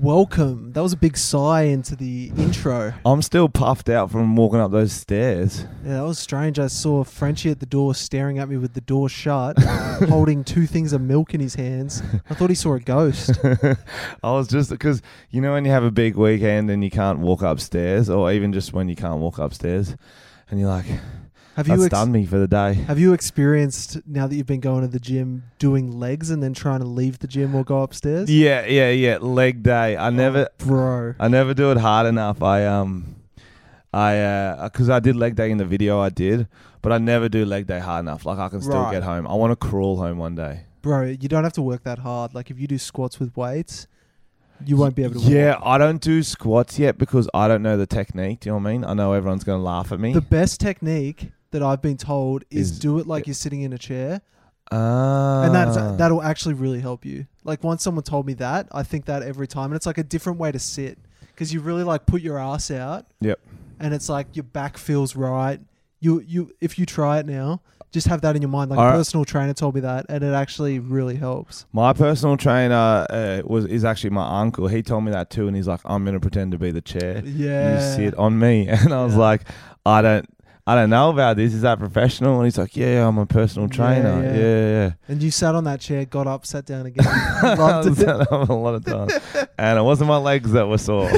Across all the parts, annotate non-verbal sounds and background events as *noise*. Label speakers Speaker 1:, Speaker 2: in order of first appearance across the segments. Speaker 1: Welcome. That was a big sigh into the intro.
Speaker 2: I'm still puffed out from walking up those stairs.
Speaker 1: Yeah, *laughs* that was strange. I saw Frenchie at the door staring at me with the door
Speaker 2: *laughs*
Speaker 1: shut, holding two things of milk in his hands. I thought he saw a
Speaker 2: *laughs*
Speaker 1: ghost.
Speaker 2: I was just because you know when you have a big weekend and you can't walk upstairs, or even just when you can't walk upstairs, and you're like,
Speaker 1: Have
Speaker 2: "That's
Speaker 1: you ex-
Speaker 2: done me for the day."
Speaker 1: have you experienced now that you've been going to the gym doing legs and then trying to leave the gym or go upstairs?
Speaker 2: Yeah, yeah, yeah. Leg day.
Speaker 1: Oh.
Speaker 2: I never,
Speaker 1: Bro.
Speaker 2: I never do it hard enough. I um, I because I did leg day in the video I did, but I never do leg day hard enough. Like I can still
Speaker 1: Right.
Speaker 2: get home. I want to crawl home one day.
Speaker 1: Bro, you don't have to work that hard. Like if you do squats with weights, you won't be able to
Speaker 2: Yeah,
Speaker 1: walk.
Speaker 2: I don't do squats yet because I don't know the technique. Do you know what I mean? I know everyone's gonna laugh at me.
Speaker 1: The best technique that I've been told is,
Speaker 2: Is-
Speaker 1: do it like you're sitting in a chair.
Speaker 2: Ah,
Speaker 1: and that's that'll actually really help you. Like once someone told me that, I think that every time, and it's like a different way to sit because you really like put your ass out.
Speaker 2: Yep.
Speaker 1: And it's like your back feels right. You you if you try it now, just have that in your mind. Like a
Speaker 2: Alright.
Speaker 1: personal trainer told me that, and it actually really helps.
Speaker 2: my personal trainer uh, was is actually my uncle. He told me that too, and he's like, "I'm gonna pretend to be the chair.
Speaker 1: Yeah.
Speaker 2: You sit on me." *laughs* And I was
Speaker 1: Yeah.
Speaker 2: like, "I don't, I don't know about this. Is that professional?" And he's like, "Yeah, yeah, I'm a personal
Speaker 1: Yeah,
Speaker 2: trainer.
Speaker 1: yeah.
Speaker 2: Yeah, yeah."
Speaker 1: And you sat on that chair, got up, sat down again.
Speaker 2: *laughs* yeah.
Speaker 1: *laughs* Loved it.
Speaker 2: a lot of time, and it wasn't my legs that were sore.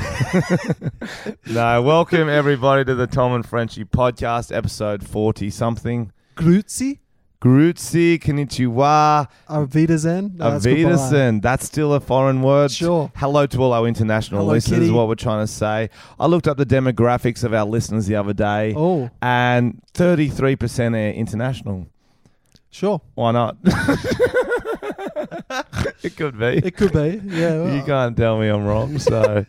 Speaker 2: *laughs* no, welcome everybody to the Tom and Frenchie podcast, episode forty something.
Speaker 1: Grüezi,
Speaker 2: Grüezi, konnichiwa,
Speaker 1: Avida Zen. No, that's goodbye.
Speaker 2: Avitasen. That's still a foreign word.
Speaker 1: Sure.
Speaker 2: Hello to all our international
Speaker 1: Hello,
Speaker 2: listeners,
Speaker 1: kitty.
Speaker 2: is what we're trying to say. I looked up the demographics of our listeners the other day,
Speaker 1: Oh,
Speaker 2: and 33% are international.
Speaker 1: sure.
Speaker 2: Why not? *laughs* it could be.
Speaker 1: It could be. Yeah.
Speaker 2: *laughs* You can't tell me I'm
Speaker 1: *laughs*
Speaker 2: wrong. So.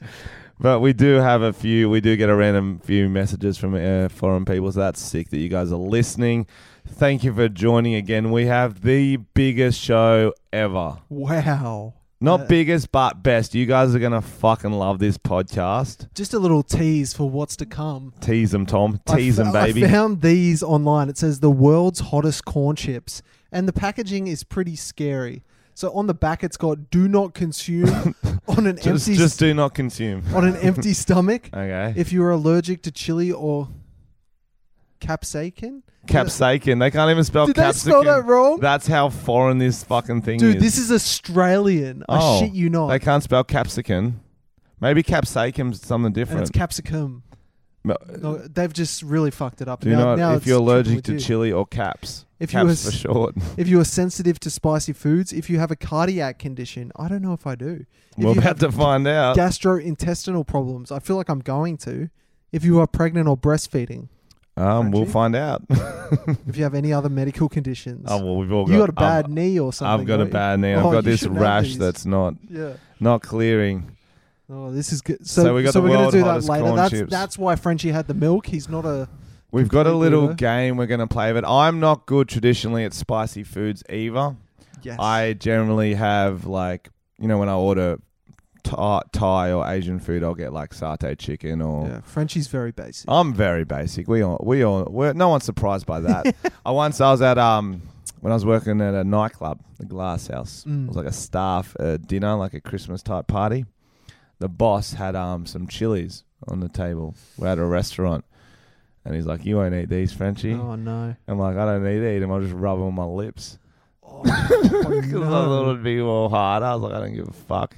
Speaker 2: But we do have a few. We do get a random few messages from uh, foreign people. So that's sick that you guys are listening. Thank you for joining again. We have the biggest show ever.
Speaker 1: Wow.
Speaker 2: Not
Speaker 1: Uh,
Speaker 2: biggest, but best. You guys are going to fucking love this podcast.
Speaker 1: Just a little tease for what's to come.
Speaker 2: Tease them, Tom.
Speaker 1: I
Speaker 2: Tease them,
Speaker 1: fo-
Speaker 2: baby.
Speaker 1: I found these online. It says the world's hottest corn chips, and the packaging is pretty scary. So on the back, it's got "Do not
Speaker 2: *laughs*
Speaker 1: consume on an
Speaker 2: just,
Speaker 1: empty
Speaker 2: just do not consume.
Speaker 1: on an
Speaker 2: *laughs*
Speaker 1: empty stomach
Speaker 2: Okay.
Speaker 1: if you are allergic to chili or capsaicin."
Speaker 2: capsicum. They can't even spell
Speaker 1: Did they
Speaker 2: capsicum.
Speaker 1: spell that wrong?
Speaker 2: That's how foreign this fucking thing
Speaker 1: Dude,
Speaker 2: is.
Speaker 1: this is Australian. I
Speaker 2: Oh,
Speaker 1: shit you not.
Speaker 2: they can't spell capsicum. Maybe capsicum's something
Speaker 1: and it's
Speaker 2: different.
Speaker 1: capsicum.
Speaker 2: No,
Speaker 1: No, they've just really fucked it up.
Speaker 2: do you
Speaker 1: now,
Speaker 2: know
Speaker 1: now
Speaker 2: if
Speaker 1: it's
Speaker 2: you're
Speaker 1: triple
Speaker 2: allergic to
Speaker 1: D.
Speaker 2: chili or caps?
Speaker 1: If you
Speaker 2: caps
Speaker 1: was-
Speaker 2: for short.
Speaker 1: *laughs* if you are sensitive to spicy foods, if you have a cardiac condition, I don't know if I do. If
Speaker 2: *laughs*
Speaker 1: you
Speaker 2: We're about uh,
Speaker 1: have *laughs*
Speaker 2: to find out.
Speaker 1: gastrointestinal problems, I feel like I'm going to. If you are pregnant or breastfeeding,
Speaker 2: Um, we'll
Speaker 1: Frenchie?
Speaker 2: find out. *laughs*
Speaker 1: if you have any other medical conditions,
Speaker 2: oh well, we've all got.
Speaker 1: you got a
Speaker 2: I've-
Speaker 1: bad knee or something.
Speaker 2: I've got a
Speaker 1: don't you?
Speaker 2: bad knee. I've
Speaker 1: Oh,
Speaker 2: got
Speaker 1: you
Speaker 2: this
Speaker 1: should have
Speaker 2: rash
Speaker 1: these.
Speaker 2: that's not
Speaker 1: Yeah.
Speaker 2: not clearing.
Speaker 1: Oh, this is good. So,
Speaker 2: So we got the
Speaker 1: are going
Speaker 2: world
Speaker 1: to do that
Speaker 2: hottest
Speaker 1: later.
Speaker 2: corn
Speaker 1: That's
Speaker 2: chips.
Speaker 1: that's why Frenchie had the milk. He's not a.
Speaker 2: We've got a
Speaker 1: Completely
Speaker 2: little
Speaker 1: though.
Speaker 2: game we're going to play, but I'm not good traditionally at spicy foods either.
Speaker 1: Yes.
Speaker 2: I generally have like you know when I order Thai, Thai or Asian food, I'll get like satay chicken or.
Speaker 1: Yeah, Frenchie's very basic.
Speaker 2: I'm very basic. We all we all we're, no one's surprised
Speaker 1: *laughs*
Speaker 2: by that. I once I was at um when I was working at a nightclub, the Glass House.
Speaker 1: Mm.
Speaker 2: It was like a staff uh, dinner, like a Christmas type party. The boss had um some chilies on the table. We're at a restaurant, and he's like, "You won't eat these, Frenchie."
Speaker 1: Oh no.
Speaker 2: I'm like, I don't need to eat them. I'll just rub them on my lips. *laughs*
Speaker 1: Oh,
Speaker 2: Because I thought
Speaker 1: no.
Speaker 2: it'd be more harder. I was like, I don't give
Speaker 1: *laughs*
Speaker 2: a fuck.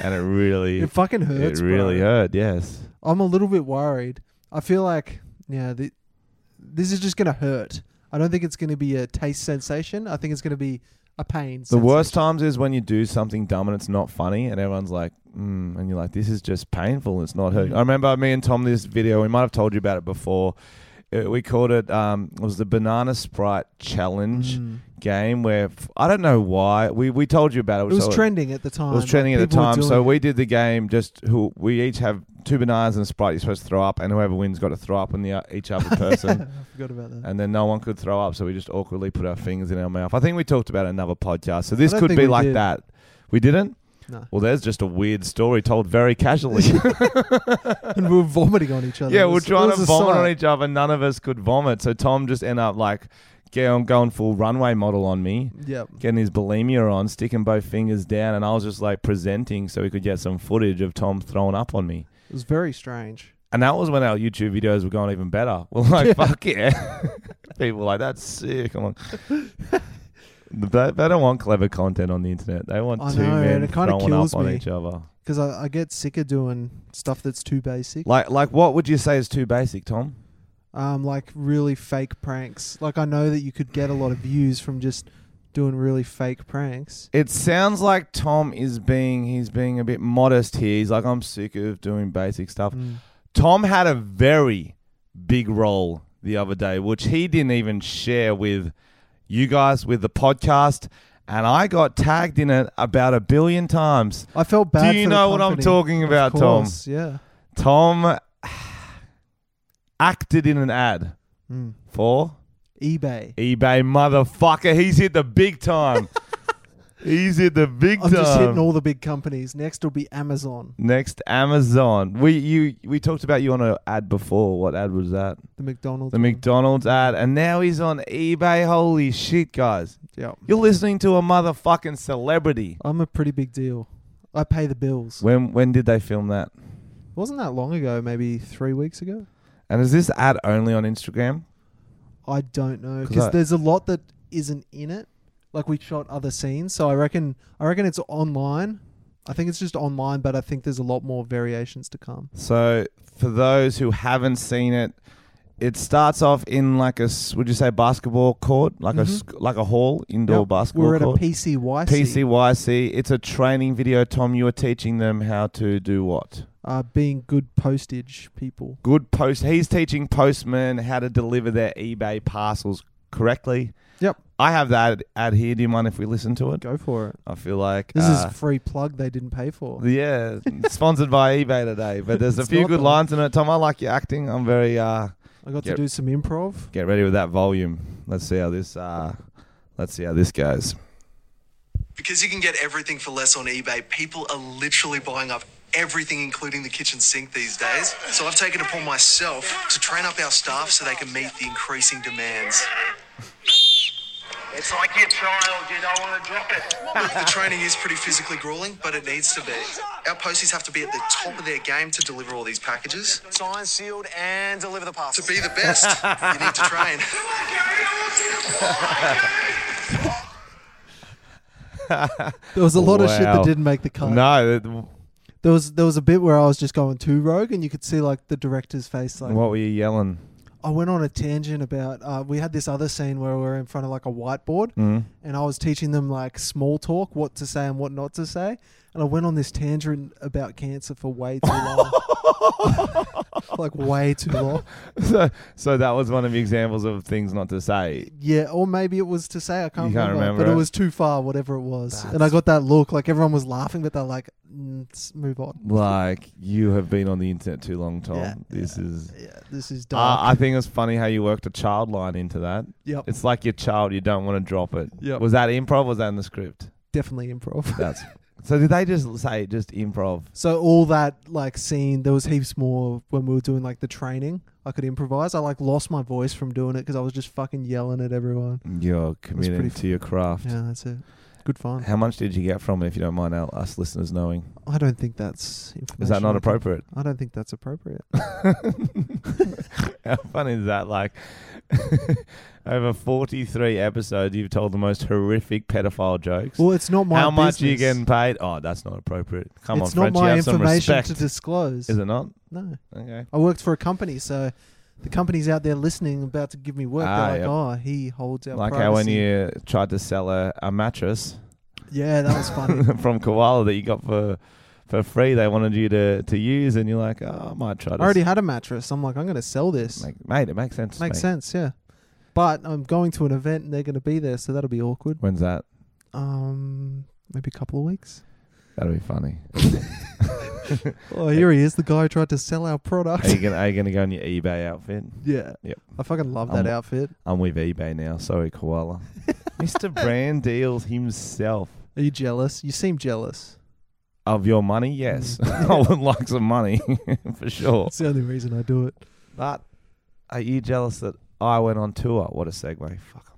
Speaker 2: And it really,
Speaker 1: It
Speaker 2: it,
Speaker 1: fucking hurts.
Speaker 2: really
Speaker 1: bro.
Speaker 2: hurt. Yes.
Speaker 1: I'm a little bit worried. I feel like yeah, the, this is just gonna hurt. I don't think it's gonna be a taste sensation. I think it's gonna be a pain.
Speaker 2: The worst times is when you do something dumb and it's not funny, and everyone's like, mm, and you're like, this is just painful. It's not hurting.
Speaker 1: Mhm.
Speaker 2: I remember me and Tom this video. We might have told you about it before. It, we called it. Um, it was the banana sprite challenge
Speaker 1: Mm.
Speaker 2: game where f- I don't know why we we told you about it.
Speaker 1: It
Speaker 2: We
Speaker 1: was
Speaker 2: saw
Speaker 1: trending at the time.
Speaker 2: Oh, It was trending
Speaker 1: like,
Speaker 2: at the
Speaker 1: people were
Speaker 2: time.
Speaker 1: doing
Speaker 2: So
Speaker 1: it.
Speaker 2: we did the game just who we each have two bananas and a sprite you're supposed to throw up, and whoever wins got to throw up on the o- each other
Speaker 1: *laughs*
Speaker 2: person.
Speaker 1: I forgot about that.
Speaker 2: And then no one could throw up, so we just awkwardly put our fingers in our mouth. I think we talked about it in another podcast, so this
Speaker 1: don't
Speaker 2: could
Speaker 1: think
Speaker 2: be
Speaker 1: we
Speaker 2: like
Speaker 1: did.
Speaker 2: that. We didn't.
Speaker 1: No.
Speaker 2: Well, there's just a weird story told very
Speaker 1: *laughs*
Speaker 2: casually.
Speaker 1: and we were vomiting on each other.
Speaker 2: *laughs* yeah,
Speaker 1: It
Speaker 2: we're
Speaker 1: was- it
Speaker 2: trying
Speaker 1: was
Speaker 2: to
Speaker 1: a
Speaker 2: vomit on
Speaker 1: sight.
Speaker 2: each other. None of us could vomit, so Tom just ended up like get on going full runway model on me,
Speaker 1: Yep.
Speaker 2: getting his bulimia on, sticking both fingers down, and I was just like presenting so we could get some footage of Tom throwing up on me.
Speaker 1: It was very strange.
Speaker 2: And that was when our YouTube videos were going even better. *laughs* We're like, fuck yeah. *laughs* People were like, that's sick. I'm like, *laughs* they, they don't want clever content on the internet. They want
Speaker 1: I
Speaker 2: two
Speaker 1: know,
Speaker 2: men
Speaker 1: and it kinda
Speaker 2: throwing
Speaker 1: kills
Speaker 2: up on
Speaker 1: me.
Speaker 2: each other.
Speaker 1: Because I, I get sick of doing stuff that's too basic.
Speaker 2: Like, like, what would you say is too basic, Tom?
Speaker 1: Um, like really fake pranks. Like I know that you could get a lot of views from just doing really fake pranks.
Speaker 2: It sounds like Tom is being he's being a bit modest here. He's like, I'm sick of doing basic stuff.
Speaker 1: Mm.
Speaker 2: Tom had a very big role the other day, which he didn't even share with you guys with the podcast. And I got tagged in it about a billion times.
Speaker 1: I felt bad.
Speaker 2: Do you
Speaker 1: for the
Speaker 2: know what I'm
Speaker 1: company.
Speaker 2: talking about,
Speaker 1: of
Speaker 2: Tom?
Speaker 1: course, Yeah.
Speaker 2: Tom *sighs* acted in an ad
Speaker 1: Mm.
Speaker 2: for
Speaker 1: eBay.
Speaker 2: eBay motherfucker. He's hit the
Speaker 1: *laughs*
Speaker 2: big time. He's hit the big
Speaker 1: I'm
Speaker 2: time.
Speaker 1: just hitting all the big companies. Next will be Amazon,
Speaker 2: Next, Amazon. We you we talked about you on an ad before. What ad was that?
Speaker 1: the McDonald's.
Speaker 2: The McDonald's ad, and now he's on eBay. Holy shit, guys!
Speaker 1: Yeah.
Speaker 2: You're listening to a motherfucking celebrity.
Speaker 1: I'm a pretty big deal. I pay the bills.
Speaker 2: When when did they film that?
Speaker 1: Wasn't that long ago? Maybe three weeks ago.
Speaker 2: And is this ad only on Instagram?
Speaker 1: I don't know
Speaker 2: 'Cause
Speaker 1: because
Speaker 2: I-
Speaker 1: there's a lot that isn't in it. Like we shot other scenes, so I reckon I reckon it's online. I think it's just online, but I think there's a lot more variations to come.
Speaker 2: So for those who haven't seen it, it starts off in like a s- would you say basketball court, like a
Speaker 1: Mhm.
Speaker 2: sc- like a hall indoor
Speaker 1: Yep.
Speaker 2: basketball
Speaker 1: We're at a
Speaker 2: court.
Speaker 1: PCYC,
Speaker 2: PCYC. It's a training video. Tom, you were teaching them how to do what?
Speaker 1: Uh, being good postage people.
Speaker 2: good post. He's teaching postmen how to deliver their eBay parcels correctly.
Speaker 1: Yep.
Speaker 2: I have that ad here. Do you mind if we listen to it?
Speaker 1: Go for it.
Speaker 2: I feel like
Speaker 1: This
Speaker 2: uh,
Speaker 1: is free plug they didn't pay for.
Speaker 2: yeah, sponsored by eBay today. But there's a
Speaker 1: It's
Speaker 2: few
Speaker 1: not
Speaker 2: good
Speaker 1: though.
Speaker 2: lines in it. Tom, I like your acting. I'm very uh,
Speaker 1: I got
Speaker 2: Yep.
Speaker 1: to do some improv.
Speaker 2: get ready with that volume. Let's see how this uh, let's see how this goes.
Speaker 3: Because you can get everything for less on eBay, people are literally buying up everything, including the kitchen sink these days. So I've taken it upon myself to train up our staff so they can meet the increasing demands.
Speaker 4: It's like your child, you don't want to drop it.
Speaker 3: The training is pretty physically grueling, but it needs to be. Our posties have to be at the top of their game to deliver all these packages.
Speaker 4: Signed, sealed, and deliver the
Speaker 3: To
Speaker 4: parcel.
Speaker 3: be the best, you need to train.
Speaker 1: There was a lot of shit
Speaker 2: Wow.
Speaker 1: that didn't make the cut.
Speaker 2: No, that-
Speaker 1: There was there was a bit where I was just going too rogue, and you could see like the director's face. Like
Speaker 2: what were
Speaker 1: *laughs*
Speaker 2: you yelling?
Speaker 1: I went on a tangent about uh, we had this other scene where we were in front of like a whiteboard,
Speaker 2: Mm-hmm.
Speaker 1: and I was teaching them like small talk, what to say and what not to say, and I went on this tangent about cancer for way too long,
Speaker 2: *laughs*
Speaker 1: like way too long.
Speaker 2: So, so that was one of the examples of things not to say.
Speaker 1: Yeah, or maybe it was to say I can't,
Speaker 2: You can't
Speaker 1: remember,
Speaker 2: remember
Speaker 1: but it.
Speaker 2: it.
Speaker 1: was too far, whatever it was, and I got that look like everyone was laughing, but they're like, mm, let's move on.
Speaker 2: Like you have been on the internet too long, Tom.
Speaker 1: Yeah,
Speaker 2: this is
Speaker 1: Yeah, this is
Speaker 2: Uh,
Speaker 1: dark.
Speaker 2: I think it's funny how you worked a child line into that.
Speaker 1: yep,
Speaker 2: It's like your child, you don't want to drop it.
Speaker 1: Yep.
Speaker 2: Was that improv? Was that in the script?
Speaker 1: definitely improv.
Speaker 2: That's. so did they just say just improv?
Speaker 1: *laughs* So all that like scene, there was heaps more when we were doing like the training. I could improvise. I like lost my voice from doing it because I was just fucking yelling at everyone.
Speaker 2: You're committing
Speaker 1: pretty
Speaker 2: to your craft.
Speaker 1: Yeah, that's it. Good fun.
Speaker 2: How much did you get from it, if you don't mind our, us listeners knowing?
Speaker 1: I don't think that's information.
Speaker 2: Is that not
Speaker 1: I think-
Speaker 2: appropriate?
Speaker 1: I don't think that's appropriate.
Speaker 2: *laughs* How funny is that? Like, *laughs* over 43 episodes, you've told the most horrific pedophile jokes.
Speaker 1: Well, it's not my.
Speaker 2: How much are you
Speaker 1: business.
Speaker 2: getting paid? Oh, that's not appropriate. Come
Speaker 1: it's not
Speaker 2: on, French, you
Speaker 1: my
Speaker 2: have some
Speaker 1: information
Speaker 2: respect.
Speaker 1: to disclose.
Speaker 2: is it not?
Speaker 1: No,
Speaker 2: Okay.
Speaker 1: I worked for a company, so the company's out there listening, about to give me work.
Speaker 2: Ah,
Speaker 1: They're like,
Speaker 2: yep.
Speaker 1: oh, he holds our
Speaker 2: like
Speaker 1: privacy.
Speaker 2: how when you tried to sell a, a mattress
Speaker 1: Yeah, that was
Speaker 2: *laughs*
Speaker 1: funny.
Speaker 2: from Koala that you got for for free, they wanted you to, to use, and you're like, oh, I might try
Speaker 1: I
Speaker 2: to.
Speaker 1: already had a mattress. I'm like, I'm going to sell this.
Speaker 2: like, mate, it makes sense.
Speaker 1: Makes
Speaker 2: mate.
Speaker 1: sense, yeah. But I'm going to an event and they're going to be there, so that'll be awkward.
Speaker 2: When's that?
Speaker 1: Um, maybe a couple of weeks.
Speaker 2: That'll be funny.
Speaker 1: Oh, here he is, the guy who tried to sell our
Speaker 2: Are
Speaker 1: product.
Speaker 2: you gonna Are you gonna go in your eBay outfit?
Speaker 1: *laughs* yeah,
Speaker 2: Yep.
Speaker 1: I fucking love that
Speaker 2: I'm-
Speaker 1: outfit.
Speaker 2: I'm with eBay now.
Speaker 1: *laughs*
Speaker 2: Sorry, Koala. Mr. Brand deals himself
Speaker 1: Are you jealous? You seem jealous.
Speaker 2: of your money. Yes,
Speaker 1: Mm.
Speaker 2: *laughs* I would like some money *laughs* for sure.
Speaker 1: That's the only reason I do it.
Speaker 2: But are you jealous that I went on tour? What a segue. Fuck.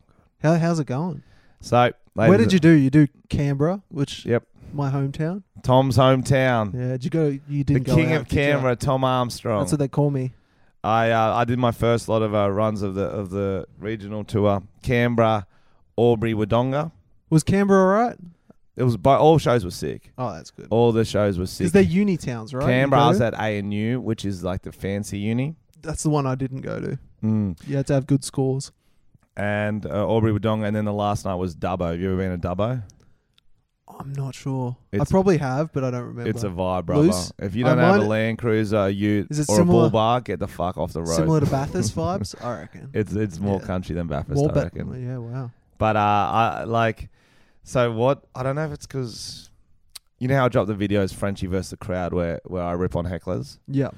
Speaker 2: I'm
Speaker 1: How, how's it going?
Speaker 2: So, ladies
Speaker 1: Where did you do? You do Canberra, which
Speaker 2: Yep.
Speaker 1: my hometown.
Speaker 2: Tom's hometown,
Speaker 1: Yeah, did you go? You
Speaker 2: the
Speaker 1: didn't go
Speaker 2: king
Speaker 1: out,
Speaker 2: of
Speaker 1: did you?
Speaker 2: Canberra, Tom Armstrong.
Speaker 1: That's what they call me.
Speaker 2: I uh, I did my first lot of uh, runs of the of the regional tour, Canberra, Aubrey, Wodonga.
Speaker 1: Was Canberra all right?
Speaker 2: It was by all shows were sick.
Speaker 1: Oh, that's good.
Speaker 2: All the shows were sick.
Speaker 1: Because they're uni towns, right? You
Speaker 2: Canberra, I
Speaker 1: go
Speaker 2: was
Speaker 1: to?
Speaker 2: at ANU, which is like the fancy uni,
Speaker 1: That's the one I didn't go to.
Speaker 2: mm.
Speaker 1: You had to have good scores.
Speaker 2: and uh, Aubrey Wodonga, and then the last night was Dubbo. Have you ever been to Dubbo?
Speaker 1: I'm not sure. I
Speaker 2: It's-
Speaker 1: probably have, but I don't remember.
Speaker 2: It's a vibe, brother.
Speaker 1: Loose?
Speaker 2: If you
Speaker 1: I
Speaker 2: don't have a
Speaker 1: might-
Speaker 2: Land Cruiser, a Ute,
Speaker 1: Is it
Speaker 2: or a
Speaker 1: similar-
Speaker 2: bull bar, get the fuck off the road.
Speaker 1: similar
Speaker 2: *laughs*
Speaker 1: to Bathurst vibes, I reckon.
Speaker 2: It's it's more
Speaker 1: Yeah.
Speaker 2: country than Bathurst,
Speaker 1: More
Speaker 2: I
Speaker 1: ba-
Speaker 2: reckon.
Speaker 1: yeah, wow.
Speaker 2: But uh, I like, so what? I don't know if it's because you know how I dropped the videos Frenchie versus the crowd where where I rip on hecklers.
Speaker 1: Yeah.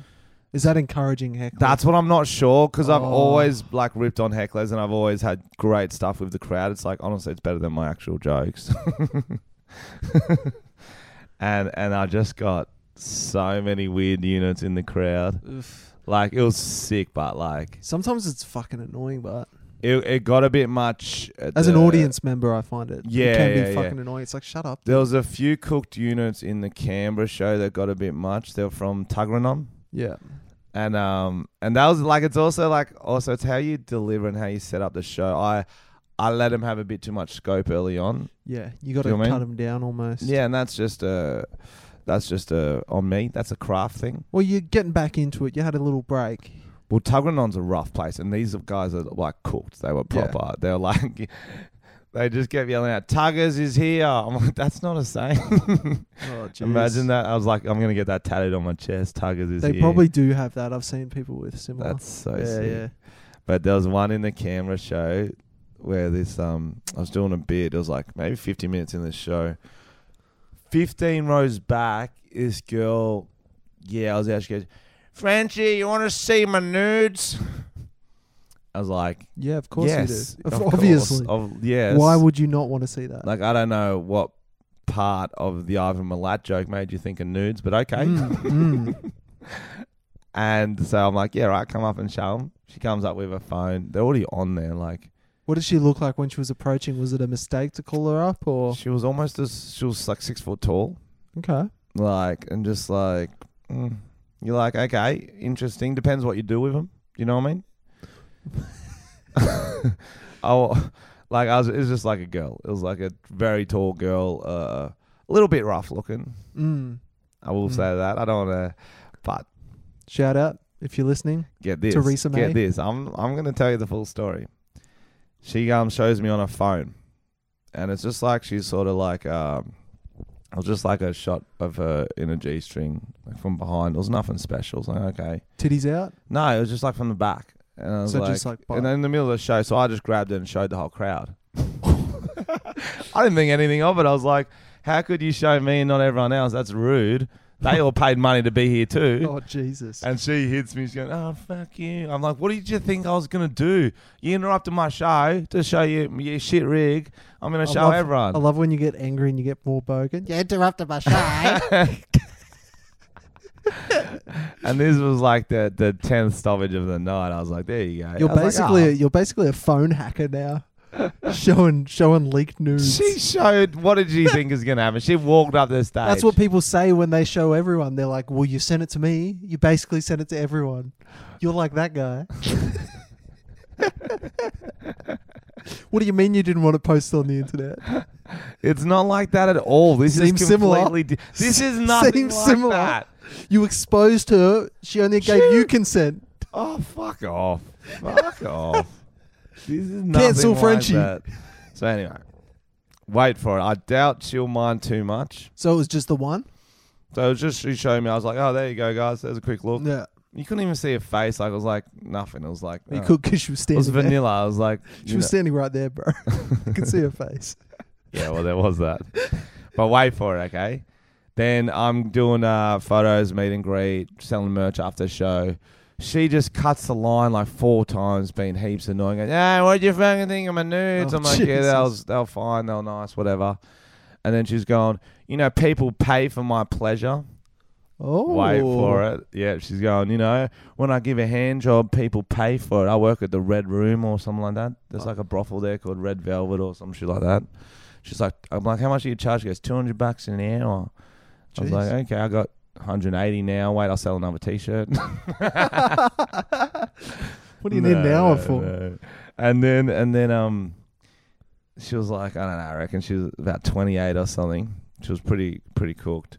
Speaker 1: Is that encouraging heckling?
Speaker 2: That's what I'm not sure because I've
Speaker 1: Oh.
Speaker 2: always like ripped on hecklers and I've always had great stuff with the crowd. It's like honestly, it's better than my actual jokes. *laughs* and and I just got so many weird units in the crowd.
Speaker 1: Oof.
Speaker 2: Like it was sick, but like
Speaker 1: Sometimes it's fucking annoying, but
Speaker 2: it, it got a bit much. at
Speaker 1: as an
Speaker 2: the-
Speaker 1: audience member, I find it.
Speaker 2: Yeah,
Speaker 1: It can
Speaker 2: yeah,
Speaker 1: be
Speaker 2: yeah.
Speaker 1: fucking annoying. It's like, shut up.
Speaker 2: There was a few cooked units in the Canberra show that got a bit much. They're from Tuggeranong.
Speaker 1: Yeah.
Speaker 2: And um and that was like it's also like also it's how you deliver and how you set up the show. I I let them have a bit too much scope early on.
Speaker 1: Yeah. You got
Speaker 2: Do
Speaker 1: to
Speaker 2: you know
Speaker 1: cut
Speaker 2: what I
Speaker 1: 'em
Speaker 2: mean?
Speaker 1: down almost.
Speaker 2: Yeah, and that's just uh that's just uh on me. That's a craft thing.
Speaker 1: Well, you're getting back into it. You had a little break.
Speaker 2: Well, Tuggeranong's a rough place, and these guys are like cooked. They were
Speaker 1: Yeah.
Speaker 2: proper. They were like, *laughs* they just kept yelling out, "Tuggers is here!" I'm like, that's not a saying. *laughs*
Speaker 1: Oh, jeez.
Speaker 2: Imagine that. I was like, I'm gonna get that tatted on my chest. Tuggers is
Speaker 1: They
Speaker 2: here.
Speaker 1: probably do have that. I've seen people with similar.
Speaker 2: That's so
Speaker 1: Oh. yeah,
Speaker 2: sick.
Speaker 1: yeah.
Speaker 2: But there was one in the camera show where this um I was doing a bit. It was like maybe 50 minutes in the show. 15 rows back, this girl, yeah, I was there. She goes, Frenchie, you want to see my nudes? *laughs* I was like,
Speaker 1: Yeah, of course
Speaker 2: yes,
Speaker 1: you do. Of-
Speaker 2: of
Speaker 1: Obviously.
Speaker 2: course, of, yes.
Speaker 1: Why would you not want to see that?
Speaker 2: like I don't know what part of the Ivan Milat joke made you think of nudes, but okay.
Speaker 1: Mm,
Speaker 2: *laughs*
Speaker 1: mm.
Speaker 2: And so I'm like, yeah, right, come up and show them. She comes up with her phone. They're already on there. Like
Speaker 1: What did she look like when she was approaching? Was it a mistake to call her up or
Speaker 2: she was almost as she was like six foot tall.
Speaker 1: okay?
Speaker 2: Like and just like mm. you're like, okay, interesting. Depends what you do with them. You know what I mean? *laughs* I Oh, like I was. It was just like a girl. It was like a very tall girl, uh, a little bit rough looking.
Speaker 1: Mm.
Speaker 2: I will
Speaker 1: Mm.
Speaker 2: say that. I don't want to, but
Speaker 1: Shout out if you're listening.
Speaker 2: get this.
Speaker 1: Theresa May?
Speaker 2: Get this. I'm I'm gonna tell you the full story. She um shows me on her phone, and it's just like she's sort of like um, it was just like a shot of her in a g string like from behind. It was nothing special. It's like okay,
Speaker 1: Titties *laughs* out.
Speaker 2: no, it was just like from the back. And I was
Speaker 1: So
Speaker 2: like,
Speaker 1: just like butt.
Speaker 2: and in the middle of the show, so I just grabbed it and showed the whole crowd. *laughs* I didn't think anything of it. I was like, how could you show me and not everyone else? That's rude. They all paid money to be here too.
Speaker 1: *laughs* Oh Jesus.
Speaker 2: *laughs* And she hits me. She's going, "Oh fuck you!" I'm like, "What did you think I was gonna do? You interrupted my show to show you your shit rig. I'm gonna
Speaker 1: I
Speaker 2: show
Speaker 1: love-
Speaker 2: everyone."
Speaker 1: I love when you get angry and you get more bogan. Yeah.
Speaker 2: and this was like the the tenth stoppage of the night. I was like, "There you go." I
Speaker 1: You're
Speaker 2: was like,
Speaker 1: basically
Speaker 2: "Oh."
Speaker 1: you're basically a phone hacker now.
Speaker 2: *laughs*
Speaker 1: showing showing leaked news.
Speaker 2: She showed. What did you think is gonna happen? She walked up the stage.
Speaker 1: That's what people say when they show everyone. They're like, "Well, you sent it to me. You basically sent it to everyone. You're like that guy." *laughs* what do you mean you didn't want to post on the internet?
Speaker 2: it's not like that at all. This
Speaker 1: Seems
Speaker 2: is
Speaker 1: similar.
Speaker 2: completely. Di-
Speaker 1: *laughs*
Speaker 2: this is nothing
Speaker 1: Seems
Speaker 2: like
Speaker 1: similar.
Speaker 2: that.
Speaker 1: You exposed her. She only gave
Speaker 2: She-
Speaker 1: you consent.
Speaker 2: Oh, fuck off.
Speaker 1: *laughs*
Speaker 2: Fuck off. This is nothing
Speaker 1: Cancel
Speaker 2: like
Speaker 1: Frenchie.
Speaker 2: that. So anyway, wait for it. I doubt she'll mind too much.
Speaker 1: So it was just the one.
Speaker 2: So it was just she showed me. I was like, oh, there you go, guys. There's a quick look.
Speaker 1: Yeah,
Speaker 2: You couldn't even see her face. Like it was like nothing. It was like
Speaker 1: you
Speaker 2: oh.
Speaker 1: could because she was
Speaker 2: It
Speaker 1: standing.
Speaker 2: was
Speaker 1: there.
Speaker 2: vanilla. I was like,
Speaker 1: *laughs* She
Speaker 2: you
Speaker 1: was
Speaker 2: know-
Speaker 1: standing right there, *laughs* bro. you could see her face.
Speaker 2: yeah. Well, there was that. but wait for it, okay? Then I'm doing uh, photos, meet and greet, selling merch after the show. She just cuts the line like four times, being heaps annoying. Going, hey, what do you fucking think of my nudes?
Speaker 1: Oh,
Speaker 2: I'm like, yeah, they
Speaker 1: Jesus.
Speaker 2: was they were fine, they were nice, whatever. And then she's gone, you know, people pay for my pleasure.
Speaker 1: Oh,
Speaker 2: Wait for it. Yeah, she's going, you know, when I give a hand job, people pay for it. I work at the Red Room or something like that. There's like a brothel there called Red Velvet or some shit like that. She's like, I'm like, how much do you charge? She goes, 200 bucks an hour. I was
Speaker 1: Jeez.
Speaker 2: like, okay, I got 180 now. Wait, I'll sell another t *laughs* shirt.
Speaker 1: Oh, *laughs* What do you need an
Speaker 2: No,
Speaker 1: hour
Speaker 2: no,
Speaker 1: for?
Speaker 2: no. And then and then um, she was like, I don't know. I reckon she was about twenty eight or something. She was pretty pretty cooked.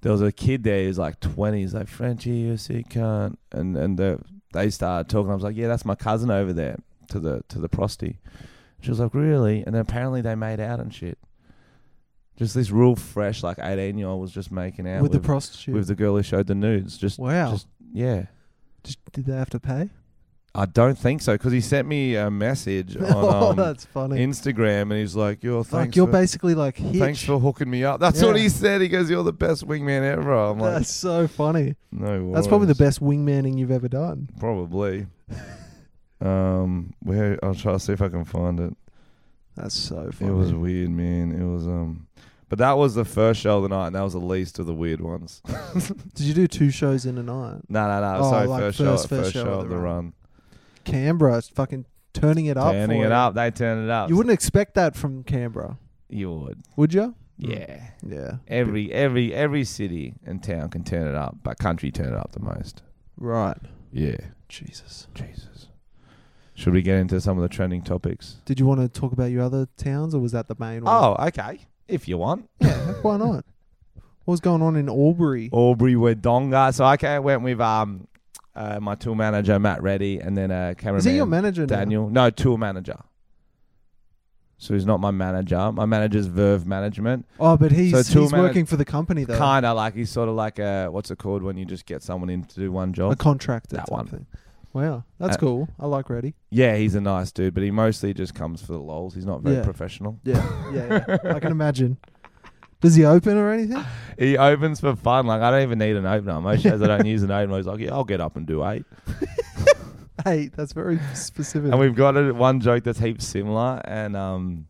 Speaker 2: There was a kid there who's like twenty. He's like Frenchie, you sick cunt. And and the, they started talking. I was like, yeah, that's my cousin over there to the to the prosty. She was like, really? And then apparently they made out and shit. Just this real fresh, like eighteen year old was just making out
Speaker 1: with,
Speaker 2: with,
Speaker 1: the prostitute.
Speaker 2: with the girl who showed the nudes. Just
Speaker 1: wow.
Speaker 2: just- yeah.
Speaker 1: Just- did they have to pay?
Speaker 2: I don't think so because he sent me
Speaker 1: *laughs*
Speaker 2: a message
Speaker 1: oh,
Speaker 2: on um,
Speaker 1: that's funny.
Speaker 2: Instagram and he's like, "Yo,
Speaker 1: Fuck,
Speaker 2: thanks,
Speaker 1: you're
Speaker 2: for,
Speaker 1: basically like Hitch.
Speaker 2: thanks for hooking me up." That's
Speaker 1: Yeah.
Speaker 2: what he said. He goes, "You're the best wingman ever." I'm like,
Speaker 1: that's so funny.
Speaker 2: "No,
Speaker 1: That's probably the
Speaker 2: worries."
Speaker 1: best wingmaning you've ever done. *laughs*
Speaker 2: Probably. um, where I'll try to see if I can find it.
Speaker 1: That's so
Speaker 2: It
Speaker 1: funny.
Speaker 2: was weird, man. It was um, but that was the first show of the night, and that was the least of the weird ones. *laughs*
Speaker 1: Did you do two shows in a night?
Speaker 2: No, no, no.
Speaker 1: Oh,
Speaker 2: Sorry,
Speaker 1: like
Speaker 2: first,
Speaker 1: first- first
Speaker 2: show, first show of the run.
Speaker 1: Canberra, it's fucking turning it up.
Speaker 2: Turning
Speaker 1: for
Speaker 2: it
Speaker 1: you.
Speaker 2: up, they turned it up.
Speaker 1: You wouldn't Mm. expect that from Canberra,
Speaker 2: You would,
Speaker 1: would you?
Speaker 2: yeah.
Speaker 1: Yeah.
Speaker 2: Every every every city and town can turn it up, but country turn it up the most.
Speaker 1: Right.
Speaker 2: Yeah.
Speaker 1: Jesus.
Speaker 2: Jesus. Should we get into some of the trending topics?
Speaker 1: Did you want to talk about your other towns, or was that the main one?
Speaker 2: Oh, okay. If you want.
Speaker 1: why not? What was going on in Albury?
Speaker 2: *laughs* Aubrey Wodonga. So I ca- went with um uh, my tour manager Matt Reddy and then uh cameraman
Speaker 1: Is he your manager now?
Speaker 2: Daniel. No, tour manager. So he's not my manager. My manager's Verve Management.
Speaker 1: Oh, but he's
Speaker 2: So tour
Speaker 1: he's
Speaker 2: manag-
Speaker 1: working for the company though.
Speaker 2: Kind of like he's sort of like a what's it called when you just get someone in to do one job.
Speaker 1: a contractor.
Speaker 2: That
Speaker 1: type
Speaker 2: one.
Speaker 1: Thing. Wow, that's
Speaker 2: Uh,
Speaker 1: cool. I like Reddy.
Speaker 2: Yeah, he's a nice dude, but he mostly just comes for the lols. He's not very
Speaker 1: Yeah.
Speaker 2: professional.
Speaker 1: Yeah, yeah, yeah. I can imagine. Does he open or anything?
Speaker 2: He opens for fun. Like I don't even need an opener. Most shows
Speaker 1: *laughs*
Speaker 2: I don't use an opener. He's like, yeah, I'll get up and do eight.
Speaker 1: Hey, that's very specific.
Speaker 2: And we've got a, one joke that's heaps similar, and um,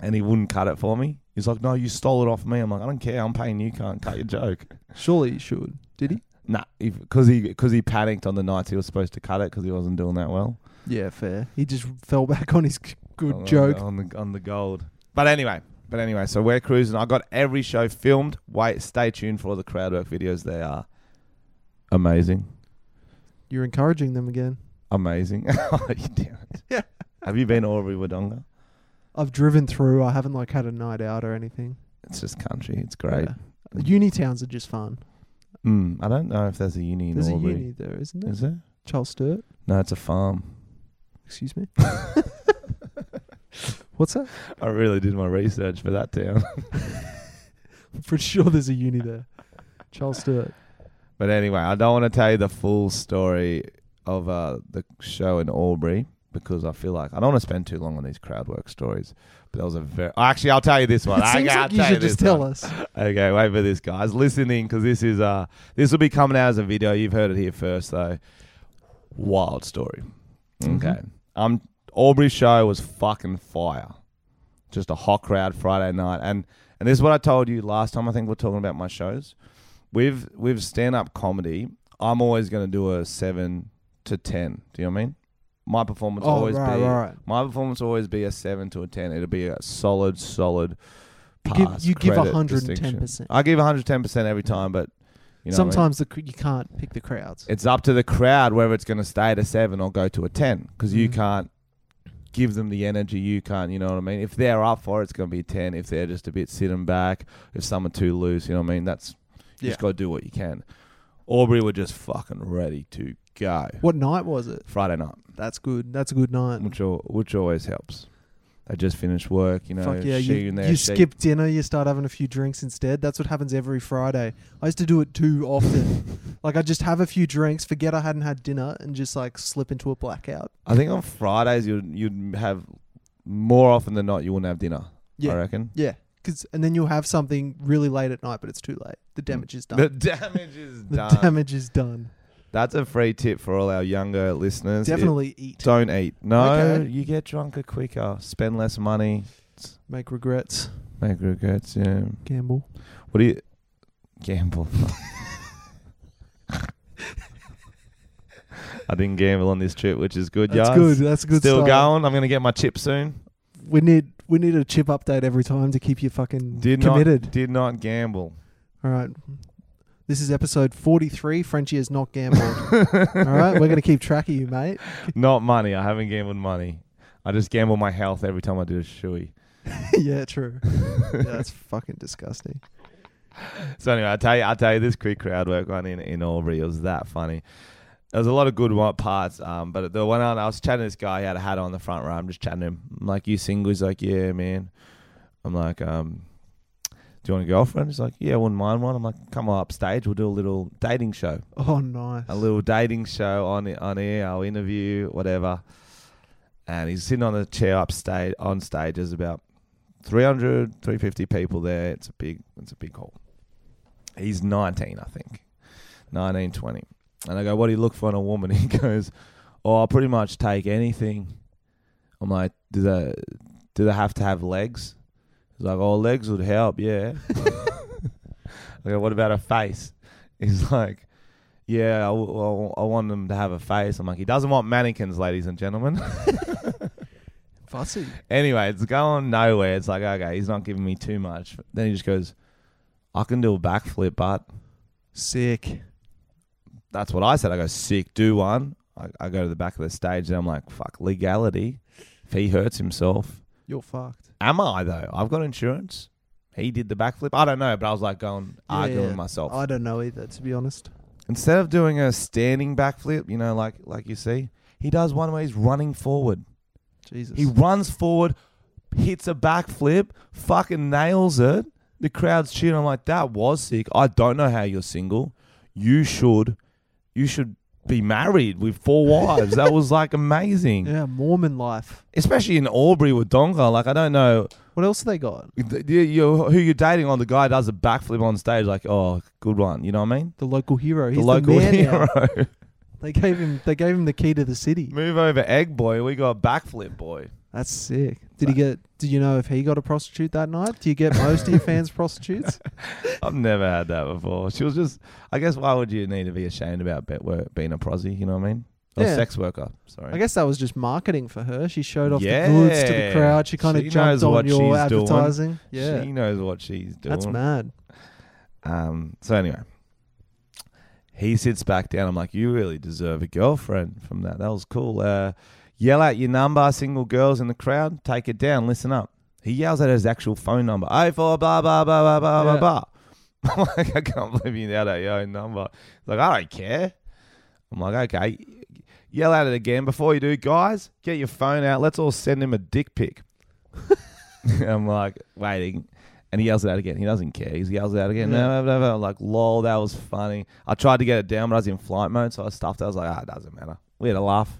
Speaker 2: and he wouldn't cut it for me. He's like, no, you stole it off me. I'm like, I don't care. I'm paying you. Can't cut your joke.
Speaker 1: Surely you should. Did he?
Speaker 2: Nah, because he because he panicked on the nights he was supposed to cut it because he wasn't doing that well.
Speaker 1: *laughs* Yeah, fair. He just fell back on his g- good
Speaker 2: on the-
Speaker 1: joke.
Speaker 2: on the on the gold. But anyway, but anyway, so we're cruising. I got every show filmed. Wait, stay tuned for the crowd work videos. They are amazing,
Speaker 1: You're encouraging them again.
Speaker 2: amazing. *laughs* Oh, you damn it.
Speaker 1: Yeah.
Speaker 2: Have you been to Aubrey Wodonga?
Speaker 1: I've driven through. I haven't like had a night out or anything.
Speaker 2: It's just country. It's great.
Speaker 1: Yeah. Uni towns are just fun.
Speaker 2: Mm, I don't know if there's a uni in
Speaker 1: There's a
Speaker 2: Aubrey.
Speaker 1: uni there, isn't there?
Speaker 2: Is there?
Speaker 1: Charles Sturt.
Speaker 2: No, it's a farm.
Speaker 1: Excuse me. *laughs* What's that?
Speaker 2: I really did my research for that town.
Speaker 1: For sure, there's a uni there. Charles
Speaker 2: *laughs*
Speaker 1: Sturt.
Speaker 2: but anyway, I don't want to tell you the full story of uh, the show in Aubrey because I feel like I don't want to spend too long on these crowd work stories. But that was a very. Actually, I'll tell you this one.
Speaker 1: it seems
Speaker 2: okay, I'll
Speaker 1: like you
Speaker 2: tell
Speaker 1: should
Speaker 2: this
Speaker 1: just tell
Speaker 2: one.
Speaker 1: us.
Speaker 2: Okay, wait for this, guys. Listen in because this is uh this will be coming out as a video. You've heard it here first, though. Wild story.
Speaker 1: Mm-hmm.
Speaker 2: Okay, um, Aubrey's show was fucking fire. Just a hot crowd Friday night, and and this is what I told you last time. I think we're talking about my shows. With with stand up comedy, I'm always going to do a seven to ten. Do you know what I mean? My performance
Speaker 1: Oh,
Speaker 2: always
Speaker 1: right,
Speaker 2: be
Speaker 1: right.
Speaker 2: my performance will always be a seven to a ten. It'll be a solid, solid.
Speaker 1: give-
Speaker 2: Pass,
Speaker 1: you give
Speaker 2: credit
Speaker 1: 110%.
Speaker 2: distinction. I give 110% every time, but you know what I mean?
Speaker 1: Sometimes the cr- you can't pick the crowds.
Speaker 2: it's up to the crowd whether it's going to stay at a seven or go to a 10 because
Speaker 1: Mm-hmm.
Speaker 2: you can't give them the energy. You can't, you know what I mean? If they're up for it, it's going to be a 10. If they're just a bit sitting back, if some are too loose, you know what I mean? That's you
Speaker 1: Yeah.
Speaker 2: just got to do what you can. Aubrey were just fucking ready to go.
Speaker 1: What night was it?
Speaker 2: Friday night,
Speaker 1: That's good. That's a good night.
Speaker 2: which al- which always helps. They just finished work, you know.
Speaker 1: Fuck yeah!
Speaker 2: she
Speaker 1: You,
Speaker 2: in there,
Speaker 1: you
Speaker 2: she-
Speaker 1: skip dinner, you start having a few drinks instead. That's what happens every Friday. I used to do it too
Speaker 2: *laughs*
Speaker 1: often. like I just have a few drinks, forget I hadn't had dinner, and just like slip into a blackout.
Speaker 2: I think on Fridays you'd you'd have more often than not you wouldn't have dinner.
Speaker 1: Yeah.
Speaker 2: I reckon.
Speaker 1: Yeah, because and then you'll have something really late at night, but it's too late. The damage is done.
Speaker 2: Mm. The
Speaker 1: The,
Speaker 2: damage is done.
Speaker 1: damage is done.
Speaker 2: That's a free tip for all our younger listeners. It-
Speaker 1: Definitely eat.
Speaker 2: don't eat. No,
Speaker 1: Okay.
Speaker 2: you get drunker quicker. Spend less money.
Speaker 1: Make regrets.
Speaker 2: Make regrets. Yeah.
Speaker 1: Gamble. *laughs*
Speaker 2: What do you gamble? I didn't gamble on this trip, which is good.
Speaker 1: That's
Speaker 2: Yaz.
Speaker 1: good. That's a good
Speaker 2: Still
Speaker 1: start.
Speaker 2: going. I'm gonna get my chip soon.
Speaker 1: We need we need a chip update every time to keep you fucking
Speaker 2: Did
Speaker 1: committed.
Speaker 2: not did not gamble.
Speaker 1: All right. This is episode 43. Frenchie has not *laughs* gambled. All right. We're going to keep track of you, mate.
Speaker 2: Not money. I haven't gambled money. I just gamble my health every time I do a shoey.
Speaker 1: *laughs* yeah, true. *laughs* Yeah, that's fucking disgusting.
Speaker 2: So anyway, I tell you, I tell you, this quick crowd work one in in Albury it was that funny. There was a lot of good one parts, um, but the one on, I was chatting to this guy, he had a hat on the front row. I'm just chatting to him. I'm like, "You single?" He's like, "Yeah, man." I'm like, um, "Do you want a girlfriend?" He's like, "Yeah, I wouldn't mind one." I'm like, "Come on upstage, we'll do a little dating show,
Speaker 1: Oh, nice.
Speaker 2: a little dating show on on air. I'll interview, whatever." And he's sitting on a chair upstage on stage. There's about 300, 350 people there. It's a big, it's a big hall. He's 19, I think. 19, 20. And I go, what do you look for in a woman? *laughs* He goes, oh, I'll pretty much take anything. I'm like, do they, do they have to have legs? He's like, oh, legs would help, yeah. *laughs* I go, what about a face? He's like, yeah, I, w- I w- I want them to have a face. I'm like, he doesn't want mannequins, ladies and gentlemen. *laughs*
Speaker 1: Fussy.
Speaker 2: anyway, it's going nowhere. It's like, okay, he's not giving me too much. Then he just goes, I can do a backflip, but
Speaker 1: Sick.
Speaker 2: that's what I said. I go, sick, do one. I, I go to the back of the stage and I'm like, fuck, legality. If he hurts himself,
Speaker 1: You're fucked.
Speaker 2: am I though? I've got insurance. He did the backflip. I don't know, but I was like going, arguing with myself.
Speaker 1: I don't know either, to be honest.
Speaker 2: Instead of doing a standing backflip, you know, like like you see, he does one where he's running forward.
Speaker 1: Jesus.
Speaker 2: He runs forward, hits a backflip, fucking nails it. The crowd's cheering. I'm like, that was sick. I don't know how you're single. You should, you should be married with
Speaker 1: *laughs*
Speaker 2: four wives. that was like amazing,
Speaker 1: yeah, Mormon life.
Speaker 2: especially in Aubrey with Donga. Like, I don't know
Speaker 1: What else have they got?
Speaker 2: th- you- you- who you're dating. On the guy does a backflip on stage. Like, oh, good one. You know what I mean?
Speaker 1: The local hero. He's
Speaker 2: the local
Speaker 1: man now.
Speaker 2: hero.
Speaker 1: They gave him. They gave him the key to the city.
Speaker 2: Move over, egg boy. We got backflip boy.
Speaker 1: That's sick. Did he get? Do you know if he got a prostitute that night? Do you get most of your
Speaker 2: *laughs*
Speaker 1: fans prostitutes?
Speaker 2: I've never had that before. She was just, I guess, why would you need to be ashamed about be- wor- being a prosy? You know what I mean? Or
Speaker 1: Yeah.
Speaker 2: sex worker. Sorry.
Speaker 1: I guess that was just marketing for her. She showed off
Speaker 2: Yeah.
Speaker 1: the goods to the crowd. She kind of
Speaker 2: She knows
Speaker 1: jumped on
Speaker 2: what
Speaker 1: your
Speaker 2: she's doing.
Speaker 1: advertising. Yeah,
Speaker 2: She knows what she's doing.
Speaker 1: that's mad. *laughs*
Speaker 2: Um, so anyway, he sits back down. I'm like, you really deserve a girlfriend from that. That was cool. Uh, yell out your number, single girls in the crowd. Take it down. Listen up. He yells out his actual phone number. Oh four blah blah blah blah blah
Speaker 1: Yeah.
Speaker 2: blah *laughs* blah. I'm like, I can't believe you yelled out your own number. He's like, I don't care. I'm like, okay. Yell at it again. Before you do, guys, get your phone out. Let's all send him a dick pic. I'm like, waiting. And he yells it out again. He doesn't care. He yells it out again.
Speaker 1: Yeah.
Speaker 2: No, no, no. I'm like, lol, that was funny. I tried to get it down, but I was in flight mode, so I stuffed it. I was like, ah, it doesn't matter. We had a laugh.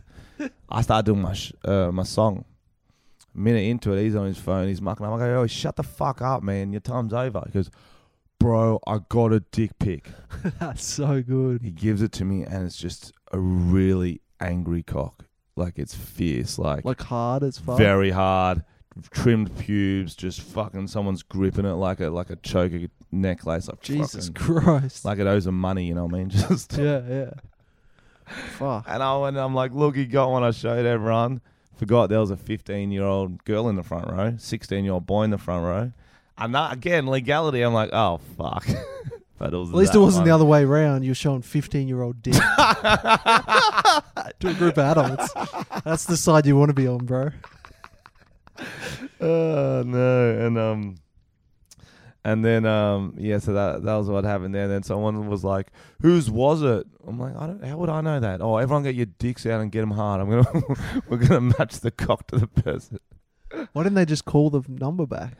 Speaker 2: I started doing my sh- uh, my song. A minute into it, he's on his phone. He's mucking up. I go, oh, shut the fuck up, man. Your time's over. He goes, bro, I got a dick pic.
Speaker 1: That's so good.
Speaker 2: He gives it to me, and it's just a really angry cock. Like, it's fierce. Like,
Speaker 1: Like hard as fuck.
Speaker 2: very hard, trimmed pubes, just fucking someone's gripping it like a like a choker necklace. Like
Speaker 1: Jesus
Speaker 2: fucking-
Speaker 1: Christ.
Speaker 2: like it owes him money. You know what I mean? *laughs* Just
Speaker 1: *laughs* yeah, yeah. Fuck.
Speaker 2: and I went. I'm like, look, he got one. I showed everyone. Forgot there was a 15 year old girl in the front row, 16 year old boy in the front row. And that, again, legality. I'm like, oh fuck. *laughs* but it was
Speaker 1: At least it wasn't the other way around. You're showing 15 year old dick to a group of
Speaker 2: *laughs*
Speaker 1: adults. That's the side you want to be on, bro.
Speaker 2: Oh no, and um, and then um, yeah. So that that was what happened there. And then someone was like, "Whose was it?" I'm like, "I don't. How would I know that?" Oh, everyone get your dicks out and get them hard. I'm gonna *laughs* we're gonna match the cock to the person.
Speaker 1: Why didn't they just call the number back?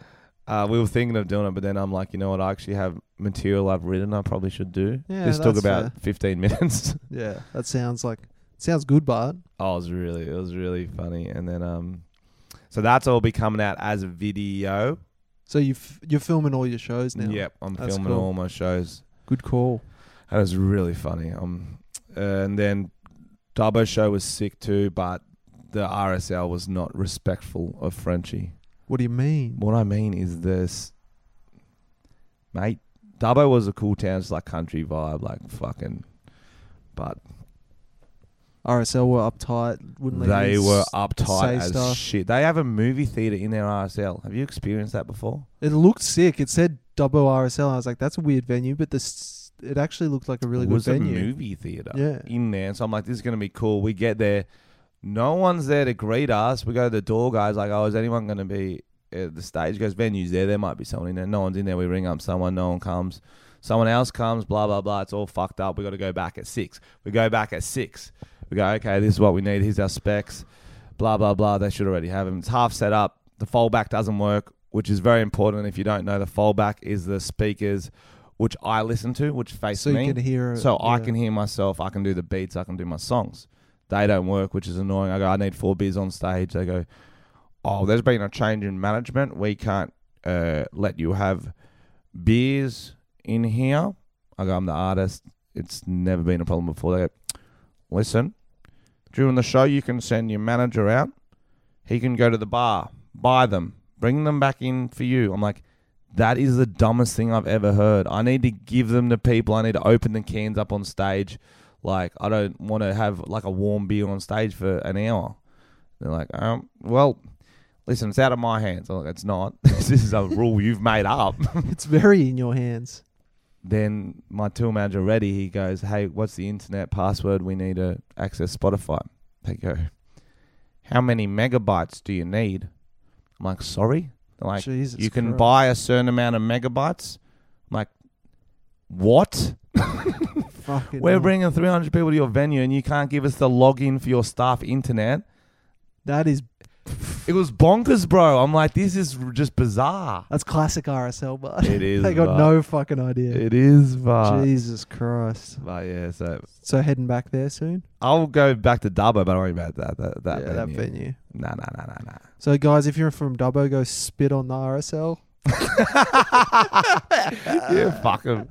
Speaker 2: Uh, we were thinking of doing it, but then I'm like, you know what? I actually have material I've written. I probably should do.
Speaker 1: Yeah,
Speaker 2: this took
Speaker 1: that's
Speaker 2: about
Speaker 1: fair.
Speaker 2: 15 *laughs* minutes.
Speaker 1: Yeah, that sounds like sounds good, Bart.
Speaker 2: Oh, it was really, it was really funny. And then um, so that's all be coming out as a video.
Speaker 1: So you f- you're filming all your shows now.
Speaker 2: Yep, I'm
Speaker 1: That's
Speaker 2: filming
Speaker 1: cool.
Speaker 2: all my shows.
Speaker 1: Good call.
Speaker 2: That was really funny. Um, and then Dubbo show was sick too, but the RSL was not respectful of Frenchie.
Speaker 1: What do you mean?
Speaker 2: What I mean is this, mate. Dubbo was a cool town, it's like country vibe, like fucking. But
Speaker 1: RSL were uptight, wouldn't let
Speaker 2: They
Speaker 1: you
Speaker 2: were
Speaker 1: s- say
Speaker 2: uptight as
Speaker 1: stuff.
Speaker 2: shit. They have a movie theater in their RSL. Have you experienced that before?
Speaker 1: It looked sick. It said double RSL. I was like, that's a weird venue, but this it actually looked like a really
Speaker 2: It
Speaker 1: good
Speaker 2: was a
Speaker 1: venue.
Speaker 2: movie theater
Speaker 1: Yeah.
Speaker 2: in there. So I'm like, this is gonna be cool. We get there, no one's there to greet us. We go to the door, guys. Like, oh, is anyone gonna be at the stage? He Goes venues there. There might be someone in there. No one's in there. We ring up someone. No one comes. Someone else comes. Blah blah blah. It's all fucked up. We got to go back at six. We go back at six. We go, okay, this is what we need. Here's our specs. Blah blah blah. They should already have them. It's half set up. The fallback doesn't work, which is very important. If you don't know, the fallback is the speakers, which I listen to, which face
Speaker 1: So you
Speaker 2: me.
Speaker 1: can hear-
Speaker 2: So I
Speaker 1: yeah.
Speaker 2: can hear myself. I can do the beats. I can do my songs. They don't work, which is annoying. I go, I need four beers on stage. They go, oh, there's been a change in management. We can't uh, let you have beers in here. I go, I'm the artist. It's never been a problem before. They go, listen, during the show, you can send your manager out. He can go to the bar, buy them, bring them back in for you. I'm like, that is the dumbest thing I've ever heard. I need to give them to people. I need to open the cans up on stage. Like, I don't want to have like a warm beer on stage for an hour. They're like, um, well, listen, it's out of my hands. I'm like, it's not. *laughs* this is a rule you've made up.
Speaker 1: It's very in your hands.
Speaker 2: then my tour manager Reddy, he goes, "Hey, what's the internet password we need to access Spotify?" They go, "How many megabytes do you need?" I'm like, "Sorry." They're like,
Speaker 1: Jesus
Speaker 2: "You can
Speaker 1: Christ.
Speaker 2: buy a certain amount of megabytes." I'm like, "What?
Speaker 1: Fucking
Speaker 2: We're
Speaker 1: hell.
Speaker 2: bringing 300 people to your venue, and you can't give us the login for your staff internet?"
Speaker 1: that is
Speaker 2: It was bonkers, bro. I'm like, "This is r- just bizarre."
Speaker 1: that's classic RSL, but
Speaker 2: It
Speaker 1: *laughs*
Speaker 2: is,
Speaker 1: they got
Speaker 2: but-
Speaker 1: no fucking idea.
Speaker 2: It is, but,
Speaker 1: Jesus Christ!
Speaker 2: but yeah. So
Speaker 1: So heading back there soon.
Speaker 2: I'll go back to Dubbo, but I don't worry about that. That that
Speaker 1: yeah,
Speaker 2: venue.
Speaker 1: that venue.
Speaker 2: No, no, no, no, no.
Speaker 1: So guys, if you're from Dubbo, go spit on the RSL.
Speaker 2: *laughs* yeah, fuck him.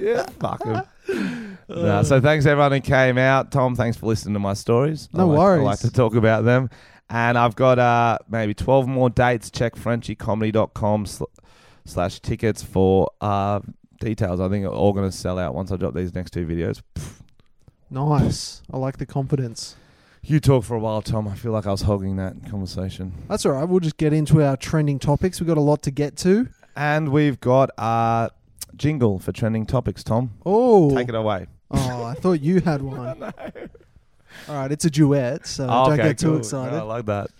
Speaker 2: yeah, fuck him. Nah, so thanks everyone who came out. Tom, thanks for listening to my stories. I
Speaker 1: Uh. No
Speaker 2: like,
Speaker 1: worries.
Speaker 2: I like to talk about them. And I've got uh, maybe 12 more dates. Check frenchiecomedy.com sl- slash tickets for uh, details. I think are all going to sell out once I drop these next two videos.
Speaker 1: Nice. I like the confidence.
Speaker 2: You talk for a while, Tom. I feel like I was hogging that conversation.
Speaker 1: That's all right. We'll just get into our trending topics. We've got a lot to get to.
Speaker 2: And we've got uh, jingle for trending topics, Tom.
Speaker 1: Oh,
Speaker 2: Take it away.
Speaker 1: oh, I thought you
Speaker 2: *laughs*
Speaker 1: had one. All right, it's a duet, so
Speaker 2: Oh,
Speaker 1: Uh, don't
Speaker 2: okay,
Speaker 1: get too
Speaker 2: cool. No, I
Speaker 1: excited.
Speaker 2: like that.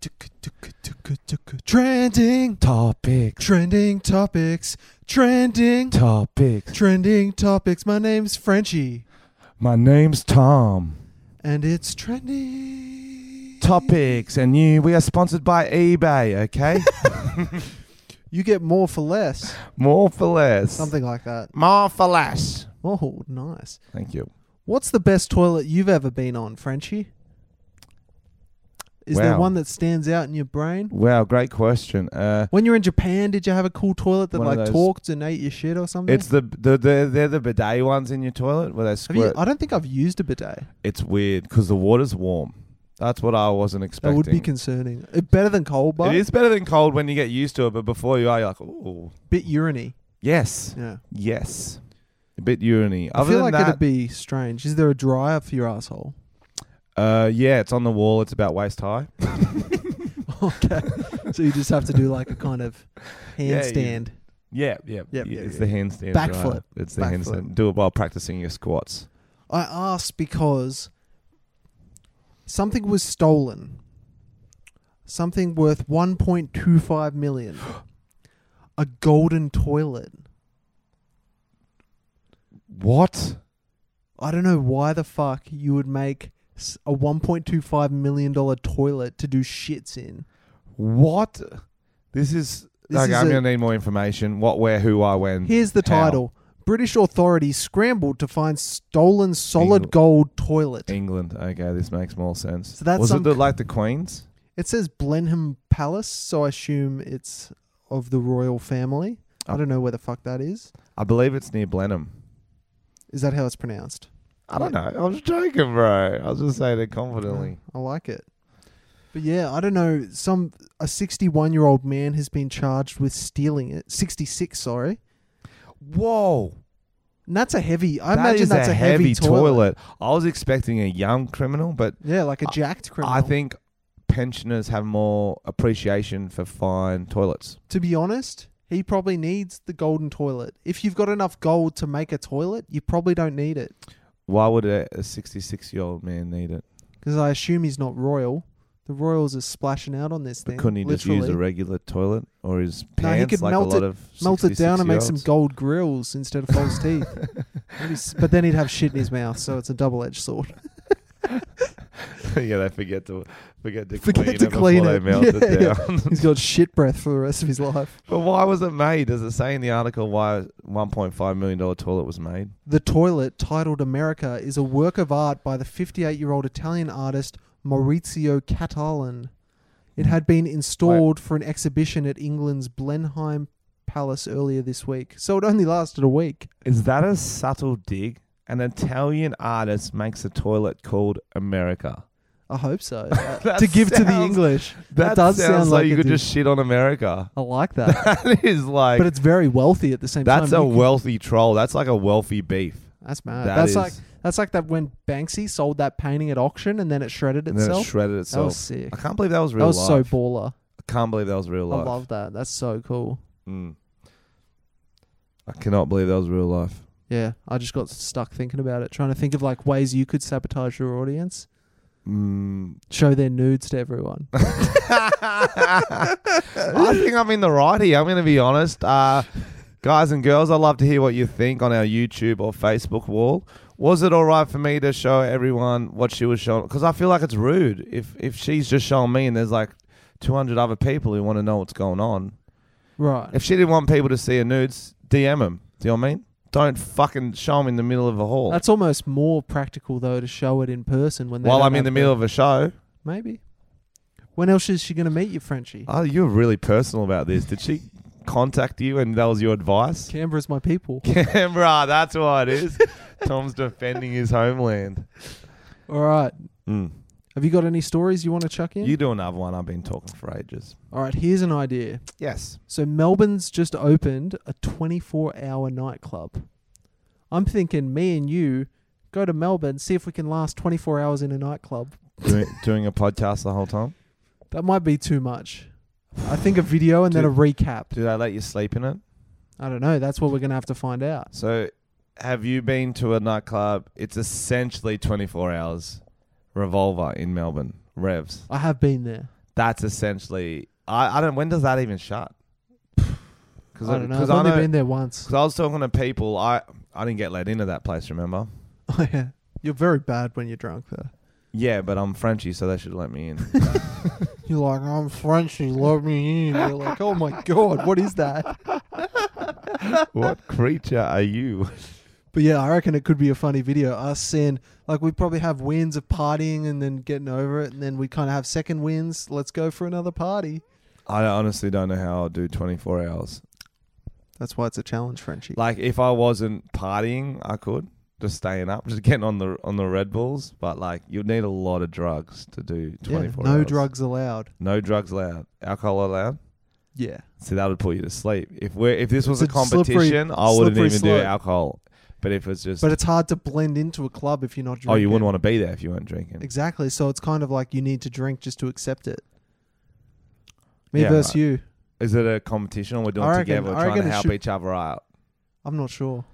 Speaker 1: Tuk, tuk, tuk, tuk. Trending,
Speaker 2: Topics.
Speaker 1: trending topics, trending,
Speaker 2: Topics.
Speaker 1: trending topics. My name's Frenchie,
Speaker 2: My name's Tom.
Speaker 1: and it's trending.
Speaker 2: Topics and you. We are sponsored by eBay.
Speaker 1: *laughs*
Speaker 2: Okay.
Speaker 1: You get more for less,
Speaker 2: More for less.
Speaker 1: something like that.
Speaker 2: More for less.
Speaker 1: Oh, nice.
Speaker 2: Thank you.
Speaker 1: What's the best toilet you've ever been on, Frenchie? Is there
Speaker 2: Wow.
Speaker 1: one that stands out in your brain?
Speaker 2: Wow, great question. Uh,
Speaker 1: When you're in Japan, did you have a cool toilet that
Speaker 2: One of
Speaker 1: like
Speaker 2: those-
Speaker 1: talked and ate your shit or something?
Speaker 2: it's the, the the they're the bidet ones in your toilet where they
Speaker 1: Have you,
Speaker 2: squirt.
Speaker 1: I don't think I've used a bidet.
Speaker 2: it's weird because the water's warm. That's what I wasn't
Speaker 1: That
Speaker 2: expecting.
Speaker 1: would be concerning. It, better than cold, but
Speaker 2: it is better than cold when you get used to it, but before you are, you're like, ooh,
Speaker 1: bit uriny.
Speaker 2: yes,
Speaker 1: Yeah,
Speaker 2: yes, a bit uriny.
Speaker 1: I
Speaker 2: Other
Speaker 1: feel
Speaker 2: than
Speaker 1: like
Speaker 2: that,
Speaker 1: it'd be strange. Is there a dryer for your asshole? *laughs*
Speaker 2: Uh, yeah, it's on the wall. It's about waist high.
Speaker 1: okay, so you just have to do like a kind of
Speaker 2: *laughs* Yeah, you-
Speaker 1: handstand.
Speaker 2: Yeah, yeah, yeah.
Speaker 1: Yep, yep,
Speaker 2: it's
Speaker 1: yeah.
Speaker 2: the handstand.
Speaker 1: Back
Speaker 2: right?
Speaker 1: flip.
Speaker 2: It's the
Speaker 1: Back
Speaker 2: handstand.
Speaker 1: flip.
Speaker 2: Do it while practicing your squats.
Speaker 1: I asked because something was stolen. Something worth 1.25
Speaker 2: *gasps*
Speaker 1: million. a golden toilet.
Speaker 2: What?
Speaker 1: I don't know why the fuck you would make s- a 1.25 million dollar toilet to do shits in.
Speaker 2: What? This is.
Speaker 1: This
Speaker 2: okay,
Speaker 1: is
Speaker 2: I'm
Speaker 1: a-
Speaker 2: gonna need more information. What, where, who, why, when?
Speaker 1: Here's the
Speaker 2: how.
Speaker 1: title. British authorities scrambled to find stolen solid
Speaker 2: Engl-
Speaker 1: gold toilet.
Speaker 2: England. Okay, this makes more sense.
Speaker 1: So that's
Speaker 2: was it
Speaker 1: some
Speaker 2: the,
Speaker 1: c-
Speaker 2: like the Queen's?
Speaker 1: It says Blenheim Palace, so I assume it's of the royal family. I
Speaker 2: Oh.
Speaker 1: don't know where the fuck that is.
Speaker 2: I believe it's near Blenheim.
Speaker 1: Is that how it's pronounced?
Speaker 2: I don't know. I was joking, bro. I was just saying it confidently.
Speaker 1: I like it. But yeah, I don't know. Some a 61 year old man has been charged with stealing it. 66, sorry.
Speaker 2: Whoa!
Speaker 1: And that's a heavy. I
Speaker 2: that
Speaker 1: imagine
Speaker 2: is
Speaker 1: that's
Speaker 2: a,
Speaker 1: heavy, toilet.
Speaker 2: I was expecting a young criminal, but
Speaker 1: Yeah, like a jacked criminal.
Speaker 2: I think pensioners have more appreciation for fine toilets.
Speaker 1: to be honest, he probably needs the golden toilet. If you've got enough gold to make a toilet, you probably don't need it
Speaker 2: Why would a 66 year old man need it?
Speaker 1: because I assume he's not royal. The royals are splashing out on this thing.
Speaker 2: Couldn't he just
Speaker 1: literally.
Speaker 2: use a regular toilet or his pants?
Speaker 1: No, he could
Speaker 2: like
Speaker 1: melt
Speaker 2: a lot
Speaker 1: it-
Speaker 2: of
Speaker 1: melt it down and make some
Speaker 2: 66-year-olds?
Speaker 1: gold grills instead of false teeth. That'd be
Speaker 2: *laughs*
Speaker 1: s- but then he'd have shit in his mouth, so it's a double-edged sword. *laughs*
Speaker 2: *laughs* yeah, they forget to forget to
Speaker 1: Forget
Speaker 2: clean
Speaker 1: to
Speaker 2: it
Speaker 1: clean
Speaker 2: before
Speaker 1: it.
Speaker 2: they melt it
Speaker 1: Yeah,
Speaker 2: down. *laughs*
Speaker 1: He's got shit breath for the rest of his life.
Speaker 2: but why was it made? Does it say in the article why 1.5 million dollar toilet was made?
Speaker 1: The toilet, titled America, is a work of art by the 58-year-old Italian artist Maurizio Catalan. It had been installed for an exhibition at England's Blenheim Palace earlier this week, so it only lasted a week.
Speaker 2: Is that a subtle dig? An Italian artist makes a toilet called America.
Speaker 1: I hope
Speaker 2: *laughs*
Speaker 1: so. Uh,
Speaker 2: That
Speaker 1: to give to the
Speaker 2: sounds-
Speaker 1: English,
Speaker 2: That
Speaker 1: does
Speaker 2: sounds
Speaker 1: sound
Speaker 2: like,
Speaker 1: like
Speaker 2: you
Speaker 1: it
Speaker 2: could
Speaker 1: did.
Speaker 2: just shit on America. *laughs*
Speaker 1: I like that.
Speaker 2: That is like
Speaker 1: but it's very wealthy at the same time.
Speaker 2: that's a
Speaker 1: You could-
Speaker 2: wealthy troll. That's like a wealthy beef.
Speaker 1: That's mad.
Speaker 2: That
Speaker 1: that's
Speaker 2: is-
Speaker 1: like that's like that when Banksy sold that painting at auction and then it shredded
Speaker 2: And then it
Speaker 1: itself.
Speaker 2: shredded
Speaker 1: that was
Speaker 2: itself.
Speaker 1: sick.
Speaker 2: I can't believe that was real
Speaker 1: That was so
Speaker 2: life.
Speaker 1: baller.
Speaker 2: I can't believe that was real life.
Speaker 1: I love that. That's so cool.
Speaker 2: Mm. I cannot believe that was real life.
Speaker 1: Yeah, I just got stuck thinking about it, trying to think of like ways you could sabotage your audience.
Speaker 2: Mm.
Speaker 1: Show their nudes to
Speaker 2: *laughs*
Speaker 1: everyone.
Speaker 2: I think I'm in the right here. I'm going to be honest. *laughs* Uh, guys and girls, I'd love to hear what you think on our YouTube or Facebook wall. Was it all right for me to show everyone what she was showing? Because I feel like it's rude if, if she's just showing me and there's like 200 other people who want to know what's going on.
Speaker 1: right.
Speaker 2: If she didn't want people to see her nudes, DM them. Do you know what I mean? Don't fucking show them in the middle of a hall.
Speaker 1: That's almost more practical though to show it in person when they
Speaker 2: While
Speaker 1: don't
Speaker 2: I'm in
Speaker 1: have
Speaker 2: the middle of a show.
Speaker 1: maybe. When else is she going to meet you, Frenchie?
Speaker 2: Oh, you're really personal about this. Did she contact you and that was your advice?
Speaker 1: Canberra's my people.
Speaker 2: *laughs* Canberra, that's what it *laughs* is. Tom's defending his homeland.
Speaker 1: All right.
Speaker 2: Mm.
Speaker 1: Have you got any stories you want to chuck in?
Speaker 2: You do another one. I've been talking for ages.
Speaker 1: All right, here's an idea.
Speaker 2: Yes.
Speaker 1: So Melbourne's just opened a 24-hour nightclub. I'm thinking me and you go to Melbourne, see if we can last 24 hours in a nightclub.
Speaker 2: doing, doing a podcast the whole time.
Speaker 1: That might be too much. I think a video and then a recap.
Speaker 2: Do they let you sleep in it?
Speaker 1: I don't know. That's what we're going to have to find out.
Speaker 2: So, have you been to a nightclub? It's essentially 24 hours. Revolver in Melbourne. Revs.
Speaker 1: I have been there.
Speaker 2: That's essentially. I, I don't. When does that even shut? Because
Speaker 1: I don't know. I've only been there once. *laughs*
Speaker 2: Because I was talking to people, I I didn't get let into that place. Remember?
Speaker 1: Oh, yeah. You're very bad when you're drunk, though.
Speaker 2: Yeah, but I'm Frenchy, so they should let me in.
Speaker 1: *laughs* You're like, I'm French. You love me in. You're like, oh, my God. What is that?
Speaker 2: what creature are you?
Speaker 1: *laughs* But yeah, I reckon it could be a funny video. Us seeing like we probably have wins of partying and then getting over it, and then we kind of have second wins. Let's go for another party.
Speaker 2: I honestly don't know how I'll do 24 hours.
Speaker 1: That's why it's a challenge, Frenchie.
Speaker 2: Like if I wasn't partying, I could just staying up, just getting on the on the Red Bulls. But like you'd need a lot of drugs to do 24.
Speaker 1: no
Speaker 2: hours.
Speaker 1: drugs allowed.
Speaker 2: No drugs allowed. Alcohol allowed.
Speaker 1: Yeah,
Speaker 2: See, that would put you to sleep. If we're if this was
Speaker 1: It's
Speaker 2: a
Speaker 1: a slippery-
Speaker 2: competition, I wouldn't
Speaker 1: slippery
Speaker 2: even do
Speaker 1: slope.
Speaker 2: alcohol. But if it's just
Speaker 1: but it's hard to blend into a club if you're not drinking.
Speaker 2: oh, you wouldn't want to be there if you weren't drinking.
Speaker 1: exactly. So it's kind of like you need to drink just to accept it. Me
Speaker 2: Yeah,
Speaker 1: versus
Speaker 2: right.
Speaker 1: you.
Speaker 2: Is it a competition? We're doing
Speaker 1: I
Speaker 2: it
Speaker 1: reckon-
Speaker 2: together,
Speaker 1: I
Speaker 2: We're trying
Speaker 1: reckon
Speaker 2: to
Speaker 1: it
Speaker 2: help
Speaker 1: should-
Speaker 2: each other out.
Speaker 1: I'm not sure.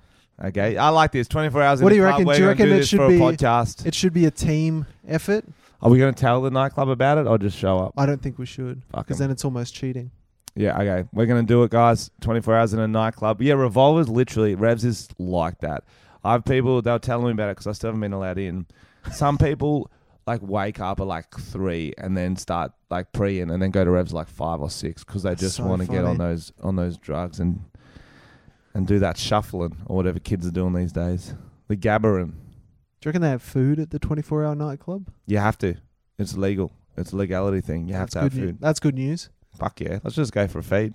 Speaker 2: Okay, I like this. Twenty four hours.
Speaker 1: What
Speaker 2: in
Speaker 1: do you
Speaker 2: the
Speaker 1: reckon?
Speaker 2: Club.
Speaker 1: Do you
Speaker 2: We're
Speaker 1: reckon
Speaker 2: gonna do
Speaker 1: it
Speaker 2: this
Speaker 1: should
Speaker 2: for
Speaker 1: be-
Speaker 2: a podcast?
Speaker 1: It should be a team effort.
Speaker 2: Are we going to tell the nightclub about it or just show up?
Speaker 1: I don't think we should
Speaker 2: Fuck 'em.
Speaker 1: because then it's almost cheating.
Speaker 2: Yeah, okay. We're going to do it, guys. 24 hours in a nightclub. Yeah, Revolver's literally, Revs is like that. I have people, they'll tell me about it because I still haven't been allowed in. Some people, like, wake up at like three and then start, like, pre and then go to Revs like five or six because they
Speaker 1: That's
Speaker 2: just
Speaker 1: so
Speaker 2: want to get on
Speaker 1: funny.
Speaker 2: those on those drugs and and do that shuffling or whatever kids are doing these days. The gabbering.
Speaker 1: Do you reckon they have food at the 24-hour nightclub?
Speaker 2: You have to. It's legal. It's a legality thing. You have
Speaker 1: That's
Speaker 2: to have
Speaker 1: good. new-
Speaker 2: food.
Speaker 1: That's good news
Speaker 2: Fuck yeah. Let's just go for
Speaker 1: *laughs*
Speaker 2: a feed.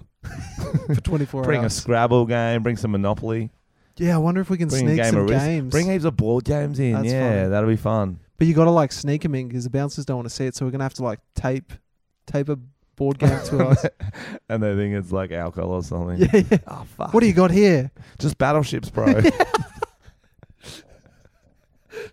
Speaker 1: for 24
Speaker 2: Bring a
Speaker 1: hours.
Speaker 2: Scrabble game, bring some Monopoly.
Speaker 1: yeah, I wonder if we can
Speaker 2: Bring a
Speaker 1: sneak
Speaker 2: game
Speaker 1: some
Speaker 2: of risk.
Speaker 1: games.
Speaker 2: Bring heaps of board games in.
Speaker 1: That's
Speaker 2: yeah,
Speaker 1: fun.
Speaker 2: that'll be fun.
Speaker 1: but you got to like sneak 'em in 'cause the bouncers don't want to see it, so we're gonna have to like tape tape a board game
Speaker 2: *laughs*
Speaker 1: to us.
Speaker 2: And they think it's like alcohol or something.
Speaker 1: *laughs* yeah, yeah.
Speaker 2: *laughs* Oh fuck!
Speaker 1: What do you got here? *laughs*
Speaker 2: Just battleships, bro.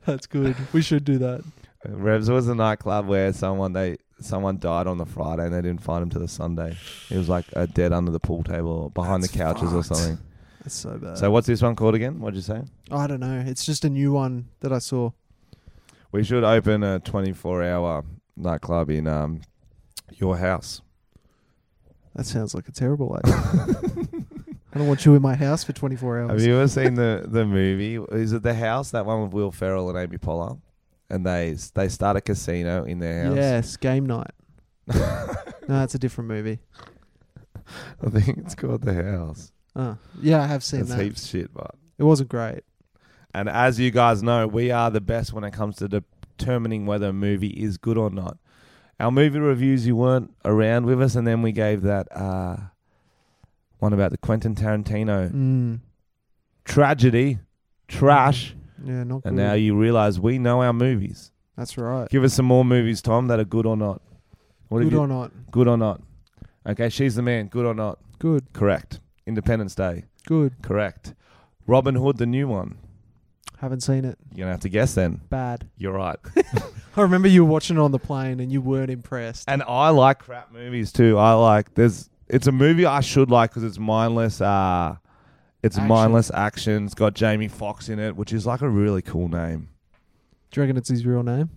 Speaker 1: That's good. We should do that.
Speaker 2: Revs was a nightclub where someone they someone died on the Friday and they didn't find him till the Sunday. It was like a dead under the pool table, or behind
Speaker 1: That's
Speaker 2: the couches or
Speaker 1: fucked.
Speaker 2: something.
Speaker 1: That's so bad.
Speaker 2: So what's this one called again? What'd you say?
Speaker 1: I don't know. It's just a new one that I saw.
Speaker 2: We should open a 24-hour nightclub in um your house.
Speaker 1: That sounds like a terrible idea. I don't want you in my house for 24 hours.
Speaker 2: Have you ever seen the the movie? Is it the house that one with Will Ferrell and Amy Pollard? And they they start a casino in their house.
Speaker 1: Yes, game night.
Speaker 2: *laughs*
Speaker 1: no, that's a different movie.
Speaker 2: I think it's called the house.
Speaker 1: Uh, yeah, I have seen
Speaker 2: It's
Speaker 1: that.
Speaker 2: heaps shit, but
Speaker 1: It wasn't great.
Speaker 2: And as you guys know, we are the best when it comes to determining whether a movie is good or not. Our movie reviews, you weren't around with us, and then we gave that uh, one about the Quentin Tarantino
Speaker 1: Mm,
Speaker 2: tragedy, trash,
Speaker 1: yeah, not good.
Speaker 2: and now you realize we know our movies.
Speaker 1: that's right.
Speaker 2: Give us some more movies, Tom, that are good or not. What have
Speaker 1: Good
Speaker 2: you-
Speaker 1: or not?
Speaker 2: good or not? Okay, she's the man. Good or not?
Speaker 1: Good.
Speaker 2: Correct. Independence Day.
Speaker 1: Good.
Speaker 2: Correct. Robin Hood, the new one.
Speaker 1: Haven't seen it.
Speaker 2: You're gonna have to guess then.
Speaker 1: Bad.
Speaker 2: You're right. *laughs*
Speaker 1: I remember you were watching it on the plane and you weren't impressed.
Speaker 2: And I like crap movies too. I like there's it's a movie I should like because it's mindless. Uh, it's
Speaker 1: Action.
Speaker 2: mindless action. It's got Jamie Foxx in it, which is like a really cool name.
Speaker 1: Do you reckon it's his real name?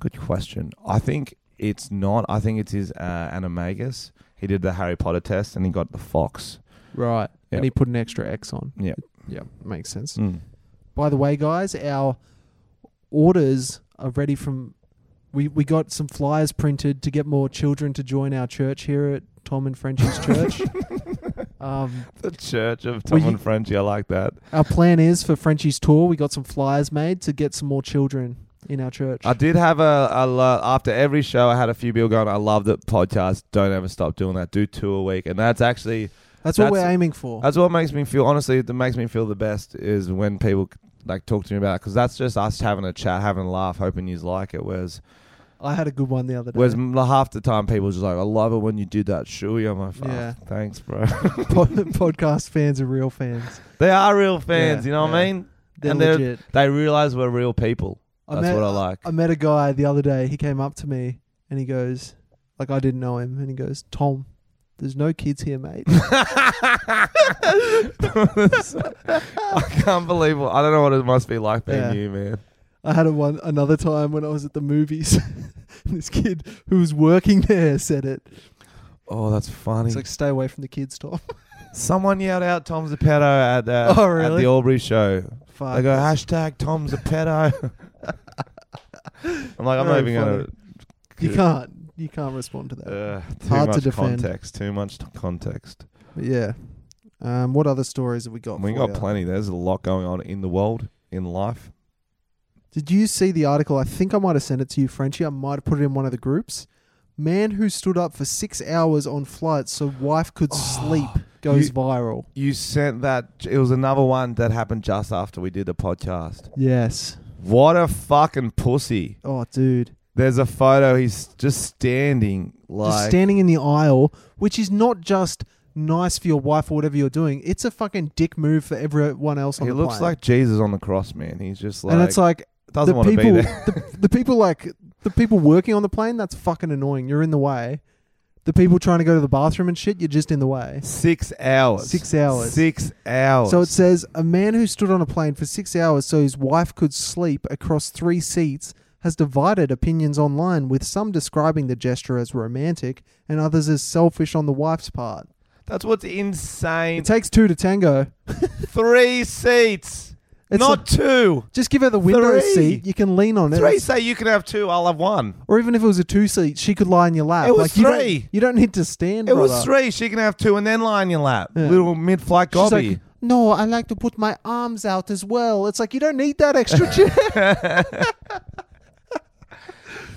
Speaker 2: Good question. I think it's not. I think it's his uh, animagus. He did the Harry Potter test and he got the fox.
Speaker 1: Right.
Speaker 2: Yep.
Speaker 1: And he put an extra X on.
Speaker 2: Yep.
Speaker 1: Yeah, makes sense.
Speaker 2: Mm.
Speaker 1: By the way, guys, our orders are ready from. We, we got some flyers printed to get more children to join our church here at Tom and Frenchie's
Speaker 2: *laughs*
Speaker 1: church. Um,
Speaker 2: The Church of
Speaker 1: Well,
Speaker 2: Tom
Speaker 1: you-
Speaker 2: and Frenchie. I like that.
Speaker 1: our plan is for Frenchie's tour, we got some flyers made to get some more children in our church.
Speaker 2: I did have a, a lo- after every show. I had a few people going. I love the podcast. Don't ever stop doing that. Do two a week, and that's actually
Speaker 1: that's what
Speaker 2: that's-
Speaker 1: we're aiming for.
Speaker 2: That's what makes me feel. Honestly, that makes me feel the best is when people like talk to me about it because that's just us having a chat, having a laugh, hoping you like it. Whereas,
Speaker 1: I had a good one the other day.
Speaker 2: whereas m- half the time people just like, I love it when you do that. Shuey, I'm like, "Fuck,
Speaker 1: Yeah.
Speaker 2: thanks, bro. *laughs*
Speaker 1: *laughs* Po- podcast fans are real fans.
Speaker 2: they are real fans.
Speaker 1: Yeah,
Speaker 2: you know what I
Speaker 1: yeah.
Speaker 2: mean?
Speaker 1: They're
Speaker 2: And they're-
Speaker 1: legit.
Speaker 2: They realize we're real people. That's
Speaker 1: met,
Speaker 2: what I like.
Speaker 1: I met a guy the other day. He came up to me and he goes, like I didn't know him, and he goes, Tom, there's no kids here, mate.
Speaker 2: I can't believe. What, I don't know what it must be like being
Speaker 1: Yeah.
Speaker 2: you, man.
Speaker 1: I had a one another time when I was at the movies. *laughs* this kid who was working there said it.
Speaker 2: Oh, that's funny.
Speaker 1: It's like stay away from the kids, Tom. *laughs*
Speaker 2: Someone yelled out Tom's a pedo at, uh,
Speaker 1: Oh,
Speaker 2: at
Speaker 1: really? Oh,
Speaker 2: the Albury show.
Speaker 1: Fuck.
Speaker 2: They go hashtag Tom's a pedo. I'm like, I'm not
Speaker 1: Very
Speaker 2: even gonna.
Speaker 1: you can't. You can't respond to that.
Speaker 2: Uh, too
Speaker 1: Hard to
Speaker 2: much
Speaker 1: defend.
Speaker 2: context. Too much t- context.
Speaker 1: But yeah. Um, what other stories have we got?
Speaker 2: we
Speaker 1: for
Speaker 2: got
Speaker 1: ya?
Speaker 2: plenty. There's a lot going on in the world, in life.
Speaker 1: Did you see the article? I think I might have sent it to you, Frenchie. I might have put it in one of the groups. Man who stood up for six hours on flight so wife could sleep goes
Speaker 2: Oh, you-
Speaker 1: viral.
Speaker 2: You sent that. It was another one that happened just after we did the podcast.
Speaker 1: Yes.
Speaker 2: What a fucking pussy!
Speaker 1: Oh, dude.
Speaker 2: There's a photo. He's just standing like
Speaker 1: just standing in the aisle, which is not just nice for your wife or whatever you're doing. It's a fucking dick move for everyone else on
Speaker 2: He
Speaker 1: the
Speaker 2: looks
Speaker 1: plane.
Speaker 2: like Jesus on the cross, man. He's just like
Speaker 1: and it's like
Speaker 2: doesn't
Speaker 1: the
Speaker 2: want to be
Speaker 1: people,
Speaker 2: there.
Speaker 1: *laughs*
Speaker 2: *laughs*
Speaker 1: the, the people like the people working on the plane. That's fucking annoying. You're in the way. The people trying to go to the bathroom and shit. You're just in the way.
Speaker 2: Six hours.
Speaker 1: Six hours.
Speaker 2: Six hours.
Speaker 1: So it says a man who stood on a plane for six hours so his wife could sleep across three seats has divided opinions online, with some describing the gesture as romantic and others as selfish on the wife's part.
Speaker 2: that's what's insane.
Speaker 1: It takes two to tango.
Speaker 2: Three seats,
Speaker 1: It's
Speaker 2: not
Speaker 1: a-
Speaker 2: two.
Speaker 1: Just give her the window
Speaker 2: Three.
Speaker 1: seat. You can lean on it.
Speaker 2: Three say you can have two. I'll have one.
Speaker 1: Or even if it was a two seat, she could lie in your lap.
Speaker 2: It was
Speaker 1: like, you don't- You
Speaker 2: three.
Speaker 1: don't, need to stand.
Speaker 2: It was
Speaker 1: brother.
Speaker 2: three. She can have two and then lie in your lap.
Speaker 1: Yeah.
Speaker 2: Little mid-flight
Speaker 1: She's
Speaker 2: gobby.
Speaker 1: like, no, I like to put my arms out as well. It's like you don't need that
Speaker 2: *laughs*
Speaker 1: extra chair.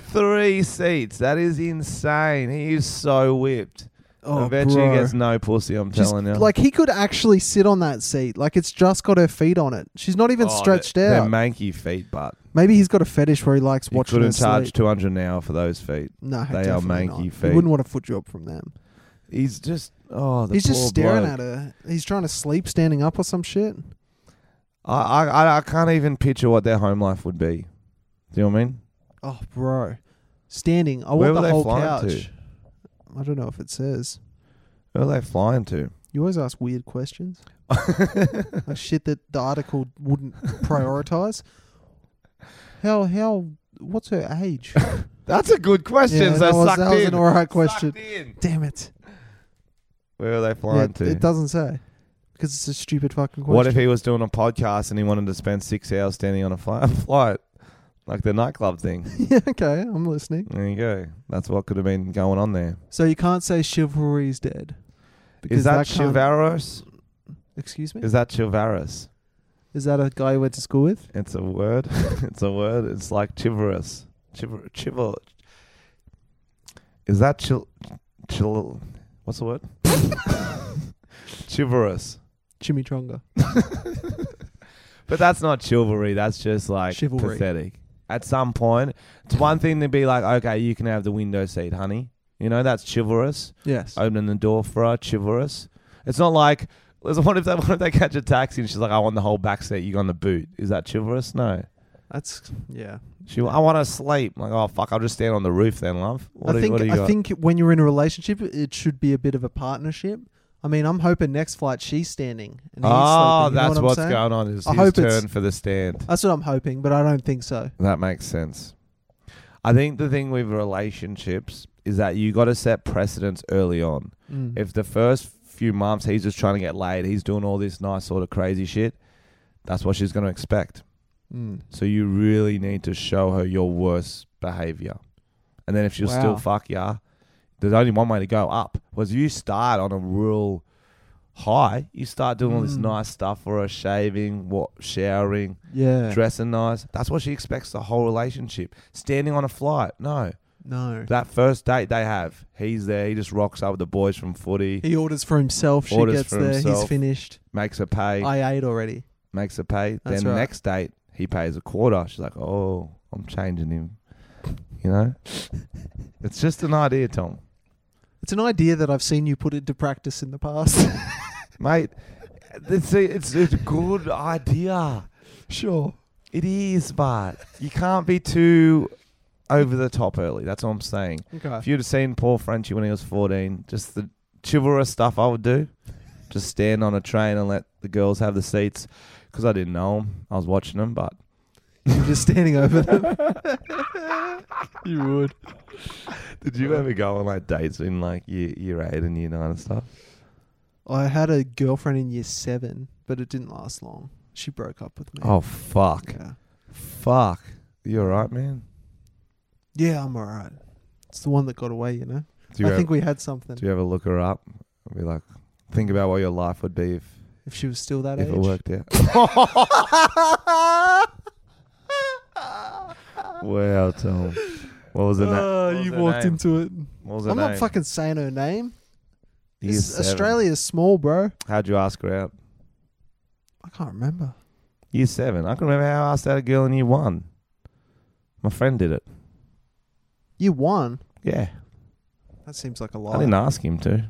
Speaker 2: three seats. That is insane. He is so whipped.
Speaker 1: Oh,
Speaker 2: I bet
Speaker 1: bro.
Speaker 2: she gets no pussy. I'm
Speaker 1: Just-
Speaker 2: telling you.
Speaker 1: Like he could actually sit on that seat. Like it's just got her feet on it. She's not even
Speaker 2: Oh,
Speaker 1: stretched
Speaker 2: they're,
Speaker 1: out.
Speaker 2: They're manky feet, but
Speaker 1: Maybe he's got a fetish where he likes
Speaker 2: you
Speaker 1: watching her
Speaker 2: couldn't charge
Speaker 1: sleep.
Speaker 2: two hundred an hour for those feet.
Speaker 1: no,
Speaker 2: They are
Speaker 1: definitely
Speaker 2: manky
Speaker 1: not. You
Speaker 2: feet.
Speaker 1: wouldn't want a foot job from them.
Speaker 2: He's just oh, the
Speaker 1: he's just
Speaker 2: poor
Speaker 1: staring
Speaker 2: bloke.
Speaker 1: at her. He's trying to sleep standing up or some shit.
Speaker 2: I, I, I- I can't even picture what their home life would be. Do you know what I mean?
Speaker 1: Oh, bro, standing. I
Speaker 2: Where
Speaker 1: want
Speaker 2: were
Speaker 1: the
Speaker 2: they
Speaker 1: whole
Speaker 2: flying
Speaker 1: couch.
Speaker 2: to?
Speaker 1: I don't know if it says.
Speaker 2: Where are they flying to?
Speaker 1: You always ask weird
Speaker 2: *laughs*
Speaker 1: questions, like shit that the article wouldn't prioritize. How how? What's her
Speaker 2: *laughs*
Speaker 1: age?
Speaker 2: That's a good question.
Speaker 1: Yeah,
Speaker 2: so
Speaker 1: that was-
Speaker 2: sucked
Speaker 1: that was
Speaker 2: in.
Speaker 1: an alright
Speaker 2: Sucked
Speaker 1: question.
Speaker 2: in.
Speaker 1: Damn it!
Speaker 2: Where are they flying
Speaker 1: Yeah,
Speaker 2: to?
Speaker 1: it doesn't say because it's a stupid fucking question.
Speaker 2: What if he was doing a podcast and he wanted to spend six hours standing on a fly- *laughs* flight, like the nightclub
Speaker 1: *laughs*
Speaker 2: thing?
Speaker 1: yeah, okay, I'm listening.
Speaker 2: there you go. That's what could have been going on there.
Speaker 1: So you can't say chivalry's dead.
Speaker 2: Is that,
Speaker 1: can't-
Speaker 2: chivalrous?
Speaker 1: Excuse me.
Speaker 2: Is that chivalrous?
Speaker 1: Is that a guy you went to school with?
Speaker 2: It's a word. *laughs* it's a word. It's like chivalrous. Chival. chival. Is that chil? Chil. What's the word? *laughs* chivalrous.
Speaker 1: Chimichanga.
Speaker 2: But that's not chivalry. That's just like
Speaker 1: Chivalry.
Speaker 2: pathetic. At some point, it's one thing to be like, okay, you can have the window seat, honey. You know, that's chivalrous.
Speaker 1: Yes.
Speaker 2: Opening the door for her, chivalrous. It's not like, what if they, what if they catch a taxi and she's like, I want the whole back seat, you got on the boot. Is that chivalrous? No.
Speaker 1: That's yeah.
Speaker 2: She, I want to sleep. I'm like, oh fuck, I'll just stand on the roof then, love. What
Speaker 1: I
Speaker 2: do-
Speaker 1: think
Speaker 2: what do you
Speaker 1: I
Speaker 2: got?
Speaker 1: think when you're in a relationship, it should be a bit of a partnership. I mean, I'm hoping next flight she's standing and he's
Speaker 2: oh,
Speaker 1: sleeping. You know
Speaker 2: that's
Speaker 1: what I'm
Speaker 2: what's
Speaker 1: saying?
Speaker 2: going on. It's
Speaker 1: I
Speaker 2: his
Speaker 1: hope it's-
Speaker 2: turn for the stand.
Speaker 1: That's what I'm hoping, but I don't think so.
Speaker 2: That makes sense. I think the thing with relationships is that you got to set precedents early on.
Speaker 1: Mm.
Speaker 2: If the first few months he's just trying to get laid, he's doing all this nice sort of crazy shit, that's what she's going to expect.
Speaker 1: Mm.
Speaker 2: So you really need to show her your worst behavior. And then if she'll
Speaker 1: Wow.
Speaker 2: still fuck ya, there's only one way to go up. Was you start on a real high, you start doing all this
Speaker 1: Mm.
Speaker 2: nice stuff for her, shaving, what showering,
Speaker 1: Yeah.
Speaker 2: dressing nice. That's what she expects the whole relationship. Standing on a flight, no.
Speaker 1: no.
Speaker 2: That first date they have, he's there, he just rocks up with the boys from footy,
Speaker 1: He orders for himself. She
Speaker 2: Orders
Speaker 1: gets
Speaker 2: for
Speaker 1: there. He's
Speaker 2: himself.
Speaker 1: finished.
Speaker 2: makes her pay.
Speaker 1: I ate already.
Speaker 2: makes her pay.
Speaker 1: That's
Speaker 2: then the
Speaker 1: right.
Speaker 2: next date, he pays a quarter. She's like, oh, I'm changing him.
Speaker 1: *laughs*
Speaker 2: You know? it's just an idea, Tom.
Speaker 1: It's an idea that I've seen you put into practice in the past.
Speaker 2: *laughs* Mate, it's a, it's a good idea.
Speaker 1: sure.
Speaker 2: It is, but you can't be too over the top early. That's all I'm saying.
Speaker 1: Okay.
Speaker 2: If you'd have seen Paul Frenchie when he was 14, just the chivalrous stuff I would do. Just stand on a train and let the girls have the seats. Because I didn't know him. I was watching them, but
Speaker 1: You're just standing over them. *laughs* you would.
Speaker 2: Did you ever go on like dates in like year, year eight and year nine and stuff?
Speaker 1: I had a girlfriend in year seven, but it didn't last long. She broke up with me.
Speaker 2: Oh fuck,
Speaker 1: yeah.
Speaker 2: fuck! You alright, man?
Speaker 1: Yeah, I'm alright. It's the one that got away, you know.
Speaker 2: Do you,
Speaker 1: I
Speaker 2: ever,
Speaker 1: think we had something.
Speaker 2: do you ever look her up? And be like, think about what your life would be if
Speaker 1: If she was still that
Speaker 2: if
Speaker 1: age, *laughs*
Speaker 2: it worked out. *laughs* wow, Tom. What was the name?
Speaker 1: Ah,
Speaker 2: What was
Speaker 1: you
Speaker 2: her
Speaker 1: walked
Speaker 2: name?
Speaker 1: into it.
Speaker 2: What was her
Speaker 1: I'm
Speaker 2: name?
Speaker 1: not fucking saying her name.
Speaker 2: Year
Speaker 1: This-
Speaker 2: seven.
Speaker 1: Australia's small, bro.
Speaker 2: How'd you ask her out?
Speaker 1: I can't remember.
Speaker 2: Year seven. I can remember how I asked out a girl in year one. My friend did it.
Speaker 1: You won.
Speaker 2: Yeah,
Speaker 1: That seems like a
Speaker 2: I
Speaker 1: lie.
Speaker 2: didn't ask him to.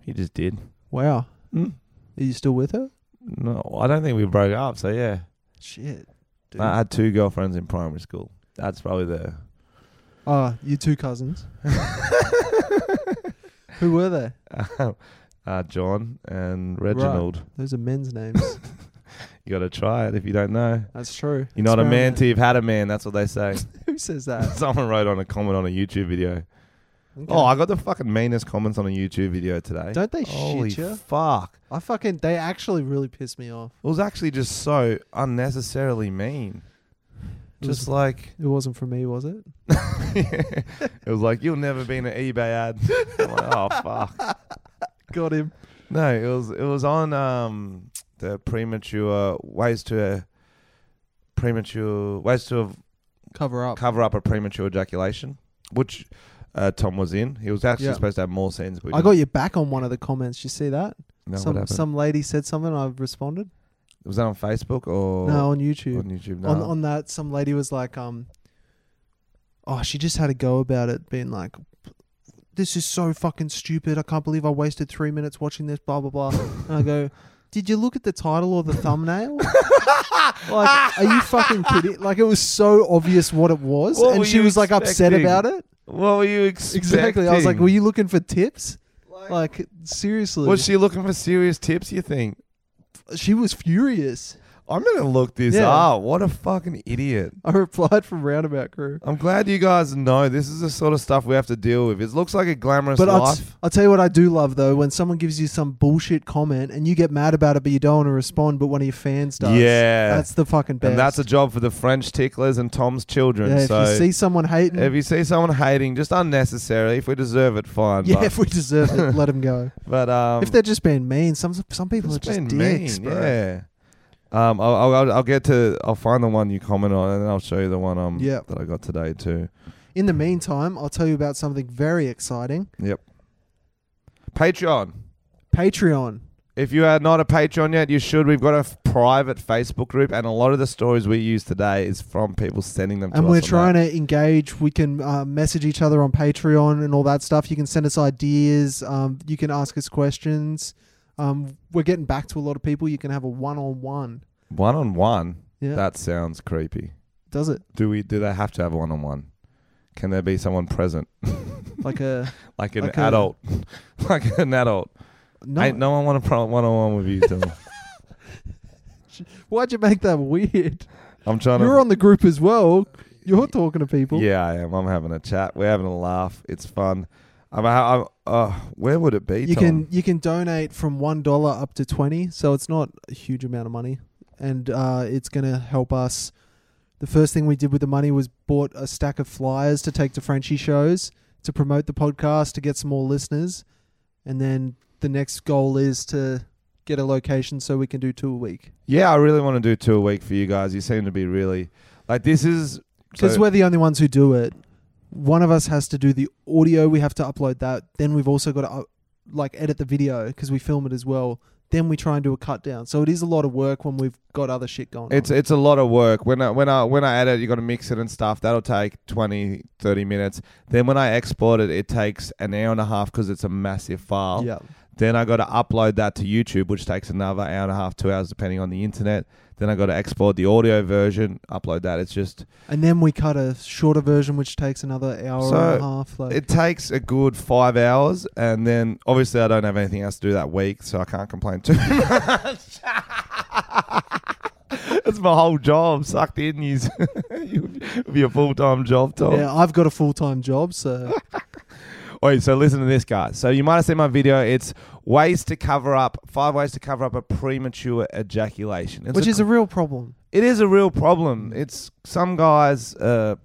Speaker 2: He just did.
Speaker 1: Wow.
Speaker 2: Hmm?
Speaker 1: Are you still with her?
Speaker 2: No, I don't think we broke up. So yeah,
Speaker 1: Shit. Dude.
Speaker 2: I had two girlfriends in primary school. That's probably
Speaker 1: *laughs*
Speaker 2: the. *laughs*
Speaker 1: Ah, you two cousins. Who were they?
Speaker 2: Uh, John and Reginald.
Speaker 1: Those are men's
Speaker 2: *laughs*
Speaker 1: names.
Speaker 2: You got to try it if you don't know.
Speaker 1: That's true.
Speaker 2: You're not a man
Speaker 1: Experiment.
Speaker 2: till you've had a man. That's what they say. *laughs*
Speaker 1: Who says that?
Speaker 2: Someone wrote on a comment on a YouTube video.
Speaker 1: Okay.
Speaker 2: Oh, I got the fucking meanest comments on a YouTube video today.
Speaker 1: Don't they
Speaker 2: Holy
Speaker 1: shit you?
Speaker 2: fuck!
Speaker 1: I fucking they actually really piss me off.
Speaker 2: It was actually just so unnecessarily mean.
Speaker 1: It was- *laughs*
Speaker 2: Just like *laughs*
Speaker 1: It wasn't for me, was it?
Speaker 2: it was like you'll never be in an
Speaker 1: *laughs*
Speaker 2: eBay ad. I'm like, oh fuck.
Speaker 1: Got him.
Speaker 2: No, it was it was on um the premature ways to premature ways to av-
Speaker 1: Cover up.
Speaker 2: cover up a premature ejaculation, which uh, Tom was in. He was actually
Speaker 1: Yeah.
Speaker 2: supposed to have more scenes. But we
Speaker 1: I got
Speaker 2: didn't.
Speaker 1: your back on one of the comments. You see that?
Speaker 2: No, what
Speaker 1: some
Speaker 2: happened?
Speaker 1: some lady said something. I responded.
Speaker 2: was that on Facebook or
Speaker 1: no, on
Speaker 2: on
Speaker 1: YouTube.
Speaker 2: YouTube? No.
Speaker 1: On on that, some lady was like, um, oh, she just had a go about it, being like,
Speaker 2: *laughs*
Speaker 1: this is so fucking stupid. I can't believe I wasted three minutes watching this. Blah blah blah. and I go, Did you look at the title or the thumbnail? like, are you fucking kidding? Like, it was so obvious what it was,
Speaker 2: What were
Speaker 1: and she
Speaker 2: you
Speaker 1: was like upset
Speaker 2: expecting?
Speaker 1: about it.
Speaker 2: What were you expecting?
Speaker 1: Exactly. I was like, were you looking for tips? Like, seriously,
Speaker 2: Was she looking for serious tips? You think?
Speaker 1: she was furious.
Speaker 2: I'm gonna look this
Speaker 1: Yeah.
Speaker 2: up. What a fucking idiot!
Speaker 1: I replied from Roundabout Crew.
Speaker 2: I'm glad you guys know this is the sort of stuff we have to deal with. It looks like a glamorous
Speaker 1: But I'll,
Speaker 2: life.
Speaker 1: t- I'll tell you what I do love though when someone gives you some bullshit comment and you get mad about it but you don't want to respond but one of your fans does.
Speaker 2: Yeah.
Speaker 1: that's the fucking best.
Speaker 2: and that's a job for the French ticklers and Tom's children.
Speaker 1: yeah,
Speaker 2: so
Speaker 1: if you see someone hating,
Speaker 2: if you see someone hating, just unnecessarily, if we deserve it,
Speaker 1: *laughs*
Speaker 2: fine.
Speaker 1: yeah,
Speaker 2: but,
Speaker 1: if we deserve it, let them go.
Speaker 2: but *laughs* um,
Speaker 1: if they're just being mean, some some people are
Speaker 2: It's
Speaker 1: just
Speaker 2: been
Speaker 1: dicks,
Speaker 2: mean,
Speaker 1: bro.
Speaker 2: Yeah. Um, I'll, I'll- I'll I'll get to I'll find the one you comment on and then I'll show you the one um
Speaker 1: Yep.
Speaker 2: that I got today too.
Speaker 1: In the meantime, I'll tell you about something very exciting.
Speaker 2: Yep. Patreon.
Speaker 1: Patreon.
Speaker 2: If you are not a Patreon yet, you should. We've got a f- private Facebook group, and a lot of the stories we use today is from people sending them. to
Speaker 1: and
Speaker 2: us
Speaker 1: we're
Speaker 2: on
Speaker 1: trying
Speaker 2: that.
Speaker 1: to engage. We can uh, message each other on Patreon and all that stuff. You can send us ideas. Um, you can ask us questions. Um, we're getting back to a lot of people. You can have a one-on-one.
Speaker 2: one on one.
Speaker 1: Yeah,
Speaker 2: That sounds creepy.
Speaker 1: does it
Speaker 2: Do we? Do they have to have one on one? Can there be someone present,
Speaker 1: like a
Speaker 2: like an
Speaker 1: Like a-
Speaker 2: adult, *laughs* like an adult?
Speaker 1: no?
Speaker 2: Ain't no one want to one on one with you,
Speaker 1: *laughs*
Speaker 2: Tom.
Speaker 1: Why'd you make that weird?
Speaker 2: I'm trying to.
Speaker 1: You're on the group as well. You're talking to people.
Speaker 2: Yeah, I am. I'm having a chat. We're having a laugh. It's fun. I'm. I'm uh, where would it be?
Speaker 1: You
Speaker 2: Tom?
Speaker 1: can you can donate from one dollar up to twenty, so it's not a huge amount of money, and uh, it's gonna help us. The first thing we did with the money was bought a stack of flyers to take to Frenchie shows to promote the podcast to get some more listeners, and then the next goal is to get a location so we can do two a week
Speaker 2: Yeah, I really want to do two a week for you guys. You seem to be really like this is
Speaker 1: because
Speaker 2: so-
Speaker 1: we're the only ones who do it. One of us has to do the audio. We have to upload that. Then we've also got to uh, like edit the video because we film it as well. Then we try and do a cut down. So it is a lot of work when we've got other shit going
Speaker 2: It's
Speaker 1: on.
Speaker 2: it's a lot of work. When I when I when I edit, you got to mix it and stuff. That'll take 20, 30 minutes. Then when I export it, it takes an hour and a half because it's a massive file.
Speaker 1: yeah.
Speaker 2: Then I got to upload that to YouTube, which takes another hour and a half, two hours, depending on the internet. Then I got to export the audio version, upload that. It's just
Speaker 1: And then we cut a shorter version, which takes another hour
Speaker 2: So,
Speaker 1: and a half. Like,
Speaker 2: It takes a good five hours, and then obviously I don't have anything else to do that week, so I can't complain too *laughs* much. That's my whole job sucked in. *laughs* You, with your full time job, Tom.
Speaker 1: yeah, I've got a full time job, so
Speaker 2: Wait, so listen to this, guy. So you might have seen my video. It's ways to cover up five ways to cover up a premature ejaculation, *laughs* It's
Speaker 1: which
Speaker 2: a-
Speaker 1: is a real problem.
Speaker 2: it is a real problem. It's some guys, uh,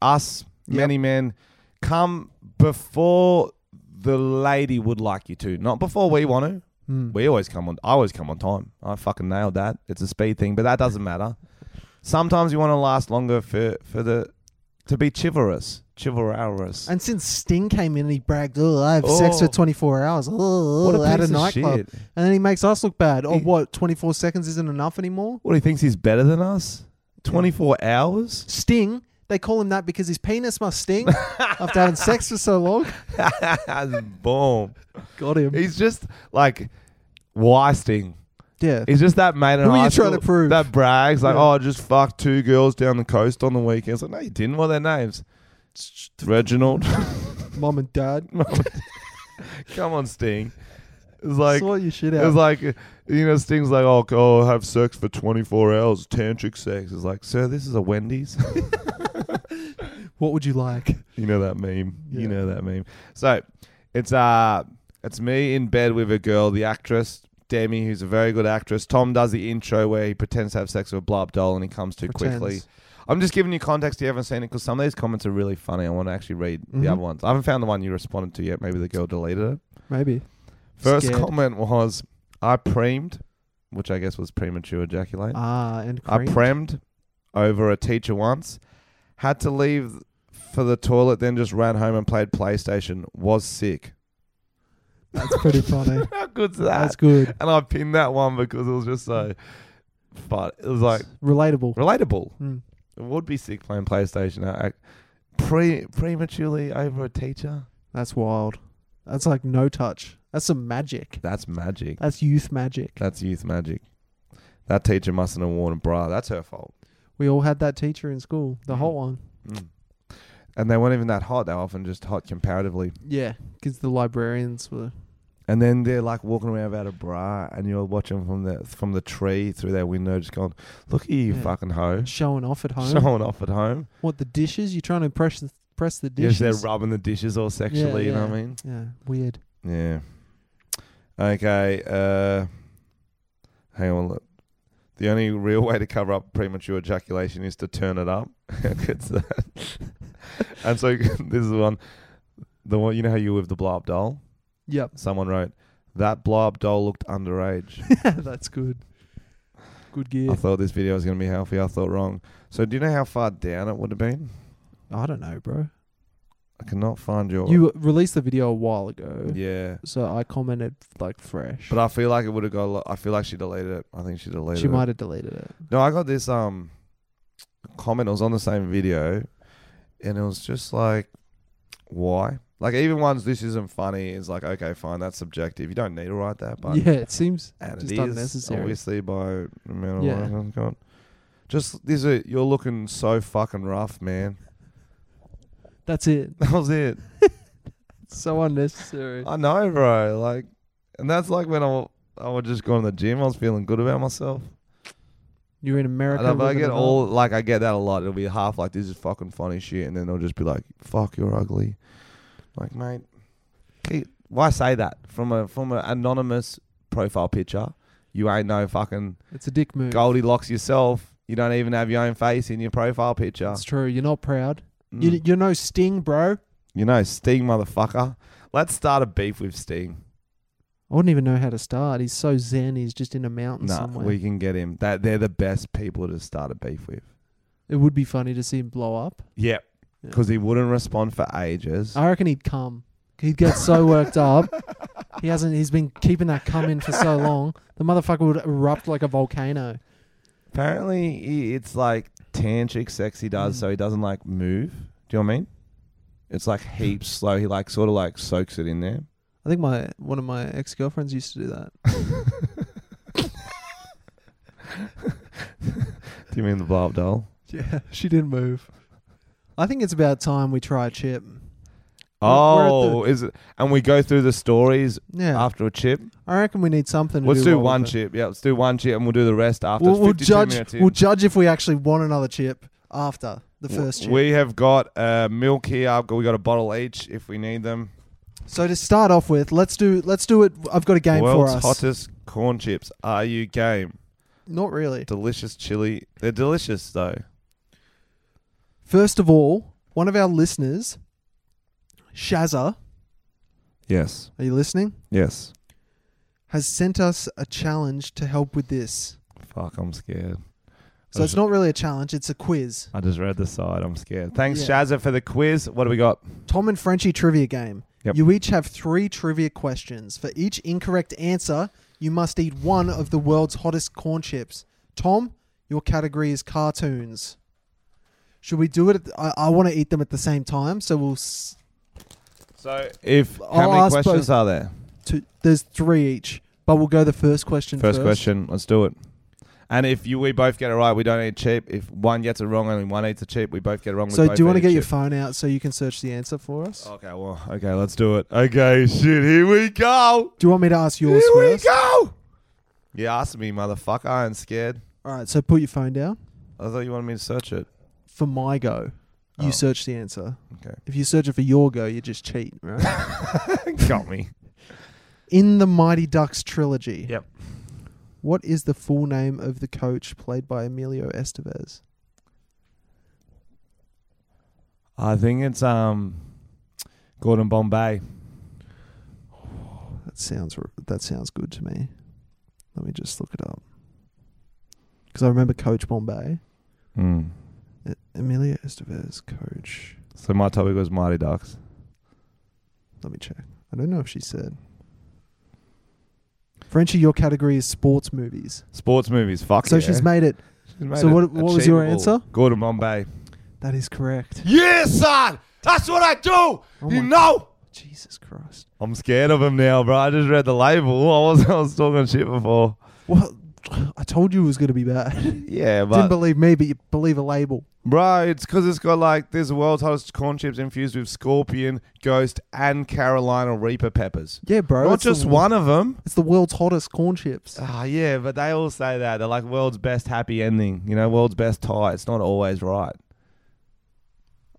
Speaker 2: us, many men, come before the lady would like you to, not before we want to. We always come on. I always come on time. I fucking nailed that. It's a speed thing, but that doesn't matter. Sometimes you want to last longer for for the to be chivalrous, chivalrous.
Speaker 1: And since Sting came in and he bragged, oh, I have sex
Speaker 2: Oh.
Speaker 1: for 24 hours oh,
Speaker 2: What a
Speaker 1: at
Speaker 2: piece
Speaker 1: a
Speaker 2: of
Speaker 1: nightclub.
Speaker 2: shit.
Speaker 1: And then he makes us look bad. Oh,
Speaker 2: He-
Speaker 1: what? 24 seconds isn't enough anymore?
Speaker 2: what he thinks he's better than us? Twenty four
Speaker 1: *laughs*
Speaker 2: hours? *laughs*
Speaker 1: Sting. They call him that because his penis must sting after having sex for so long.
Speaker 2: Boom.
Speaker 1: Got him.
Speaker 2: He's just like, why sting?
Speaker 1: yeah.
Speaker 2: He's just that mate in
Speaker 1: Who are
Speaker 2: high
Speaker 1: you trying
Speaker 2: school
Speaker 1: to prove?
Speaker 2: that brags like,
Speaker 1: Yeah.
Speaker 2: "Oh, I just fucked two girls down the coast on the weekends." Like, no, you didn't. What are their names? Reginald. *laughs*
Speaker 1: Mom and dad.
Speaker 2: Come on, Sting. It's like
Speaker 1: Sort your shit out.
Speaker 2: it's like you know, Sting's like, "Oh, go have sex for twenty four hours, tantric sex." It's like, sir, this is a Wendy's.
Speaker 1: what would you like?
Speaker 2: you know that meme.
Speaker 1: Yeah.
Speaker 2: You know that meme. So it's uh, it's me in bed with a girl, the actress. Demi, who's a very good actress. Tom does the intro where he pretends to have sex with a blob doll and he comes too
Speaker 1: Pretends.
Speaker 2: quickly. I'm just giving you context. You haven't seen it because some of these comments are really funny. I want to actually read
Speaker 1: Mm-hmm.
Speaker 2: the other ones. I haven't found the one you responded to yet. Maybe the girl deleted it.
Speaker 1: Maybe.
Speaker 2: First
Speaker 1: Scared.
Speaker 2: comment was, "I premed," which I guess was premature ejaculate.
Speaker 1: Ah, and
Speaker 2: I
Speaker 1: cream.
Speaker 2: premed over a teacher once. Had to leave for the toilet, then just ran home and played PlayStation. Was sick.
Speaker 1: That's
Speaker 2: *laughs*
Speaker 1: pretty funny.
Speaker 2: How good's that?
Speaker 1: That's good.
Speaker 2: And I pinned that one because it was just so. But it was like
Speaker 1: Relatable.
Speaker 2: relatable.
Speaker 1: Hmm.
Speaker 2: It would be sick playing PlayStation. I, I- pre prematurely over a teacher.
Speaker 1: That's wild. That's like no touch. That's some magic.
Speaker 2: That's magic.
Speaker 1: That's youth magic.
Speaker 2: That's youth magic. That teacher mustn't have worn a bra. That's her fault.
Speaker 1: We all had that teacher in school, the hot
Speaker 2: Mm.
Speaker 1: one.
Speaker 2: Hmm. And they weren't even that hot. They're often just hot comparatively.
Speaker 1: Yeah, because the librarians were.
Speaker 2: And then they're like walking around without a bra, and you're watching from the from the tree through their window, just going, "Look at you,
Speaker 1: Yeah.
Speaker 2: fucking hoe,
Speaker 1: Showing off at home.
Speaker 2: showing off at home."
Speaker 1: What the dishes? You're trying to press the, press the
Speaker 2: Yes,
Speaker 1: dishes.
Speaker 2: they're rubbing the dishes all sexually. You know what I
Speaker 1: yeah.
Speaker 2: mean?
Speaker 1: yeah, weird.
Speaker 2: Yeah. Okay. Uh, hang on. Look. The only real way to cover up premature ejaculation is to turn it up. *laughs* How good's that? *laughs* and so this is one. The one you know how you with the blow up doll.
Speaker 1: Yep,
Speaker 2: Someone wrote that blow up doll looked underage.
Speaker 1: *laughs* that's good. Good gear.
Speaker 2: I thought this video was going to be healthy. I thought wrong. So do you know how far down it would have been?
Speaker 1: I don't know, bro.
Speaker 2: I cannot find your.
Speaker 1: You released the video a while ago,
Speaker 2: *laughs* yeah.
Speaker 1: so I commented like fresh.
Speaker 2: But I feel like it would have got. a lot- I feel like she deleted it. I think she deleted
Speaker 1: she
Speaker 2: it.
Speaker 1: might have deleted it.
Speaker 2: No, I got this um comment. It was on the same video, and it was just like, why? Like even ones this isn't funny is like okay, fine, that's subjective. You don't need to write that, but
Speaker 1: yeah, it seems
Speaker 2: *laughs* and
Speaker 1: just
Speaker 2: it is
Speaker 1: unnecessary.
Speaker 2: obviously by the amount of
Speaker 1: Yeah.
Speaker 2: life I've got. Just this, is- you're looking so fucking rough, man. *laughs*
Speaker 1: That's it.
Speaker 2: That was it.
Speaker 1: So unnecessary.
Speaker 2: I know, bro. Like, and that's like when I I would just go to the gym. I was feeling good about myself.
Speaker 1: You're in America.
Speaker 2: And if I
Speaker 1: living
Speaker 2: get
Speaker 1: it up.
Speaker 2: all like I get that a lot. It'll be half like this is fucking funny shit, and then they'll just be like, "Fuck, you're ugly." Like, mate, hey, why say that from a from an anonymous profile picture? You ain't no fucking
Speaker 1: It's a dick move.
Speaker 2: Goldilocks yourself. You don't even have your own face in your profile picture.
Speaker 1: It's true. You're not proud.
Speaker 2: Mm.
Speaker 1: You, you're no Sting, bro.
Speaker 2: You know, Sting, motherfucker. Let's start a beef with Sting.
Speaker 1: I wouldn't even know how to start. He's so zen. He's just in a mountain
Speaker 2: Nah,
Speaker 1: somewhere.
Speaker 2: we can get him. That they're the best people to start a beef with.
Speaker 1: it would be funny to see him blow up.
Speaker 2: Yep.
Speaker 1: Yeah. Uh,
Speaker 2: Because he wouldn't respond for ages. *laughs*
Speaker 1: I reckon he'd come. He'd get so worked up. He hasn't. He's been keeping that cum in for so long. The motherfucker would erupt like a volcano.
Speaker 2: Apparently, he, it's like tantric sex he does,
Speaker 1: Mm.
Speaker 2: so he doesn't like move. Do you know what I mean? It's like heaps slow. He like sort of like soaks it in there.
Speaker 1: I think my one of my ex girlfriends used to do that.
Speaker 2: Do you mean the blow up doll?
Speaker 1: Yeah, she didn't move. I think it's about time we try a chip. We're- we're at
Speaker 2: Oh, is it? And we go through the stories
Speaker 1: Yeah,
Speaker 2: after a chip.
Speaker 1: I reckon we need something. To
Speaker 2: Let's
Speaker 1: do,
Speaker 2: do
Speaker 1: while we're
Speaker 2: one
Speaker 1: there.
Speaker 2: chip. Yeah, let's do one chip, and we'll do the rest after.
Speaker 1: We'll,
Speaker 2: It's
Speaker 1: we'll
Speaker 2: 52
Speaker 1: judge.
Speaker 2: minutes in.
Speaker 1: We'll judge if we actually want another chip after the
Speaker 2: W-
Speaker 1: first chip.
Speaker 2: We have got uh, milk here. I've got- We got a bottle each if we need them.
Speaker 1: So to start off with, let's do let's do it. I've got a game
Speaker 2: World's
Speaker 1: for us.
Speaker 2: hottest corn chips. Are you game?
Speaker 1: Not really.
Speaker 2: Delicious chili. They're delicious though.
Speaker 1: First of all, one of our listeners, Shazza,
Speaker 2: Yes.
Speaker 1: are you listening?
Speaker 2: Yes.
Speaker 1: Has sent us a challenge to help with this.
Speaker 2: Fuck, I'm scared. Oh,
Speaker 1: So it's not really a challenge; it's a quiz.
Speaker 2: I just read the side. I'm scared. Thanks,
Speaker 1: Yeah.
Speaker 2: Shazza, for the quiz. What do we got?
Speaker 1: Tom and Frenchie trivia game.
Speaker 2: Yep.
Speaker 1: You each have three trivia questions. For each incorrect answer, you must eat one of the world's hottest corn chips. Tom, your category is cartoons. Should we do it? At I, I want to eat them at the same time, so we'll s-
Speaker 2: So, if how
Speaker 1: I'll
Speaker 2: many
Speaker 1: ask
Speaker 2: questions
Speaker 1: both.
Speaker 2: are there?
Speaker 1: two, there's three each, but we'll go the first question
Speaker 2: First,
Speaker 1: first.
Speaker 2: question. Let's do it. And if you we both get it right, we don't eat cheap. If one gets it wrong and one eats a cheap, we both get it wrong. we
Speaker 1: So,
Speaker 2: both
Speaker 1: do you want to
Speaker 2: eat a
Speaker 1: get your
Speaker 2: chip. Oh.
Speaker 1: phone out so you can search the answer for us?
Speaker 2: Okay, well, okay, let's do it. Okay, shit, here we go.
Speaker 1: Do you want me to ask
Speaker 2: Here
Speaker 1: yours
Speaker 2: we
Speaker 1: first?
Speaker 2: go. You asked me, motherfucker. I ain't scared.
Speaker 1: All right, so put your phone down.
Speaker 2: I thought you wanted me to search it.
Speaker 1: For my go, you
Speaker 2: Oh.
Speaker 1: search the answer.
Speaker 2: Okay.
Speaker 1: If you search it for your go, you just cheat,
Speaker 2: *laughs*
Speaker 1: right?
Speaker 2: got me.
Speaker 1: In the Mighty Ducks trilogy,
Speaker 2: Yep.
Speaker 1: what is the full name of the coach played by Emilio Estevez?
Speaker 2: I think it's um, Gordon Bombay.
Speaker 1: That sounds r- that sounds good to me. Let me just look it up. Because I remember Coach Bombay,
Speaker 2: Mm.
Speaker 1: E- Emilio Estevez, coach.
Speaker 2: So my topic was Mighty Ducks.
Speaker 1: Let me check. I don't know if she said. Frenchie, your category is sports movies.
Speaker 2: Sports movies, fuck
Speaker 1: So
Speaker 2: yeah.
Speaker 1: she's made it.
Speaker 2: She's made
Speaker 1: so
Speaker 2: it
Speaker 1: what- what was your
Speaker 2: achievable.
Speaker 1: answer?
Speaker 2: Gordon Bombay.
Speaker 1: That is correct.
Speaker 2: Yes, son! That's what I do!
Speaker 1: Oh
Speaker 2: you
Speaker 1: my-
Speaker 2: know?
Speaker 1: *laughs* Jesus Christ.
Speaker 2: I'm scared of him now, bro. I just read the label. *laughs* I was I was talking shit before.
Speaker 1: Well, *sighs* I told you it was going to be bad. *laughs*
Speaker 2: Yeah,
Speaker 1: Didn't
Speaker 2: but
Speaker 1: believe me, but you believe a label.
Speaker 2: bro, it's because it's got like there's the world's hottest corn chips infused with scorpion, ghost, and Carolina Reaper peppers.
Speaker 1: Yeah, bro.
Speaker 2: Not
Speaker 1: it's the Uh,
Speaker 2: just
Speaker 1: wo-
Speaker 2: one of them.
Speaker 1: It's the world's hottest corn chips.
Speaker 2: Ah, yeah, but they all say that they're like world's best happy ending. You know, world's best tie. It's not always right. *sighs*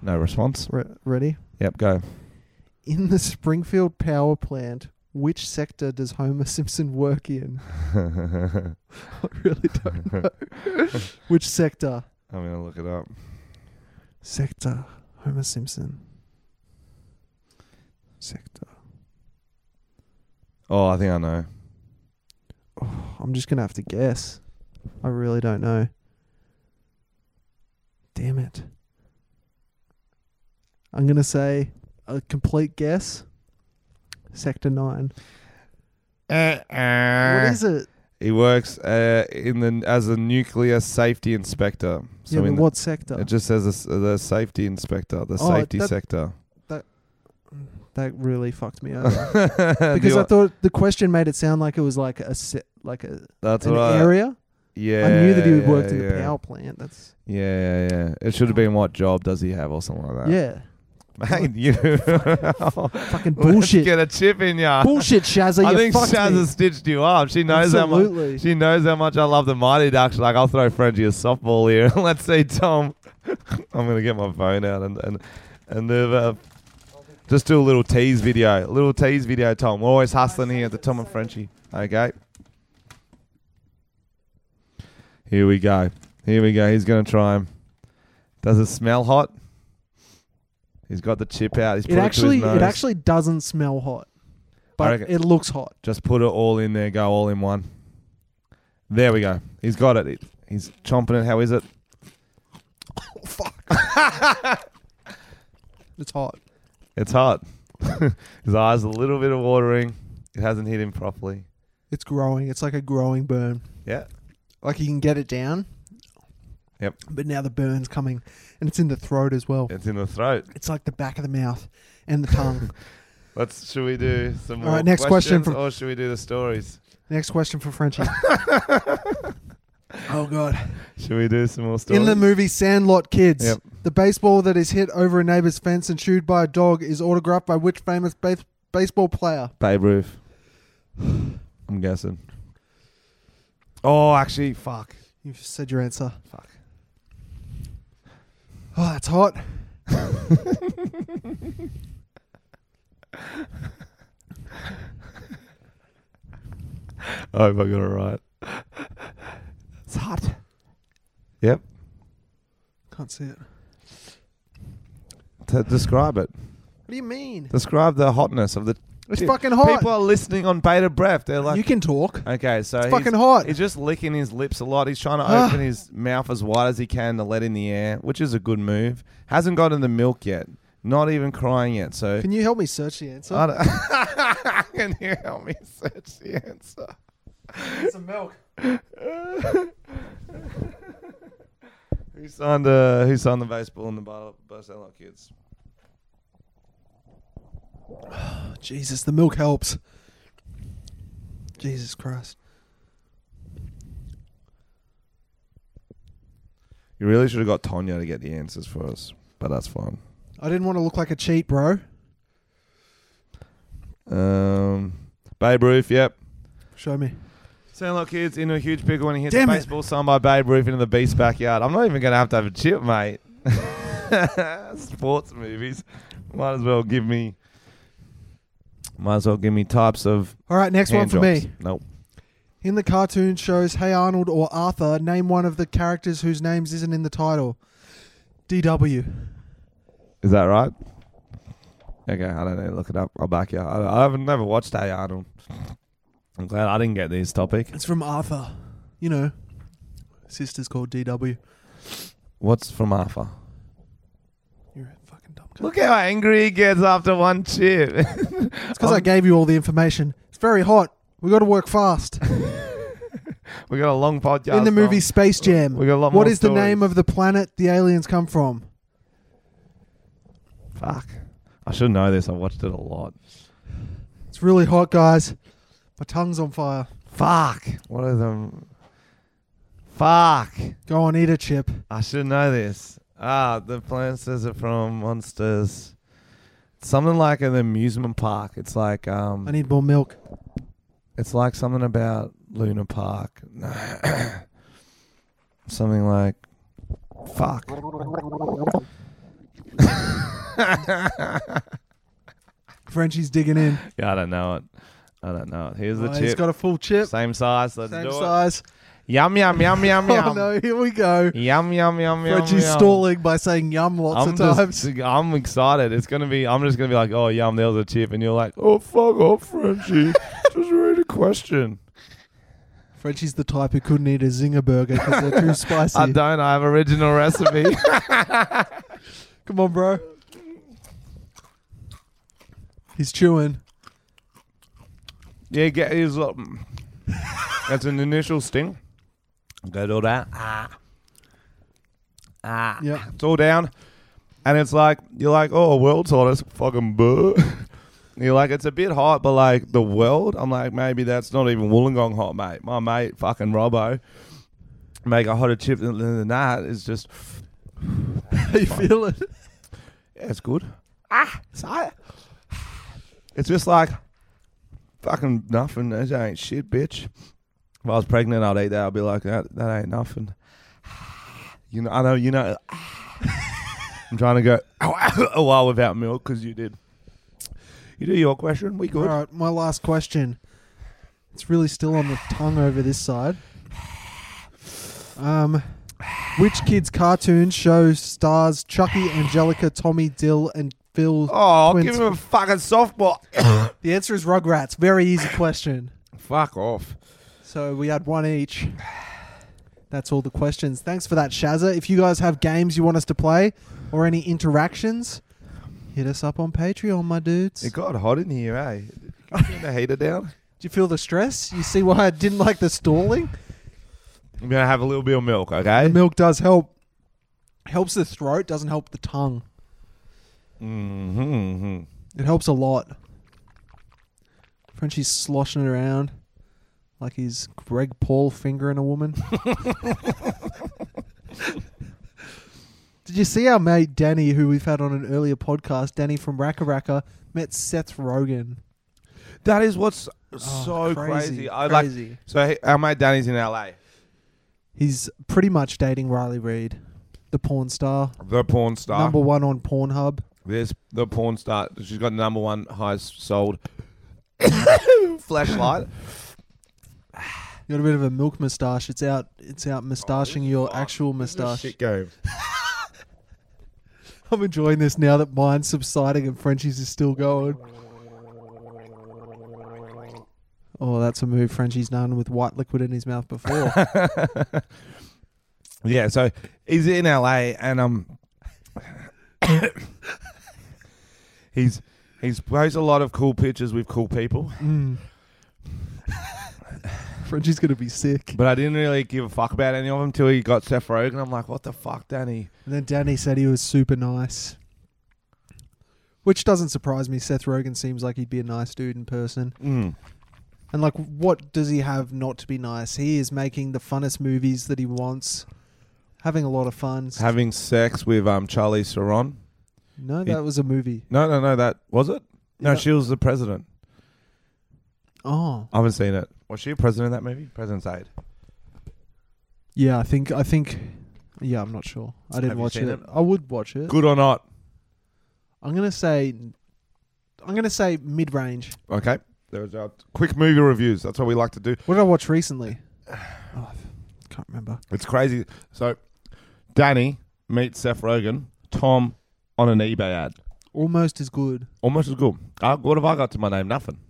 Speaker 2: No response.
Speaker 1: Re- ready?
Speaker 2: Yep, go.
Speaker 1: In the Springfield power plant, which sector does Homer Simpson work *laughs* in?
Speaker 2: I'm
Speaker 1: I really *laughs* don't know. which sector?
Speaker 2: gonna look it up.
Speaker 1: Sector. Homer Simpson. Sector.
Speaker 2: Oh, I think I know.
Speaker 1: I'm just gonna have to guess. I really don't know. Damn it. I'm gonna say a complete guess. Sector nine.
Speaker 2: Uh,
Speaker 1: what is it?
Speaker 2: He works uh, in the as a nuclear safety inspector.
Speaker 1: Yeah, but
Speaker 2: in the-
Speaker 1: what sector?
Speaker 2: it just says the s- the safety inspector, the
Speaker 1: Oh,
Speaker 2: safety
Speaker 1: that- *laughs*
Speaker 2: sector.
Speaker 1: that really fucked
Speaker 2: *laughs*
Speaker 1: me over.
Speaker 2: Do
Speaker 1: because
Speaker 2: you-
Speaker 1: I thought the question made it sound like it was like a se- like a
Speaker 2: that's
Speaker 1: an
Speaker 2: what I-
Speaker 1: area.
Speaker 2: Yeah,
Speaker 1: I knew that he worked
Speaker 2: yeah,
Speaker 1: in the
Speaker 2: yeah.
Speaker 1: power plant. That's
Speaker 2: Yeah, yeah, yeah. It should have been what job does he have or something like that.
Speaker 1: yeah.
Speaker 2: Mate, you *laughs* fucking
Speaker 1: bullshit.
Speaker 2: Get a chip in ya.
Speaker 1: Bullshit, Shazza.
Speaker 2: I
Speaker 1: you
Speaker 2: think
Speaker 1: fucked
Speaker 2: Shaz
Speaker 1: me.
Speaker 2: has stitched you up. She knows how
Speaker 1: Absolutely.
Speaker 2: much she knows how much I love the Mighty Ducks. Like I'll throw Frenchie a softball here. *laughs* Let's see, Tom. *laughs* I'm gonna get my phone out and and and do, uh, just do a little tease video. A little tease video, Tom. We're always hustling here at the Tom and Frenchie. Okay. Here we go. Here we go. He's gonna try him. Does it smell hot? He's got the chip out. He's put
Speaker 1: It
Speaker 2: it,
Speaker 1: actually
Speaker 2: to his nose.
Speaker 1: it actually doesn't smell hot, but
Speaker 2: reckon-
Speaker 1: it looks hot.
Speaker 2: Just put it all in there. Go all in one. There we go. He's got it. He- He's chomping it. How is it?
Speaker 1: It's hot.
Speaker 2: It's hot. *laughs* His eyes a little bit of watering. It hasn't hit him properly.
Speaker 1: It's growing. It's like a growing burn.
Speaker 2: Yeah.
Speaker 1: Like you can get it down.
Speaker 2: Yep.
Speaker 1: But now the burn's coming, and it's in the throat as well.
Speaker 2: It's in the throat.
Speaker 1: It's like the back of the mouth and the
Speaker 2: *laughs*
Speaker 1: tongue.
Speaker 2: Let's. Should we do some more
Speaker 1: All right, next question
Speaker 2: questions,
Speaker 1: from-
Speaker 2: or should we do the stories?
Speaker 1: Next question for
Speaker 2: *laughs*
Speaker 1: Frenchie. oh God!
Speaker 2: Should we do some more stories?
Speaker 1: In the movie Sandlot Kids,
Speaker 2: Yep.
Speaker 1: the baseball that is hit over a neighbor's fence and chewed by a dog is autographed by which famous base- baseball player?
Speaker 2: Babe Ruth. I'm guessing. Oh, actually, fuck.
Speaker 1: You've said your answer.
Speaker 2: Fuck.
Speaker 1: Oh, that's hot.
Speaker 2: I hope I got it right.
Speaker 1: It's hot.
Speaker 2: Yep.
Speaker 1: Can't see it.
Speaker 2: To describe it.
Speaker 1: What do you mean?
Speaker 2: Describe the hotness of the.
Speaker 1: It's
Speaker 2: Dude,
Speaker 1: fucking hot.
Speaker 2: People are listening on bated breath. They're like,
Speaker 1: you can talk.
Speaker 2: okay, so
Speaker 1: It's
Speaker 2: he's-
Speaker 1: fucking hot.
Speaker 2: He's just licking his lips a lot. He's trying to
Speaker 1: Ah.
Speaker 2: open his mouth as wide as he can to let in the air, which is a good move. Hasn't gotten the milk yet. Not even crying yet. So
Speaker 1: Can you help me search the answer?
Speaker 2: *laughs* I don't- *laughs* can you help me search the answer?
Speaker 1: It's some milk.
Speaker 2: *laughs* Who signed uh, Who signed the baseball in the bottle? Bust out like kids.
Speaker 1: Jesus, the milk helps. Jesus Christ.
Speaker 2: You really should have got Tonya to get the answers for us, but that's fine.
Speaker 1: I didn't want to look like a cheat, bro.
Speaker 2: Um, Babe Ruth, yep.
Speaker 1: Show me.
Speaker 2: Sandlot Kids into a huge pickle when he hits
Speaker 1: Damn
Speaker 2: a
Speaker 1: it.
Speaker 2: baseball signed by Babe Ruth into the Beast's backyard. I'm not even going to have to have a chip, mate. *laughs* Sports movies. Might as well give me. Might as well give me types of
Speaker 1: All right, next one
Speaker 2: hand
Speaker 1: for
Speaker 2: jobs.
Speaker 1: me.
Speaker 2: Nope.
Speaker 1: In the cartoon shows Hey Arnold or Arthur, name one of the characters whose names isn't in the title. DW.
Speaker 2: Is that right? Okay, I don't know. Look it up. I'll back you. I, I haven't never watched A Arnold. I'm glad I didn't get this topic.
Speaker 1: It's from Arthur. You know, sister's called DW.
Speaker 2: What's from Arthur?
Speaker 1: You're a fucking dumb
Speaker 2: *laughs*
Speaker 1: cunt.
Speaker 2: Look how angry he gets after one chip. *laughs*
Speaker 1: It's
Speaker 2: Um,
Speaker 1: because I gave you all the information. It's very hot. We got to work
Speaker 2: *laughs*
Speaker 1: fast.
Speaker 2: we got a long podcast
Speaker 1: in the movie
Speaker 2: now.
Speaker 1: Space Jam.
Speaker 2: We got a lot
Speaker 1: what
Speaker 2: more
Speaker 1: is the name
Speaker 2: stories.
Speaker 1: of the planet the aliens come from?
Speaker 2: Fuck. I should know this. I watched it a lot.
Speaker 1: It's really hot, guys. My tongue's on fire.
Speaker 2: Fuck. What are them? Fuck.
Speaker 1: Go on, eat a chip.
Speaker 2: I should know this. Ah, the plant says it from Monsters. Something like an amusement park. It's like um.
Speaker 1: I need more milk.
Speaker 2: It's like something about Luna Park. *laughs* something like fuck.
Speaker 1: Frenchie's digging in.
Speaker 2: Yeah, I don't know it. I don't know it. Here's the
Speaker 1: Oh,
Speaker 2: chip.
Speaker 1: he's got a full chip.
Speaker 2: Same size. Let's
Speaker 1: Same
Speaker 2: do it.
Speaker 1: size. *laughs*
Speaker 2: Yum yum yum yum yum.
Speaker 1: Oh no, here we go.
Speaker 2: Yum yum yum yum.
Speaker 1: Frenchie's
Speaker 2: yum.
Speaker 1: stalling by saying yum lots
Speaker 2: I'm
Speaker 1: of
Speaker 2: just,
Speaker 1: times.
Speaker 2: *laughs* I'm excited. It's gonna be. I'm just gonna be like, oh yum, there was a chip, and you're like, oh fuck off,
Speaker 1: *laughs*
Speaker 2: Frenchie. just read a question.
Speaker 1: Frenchie's the type who couldn't eat a zinger burger because they're
Speaker 2: *laughs*
Speaker 1: too
Speaker 2: I
Speaker 1: spicy.
Speaker 2: don't. I have original
Speaker 1: *laughs*
Speaker 2: recipe.
Speaker 1: Come on, bro. He's chewing.
Speaker 2: yeah, get his. uh, That's an initial sting. Go to that.
Speaker 1: Yeah.
Speaker 2: It's all down. And it's like, you're like, oh, world's hottest fucking boo. *laughs* You're like, it's a bit hot, but like the world, I'm like, maybe that's not even Wollongong hot, mate. My mate, fucking Robbo, make a hotter chip than, than that. It's just,
Speaker 1: How you feeling?
Speaker 2: yeah, it's good. Ah, it's hot. It's just like, fucking nothing. That ain't shit, bitch. If I was pregnant, I'd eat that. I'd be like, that, that ain't nothing. *sighs* You know, I know, you know. *laughs* I'm trying to go *laughs* a while without milk because you did. You do your question. We
Speaker 1: All
Speaker 2: good.
Speaker 1: right, my last question. It's really still on the tongue over this side. Um, which kids' cartoon show stars Chucky, Angelica, Tommy, Dill, and Phil?
Speaker 2: Oh,
Speaker 1: twins?
Speaker 2: give him a fucking softball.
Speaker 1: the answer is Rugrats. Very easy question.
Speaker 2: Fuck off.
Speaker 1: So we had one each. That's all the questions. Thanks for that, Shazza. If you guys have games you want us to play or any interactions, hit us up on Patreon, my dudes.
Speaker 2: It got hot in here, eh? Can you turn the heater down?
Speaker 1: Do you feel the stress? You see why I didn't like the stalling?
Speaker 2: I'm gonna have a little bit of milk, okay?
Speaker 1: Milk does help. Helps the throat, doesn't help the tongue.
Speaker 2: Mm-hmm.
Speaker 1: It helps a lot. Frenchie's sloshing it around like he's Greg Paul fingering a woman. *laughs* Did you see our mate Danny, who we've had on an earlier podcast, Danny from Raka Raka, met Seth Rogen?
Speaker 2: That is what's
Speaker 1: Oh,
Speaker 2: so crazy. I like.
Speaker 1: crazy.
Speaker 2: So he, our mate Danny's in LA,
Speaker 1: He's pretty much dating Riley Reid, the porn star,
Speaker 2: the porn star.
Speaker 1: number one on Pornhub.
Speaker 2: There's the porn star. She's got number one
Speaker 1: *coughs*
Speaker 2: highest sold flashlight.
Speaker 1: You got a bit of a milk moustache. It's out. It's out moustaching your actual moustache.
Speaker 2: game.
Speaker 1: I'm enjoying this now that mine's subsiding and Frenchie's is still going. Oh, that's a move Frenchie's done with white liquid in his mouth before.
Speaker 2: Yeah, so he's in LA and um *coughs* he's he's posts a lot of cool pictures with cool people.
Speaker 1: Mm. Frenchie's gonna be sick.
Speaker 2: But I didn't really give a fuck about any of them till he got Seth Rogen. I'm like, what the fuck, Danny?
Speaker 1: And then Danny said he was super nice, which doesn't surprise me. Seth Rogen seems like he'd be a nice dude in person.
Speaker 2: Mm.
Speaker 1: And like, what does he have not to be nice? He is making the funnest movies that he wants, having a lot of fun.
Speaker 2: Having sex with um Charlie Saron.
Speaker 1: no, that was a movie.
Speaker 2: No, no, no, that was it? No,
Speaker 1: Yeah.
Speaker 2: she was the president.
Speaker 1: Oh,
Speaker 2: I haven't seen it. Was she a president in that movie? President's aide.
Speaker 1: Yeah, I think I think yeah, I'm not sure. I didn't
Speaker 2: Have you
Speaker 1: watch it.
Speaker 2: seen it?
Speaker 1: I would watch it.
Speaker 2: Good or not.
Speaker 1: I'm gonna say I'm gonna say mid range.
Speaker 2: Okay. There's our quick movie reviews. That's what we like to do.
Speaker 1: What did I watch recently? *sighs* Oh, I can't remember.
Speaker 2: It's crazy. So, Danny meets Seth Rogen, Tom on an eBay ad.
Speaker 1: Almost as good.
Speaker 2: Almost as good. Uh, what have I got to my name? Nothing.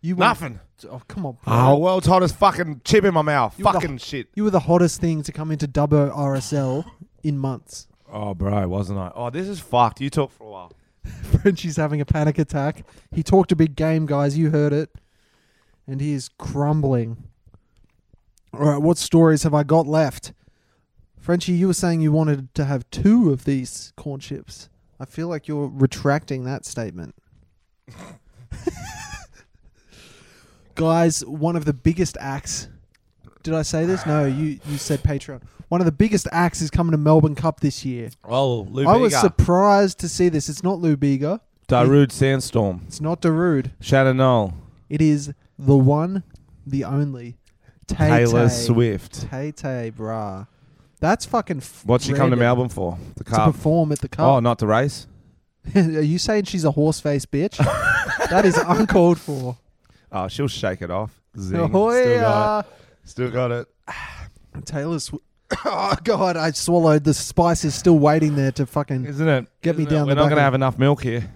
Speaker 1: You were,
Speaker 2: Nothing.
Speaker 1: Oh come on. bro.
Speaker 2: Oh, world's hottest fucking chip in my mouth.
Speaker 1: You were the-
Speaker 2: fucking shit.
Speaker 1: You were the hottest thing to come into Dubbo RSL in months.
Speaker 2: Oh, bro, wasn't I? Oh, this is fucked. You talk for a while.
Speaker 1: *laughs* Frenchie's having a panic attack. He talked a big game, guys. You heard it. And he is crumbling. All right, what stories have I got left? Frenchie, you were saying you wanted to have two of these corn chips. I feel like you're retracting that statement. *laughs* Guys, one of the biggest acts. Did I say this? No, you, you said Patreon. One of the biggest acts is coming to Melbourne Cup this year.
Speaker 2: Oh, Lou
Speaker 1: I was surprised to see this. It's not Lou Bega.
Speaker 2: Darude Sandstorm.
Speaker 1: It's not Darude.
Speaker 2: Shannon Knoll.
Speaker 1: It is the one, the only Tay
Speaker 2: Taylor
Speaker 1: Tay.
Speaker 2: Swift.
Speaker 1: Tay Tay, brah. That's fucking. F-
Speaker 2: What's she come to
Speaker 1: random.
Speaker 2: Melbourne for? The
Speaker 1: To
Speaker 2: car.
Speaker 1: perform at the
Speaker 2: Oh,
Speaker 1: cup.
Speaker 2: not to race.
Speaker 1: *laughs* Are you saying she's a horse face
Speaker 2: *laughs*
Speaker 1: bitch? that is uncalled for.
Speaker 2: Oh, she'll shake it off. Zing.
Speaker 1: Oh,
Speaker 2: Still got
Speaker 1: yeah.
Speaker 2: it. Still got it.
Speaker 1: Taylor Swi- *coughs* Oh God! I swallowed. The spice is still waiting there to fucking
Speaker 2: Isn't it?
Speaker 1: get me
Speaker 2: Isn't it?
Speaker 1: down.
Speaker 2: We're
Speaker 1: the
Speaker 2: not
Speaker 1: back
Speaker 2: going to
Speaker 1: end.
Speaker 2: have enough milk here.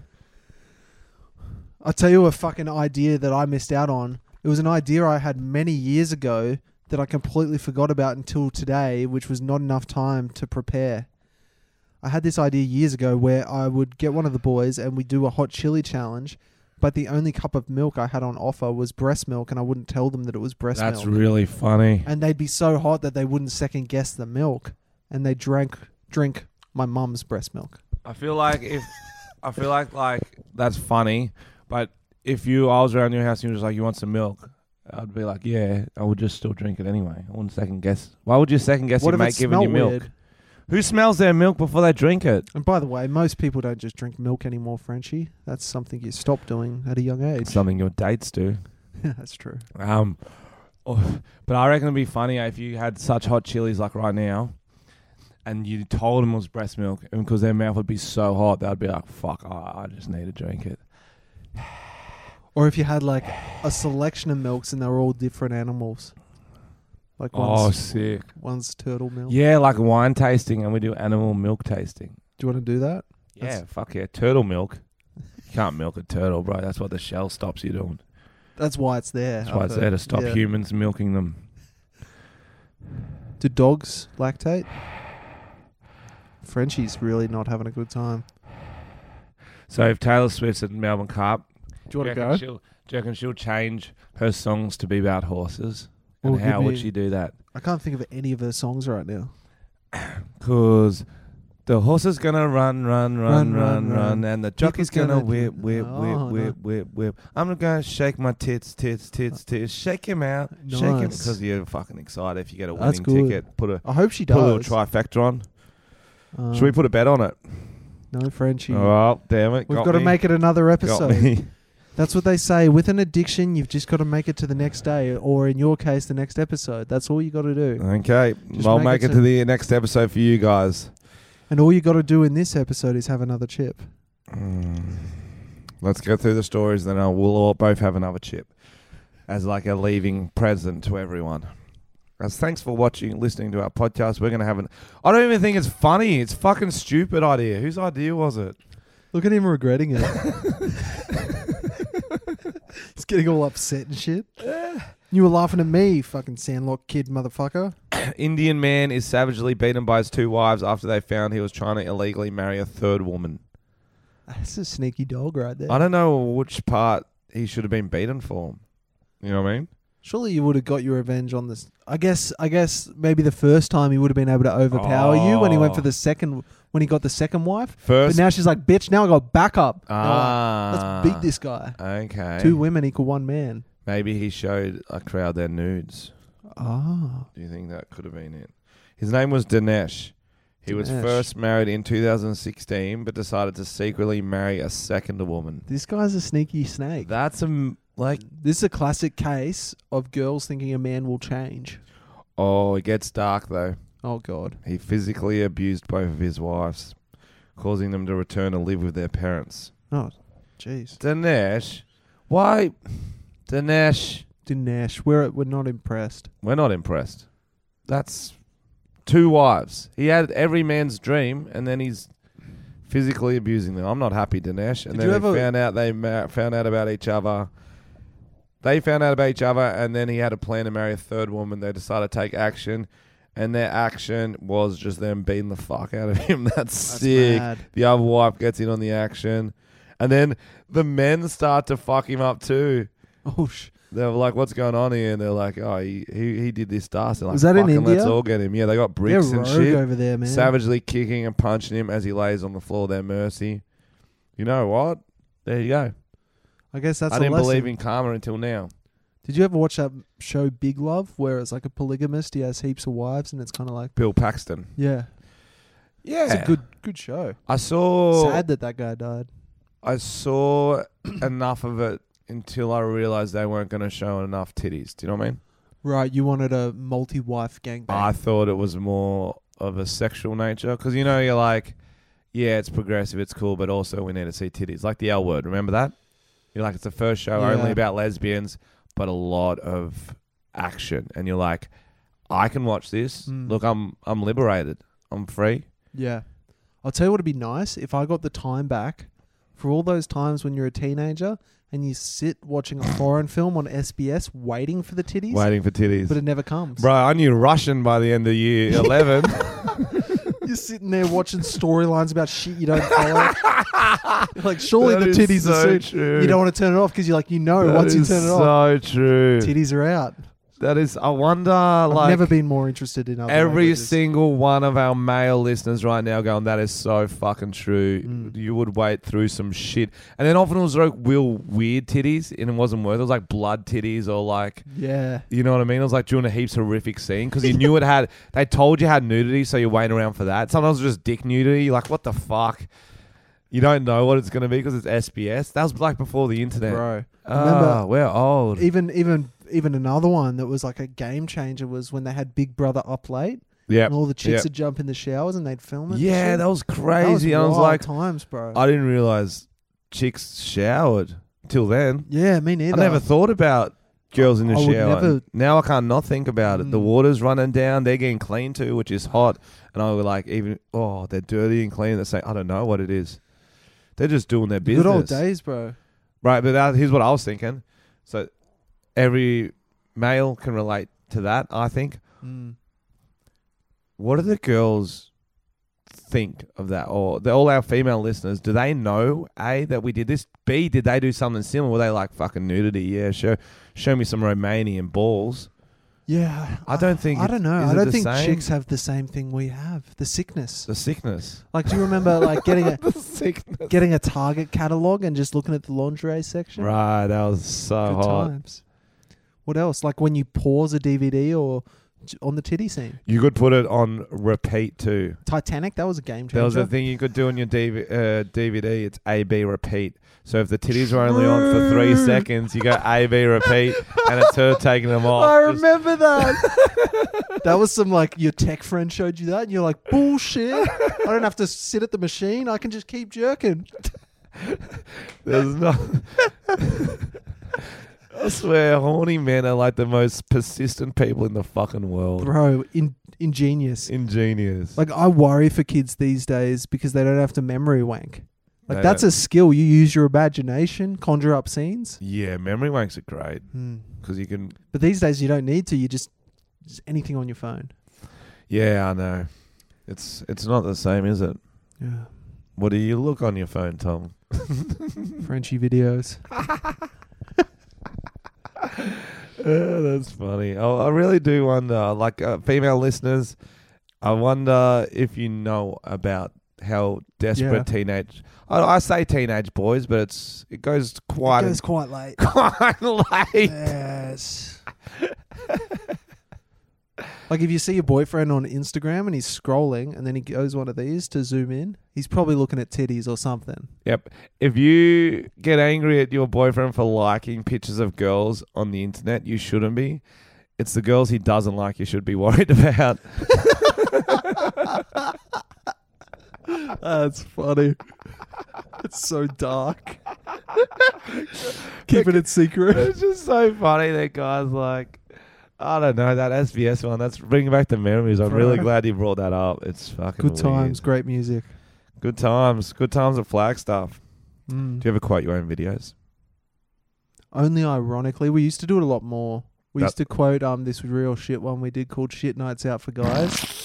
Speaker 1: I'll tell you a fucking idea that I missed out on. It was an idea I had many years ago that I completely forgot about until today, which was not enough time to prepare. I had this idea years ago where I would get one of the boys and we do a hot chili challenge, but the only cup of milk I had on offer was breast milk, and I wouldn't tell them that it was breast
Speaker 2: That's
Speaker 1: milk.
Speaker 2: really funny.
Speaker 1: and they'd be so hot that they wouldn't second guess the milk, and they drank drink my mum's breast milk.
Speaker 2: I feel like if I feel like like that's funny, but if you I was around your house and you were just like you want some milk, I'd be like yeah, I would just still drink it anyway. I wouldn't second guess. Why would you second guess
Speaker 1: what
Speaker 2: your
Speaker 1: if it
Speaker 2: mate giving you
Speaker 1: smelled
Speaker 2: milk?
Speaker 1: weird?
Speaker 2: Who smells their milk before they drink it?
Speaker 1: And by the way, most people don't just drink milk anymore, Frenchie. That's something you stop doing at a young age.
Speaker 2: It's *laughs* something your dates do.
Speaker 1: That's true.
Speaker 2: Um, oh, but I reckon it'd be funny if you had such hot chilies like right now, and you told them it was breast milk, and because their mouth would be so hot, they'd be like, "Fuck, I, I just need to drink it."
Speaker 1: Or if you had like a selection of milks and they were all different animals. Like
Speaker 2: Oh,
Speaker 1: one's,
Speaker 2: sick.
Speaker 1: one's turtle milk.
Speaker 2: Yeah, like wine tasting, and we do animal milk tasting.
Speaker 1: Do you want to do that?
Speaker 2: Yeah,
Speaker 1: That's-
Speaker 2: fuck yeah, turtle milk. You can't milk a turtle, bro. That's what the shell stops you doing.
Speaker 1: That's why it's there.
Speaker 2: That's why
Speaker 1: I've
Speaker 2: it's
Speaker 1: heard.
Speaker 2: there to stop
Speaker 1: Yeah.
Speaker 2: humans milking them.
Speaker 1: Do dogs lactate? Frenchie's really not having a good time.
Speaker 2: So if Taylor Swift's at Melbourne Cup,
Speaker 1: Do you want to
Speaker 2: reckon
Speaker 1: go?
Speaker 2: she'll, do you reckon she'll change her songs to be about horses?
Speaker 1: Well,
Speaker 2: and how
Speaker 1: give
Speaker 2: would
Speaker 1: me-
Speaker 2: she do that?
Speaker 1: I can't think of any of her songs right now.
Speaker 2: Cause the horse is gonna run, run, run,
Speaker 1: Run,
Speaker 2: run,
Speaker 1: run,
Speaker 2: run,
Speaker 1: run.
Speaker 2: and the jockey's gonna,
Speaker 1: gonna do-
Speaker 2: whip, whip, whip,
Speaker 1: Oh, no.
Speaker 2: whip, whip, whip. I'm gonna shake my tits, tits, tits, tits. Shake him out, shake him
Speaker 1: Uh, Nice.
Speaker 2: because you're fucking excited. If you get a
Speaker 1: That's
Speaker 2: winning
Speaker 1: good.
Speaker 2: ticket, put a
Speaker 1: I hope she
Speaker 2: put a little
Speaker 1: does.
Speaker 2: trifecta on.
Speaker 1: Um,
Speaker 2: Should we put a bet on it?
Speaker 1: no, Frenchie.
Speaker 2: Oh damn it!
Speaker 1: We've
Speaker 2: got
Speaker 1: got to
Speaker 2: me.
Speaker 1: make it another
Speaker 2: Got
Speaker 1: episode.
Speaker 2: me. *laughs*
Speaker 1: That's what they say. With an addiction, you've just got to make it to the next day, or in your case, the next episode. That's all you got to do.
Speaker 2: Okay,
Speaker 1: Just
Speaker 2: I'll
Speaker 1: make
Speaker 2: make
Speaker 1: it
Speaker 2: it to the next episode for you guys.
Speaker 1: And all you got to do in this episode is have another chip.
Speaker 2: Let's go through the stories, then I will all both have another chip as like a leaving present to everyone. As thanks for watching, and listening to our podcast. We're gonna have an. I don't even think it's funny. It's fucking stupid idea. Whose idea was it? *clears throat*
Speaker 1: Look at him regretting
Speaker 2: *laughs*
Speaker 1: it. He's getting all upset and shit. You were laughing at me, fucking Sandlock kid motherfucker.
Speaker 2: Indian man is savagely beaten by his two wives after they found he was trying to illegally marry a third woman.
Speaker 1: That's a sneaky dog right
Speaker 2: I
Speaker 1: there.
Speaker 2: don't know which part he should have been beaten for. You know what I mean?
Speaker 1: Surely you would have got your revenge on this. I guess. I guess maybe the first time he would have been able to overpower you when he went for
Speaker 2: Oh.
Speaker 1: the second. When he got the second wife. But
Speaker 2: First,
Speaker 1: now she's like, bitch, now I got backup. Now, like,
Speaker 2: ah,
Speaker 1: Let's beat this guy.
Speaker 2: Okay,
Speaker 1: Two women equal one man.
Speaker 2: Maybe he showed a crowd their nudes.
Speaker 1: Oh.
Speaker 2: Do you think that could have been it? His name was Dinesh. He was
Speaker 1: Dinesh.
Speaker 2: first married in 2016, but decided to secretly marry a second woman.
Speaker 1: This guy's a sneaky snake.
Speaker 2: That's a m- like
Speaker 1: this is a classic case of girls thinking a man will change.
Speaker 2: oh, it gets dark though.
Speaker 1: Oh, God.
Speaker 2: He physically abused both of his wives, causing them to return to live with their parents.
Speaker 1: Oh, jeez.
Speaker 2: Dinesh, why? Dinesh,
Speaker 1: Dinesh, we're, we're not impressed.
Speaker 2: we're not impressed. That's two wives. He had every man's dream, and then he's physically abusing them. I'm not happy, Dinesh. And
Speaker 1: Did
Speaker 2: then
Speaker 1: you
Speaker 2: they
Speaker 1: ever-
Speaker 2: found out they ma- found out about each other. They found out about each other, and then he had a plan to marry a third woman. They decided to take action, and their action was just them beating the fuck out of *laughs* him. That's,
Speaker 1: That's
Speaker 2: sick.
Speaker 1: mad.
Speaker 2: The other wife gets in on the action, and then the men start to fuck him up too.
Speaker 1: Oh, sh-
Speaker 2: They're like, "What's going on here?" And they're like, "Oh, he he, he did this to us." And like,
Speaker 1: Was that in
Speaker 2: "Fucking Let's
Speaker 1: India?
Speaker 2: all get him. Yeah, they got
Speaker 1: They're
Speaker 2: bricks and
Speaker 1: rogue
Speaker 2: shit,
Speaker 1: over there, man.
Speaker 2: savagely kicking and punching him as he lays on the floor. of Their mercy. You know what? There you go.
Speaker 1: I guess that's.
Speaker 2: I
Speaker 1: a
Speaker 2: didn't
Speaker 1: lesson.
Speaker 2: believe in karma until now.
Speaker 1: Did you ever watch that show Big Love, where it's like a polygamist? He has heaps of wives, and it's kind of like,
Speaker 2: Bill Paxton.
Speaker 1: yeah,
Speaker 2: Yeah,
Speaker 1: it's a good, good show.
Speaker 2: I saw.
Speaker 1: Sad that that guy died.
Speaker 2: I saw *clears throat* enough of it until I realized they weren't going to show enough titties. Do you know what I mean?
Speaker 1: Right, you wanted a multi-wife
Speaker 2: I
Speaker 1: gangbang.
Speaker 2: thought it was more of a sexual nature because you know you're like, yeah, it's progressive, it's cool, but also we need to see titties, like the L word. Remember that? You're like, it's the first show only
Speaker 1: Yeah.
Speaker 2: about lesbians, but a lot of action, and you're like, I can watch this.
Speaker 1: Mm.
Speaker 2: Look, I'm I'm liberated. I'm free.
Speaker 1: yeah, I'll tell you what would be nice if I got the time back for all those times when you're a teenager and you sit watching
Speaker 2: *laughs*
Speaker 1: a foreign film on SBS, waiting for the titties,
Speaker 2: Waiting for titties.
Speaker 1: but it never comes.
Speaker 2: Bro, I knew Russian by the end
Speaker 1: *laughs*
Speaker 2: of year 11.
Speaker 1: You're sitting there watching storylines about shit you don't
Speaker 2: *laughs*
Speaker 1: follow. You're like, surely
Speaker 2: That
Speaker 1: the
Speaker 2: is
Speaker 1: titties
Speaker 2: so
Speaker 1: are
Speaker 2: true.
Speaker 1: You don't want to turn it off because you're like, you know,
Speaker 2: That
Speaker 1: once you
Speaker 2: is
Speaker 1: turn it
Speaker 2: so
Speaker 1: off,
Speaker 2: true.
Speaker 1: titties are out.
Speaker 2: That is, I wonder,
Speaker 1: I've
Speaker 2: like,
Speaker 1: never been more interested in other
Speaker 2: every
Speaker 1: languages.
Speaker 2: single one of our male listeners right now going, that is so fucking true. You would wait through some shit. And then often it was like real weird titties, and it wasn't worth it. It was like blood titties or like.
Speaker 1: Yeah.
Speaker 2: You know what I mean? It was like doing a heaps horrific scene because you knew it had. *laughs* They told you had nudity, so you're waiting around for that. Sometimes it was just dick nudity. You're like, what the fuck? You don't know what it's going to be because it's SBS. That was like before the internet.
Speaker 1: Bro.
Speaker 2: Ah, we're old.
Speaker 1: Even even even another one that was like a game changer was when they had Big Brother up late
Speaker 2: Yeah.
Speaker 1: and all the chicks
Speaker 2: Yep.
Speaker 1: would jump in the showers and they'd film it.
Speaker 2: Yeah, that was
Speaker 1: That
Speaker 2: crazy. I was
Speaker 1: wild
Speaker 2: like,
Speaker 1: times, bro.
Speaker 2: I didn't realize chicks showered till then.
Speaker 1: yeah, me
Speaker 2: I
Speaker 1: neither.
Speaker 2: never thought about girls in the
Speaker 1: I would
Speaker 2: shower.
Speaker 1: never-
Speaker 2: Now I can't not think about it. The
Speaker 1: Mm.
Speaker 2: water's running down. They're getting clean too, which is hot. And I was like, even oh, they're dirty and clean. They say, I don't know what it is. They're just doing their business.
Speaker 1: Good old days, bro.
Speaker 2: Right, but that, here's what I was thinking. So every male can relate to that. I think.
Speaker 1: Mm.
Speaker 2: What do the girls think of that? Or the, all our female listeners, do they know a that we did this? B did they do something similar? Were they like fucking nudity? Yeah, show show me some Romanian balls.
Speaker 1: Yeah.
Speaker 2: I don't think
Speaker 1: I
Speaker 2: it-
Speaker 1: don't know.
Speaker 2: is
Speaker 1: I
Speaker 2: it
Speaker 1: don't
Speaker 2: the
Speaker 1: think
Speaker 2: same?
Speaker 1: chicks have the same thing we have. The sickness.
Speaker 2: The sickness.
Speaker 1: Like, do you
Speaker 2: *laughs*
Speaker 1: remember like getting a
Speaker 2: The sickness.
Speaker 1: getting a Target catalog and just looking at the lingerie section?
Speaker 2: Right, that was so
Speaker 1: Good
Speaker 2: hot.
Speaker 1: times. What else? Like when you pause a DVD or j- on the titty scene.
Speaker 2: You could put it on repeat too.
Speaker 1: Titanic, that was a game changer.
Speaker 2: There was a thing you could do on your DV, uh, DVD. It's A B repeat. So if the titties were only on for three
Speaker 1: True.
Speaker 2: seconds, you go A B repeat, and it's her taking them off.
Speaker 1: *laughs* I
Speaker 2: Just-
Speaker 1: remember that. *laughs* that was some like your tech friend showed you that, and you're like, bullshit. I don't have to sit at the machine. I can just keep jerking.
Speaker 2: There's not. I swear, horny men are like the most persistent people in the fucking world.
Speaker 1: Bro, in, ingenious.
Speaker 2: Ingenious.
Speaker 1: Like, I worry for kids these days because they don't have to memory wank. Like,
Speaker 2: They
Speaker 1: that's
Speaker 2: don't.
Speaker 1: a skill. You use your imagination, conjure up scenes.
Speaker 2: yeah, memory wanks are great
Speaker 1: Hmm.
Speaker 2: because you can.
Speaker 1: But these days, you don't need to. You just, just anything on your phone.
Speaker 2: Yeah, I know. It's it's not the same, is it?
Speaker 1: Yeah.
Speaker 2: What do you look on your phone, Tom?
Speaker 1: Frenchy videos.
Speaker 2: Uh, *laughs* that's funny. I, I really do wonder, like uh, female listeners, I wonder if you know about how desperate
Speaker 1: Yeah.
Speaker 2: teenage. I, I say teenage boys, but it's it goes quite
Speaker 1: It was quite late.
Speaker 2: *laughs* quite late.
Speaker 1: yes. like if you see your boyfriend on Instagram and he's scrolling and then he goes one of these to zoom in, he's probably looking at titties or something.
Speaker 2: Yep. If you get angry at your boyfriend for liking pictures of girls on the internet, you shouldn't be. It's the girls he doesn't like you should be *laughs* worried about.
Speaker 1: That's funny. it's so dark. Keeping it secret.
Speaker 2: it's just so funny that guys like I don't know that SBS one. That's bringing back the memories. I'm really
Speaker 1: *laughs* Right.
Speaker 2: glad you brought that up. It's fucking
Speaker 1: Good
Speaker 2: weird.
Speaker 1: times, great music.
Speaker 2: Good times. Good times at Flagstaff.
Speaker 1: Mm.
Speaker 2: Do you ever quote your own videos?
Speaker 1: Only ironically, we used to do it a lot more. We
Speaker 2: That-
Speaker 1: used to quote um this real shit one we did called "Shit Nights Out for Guys."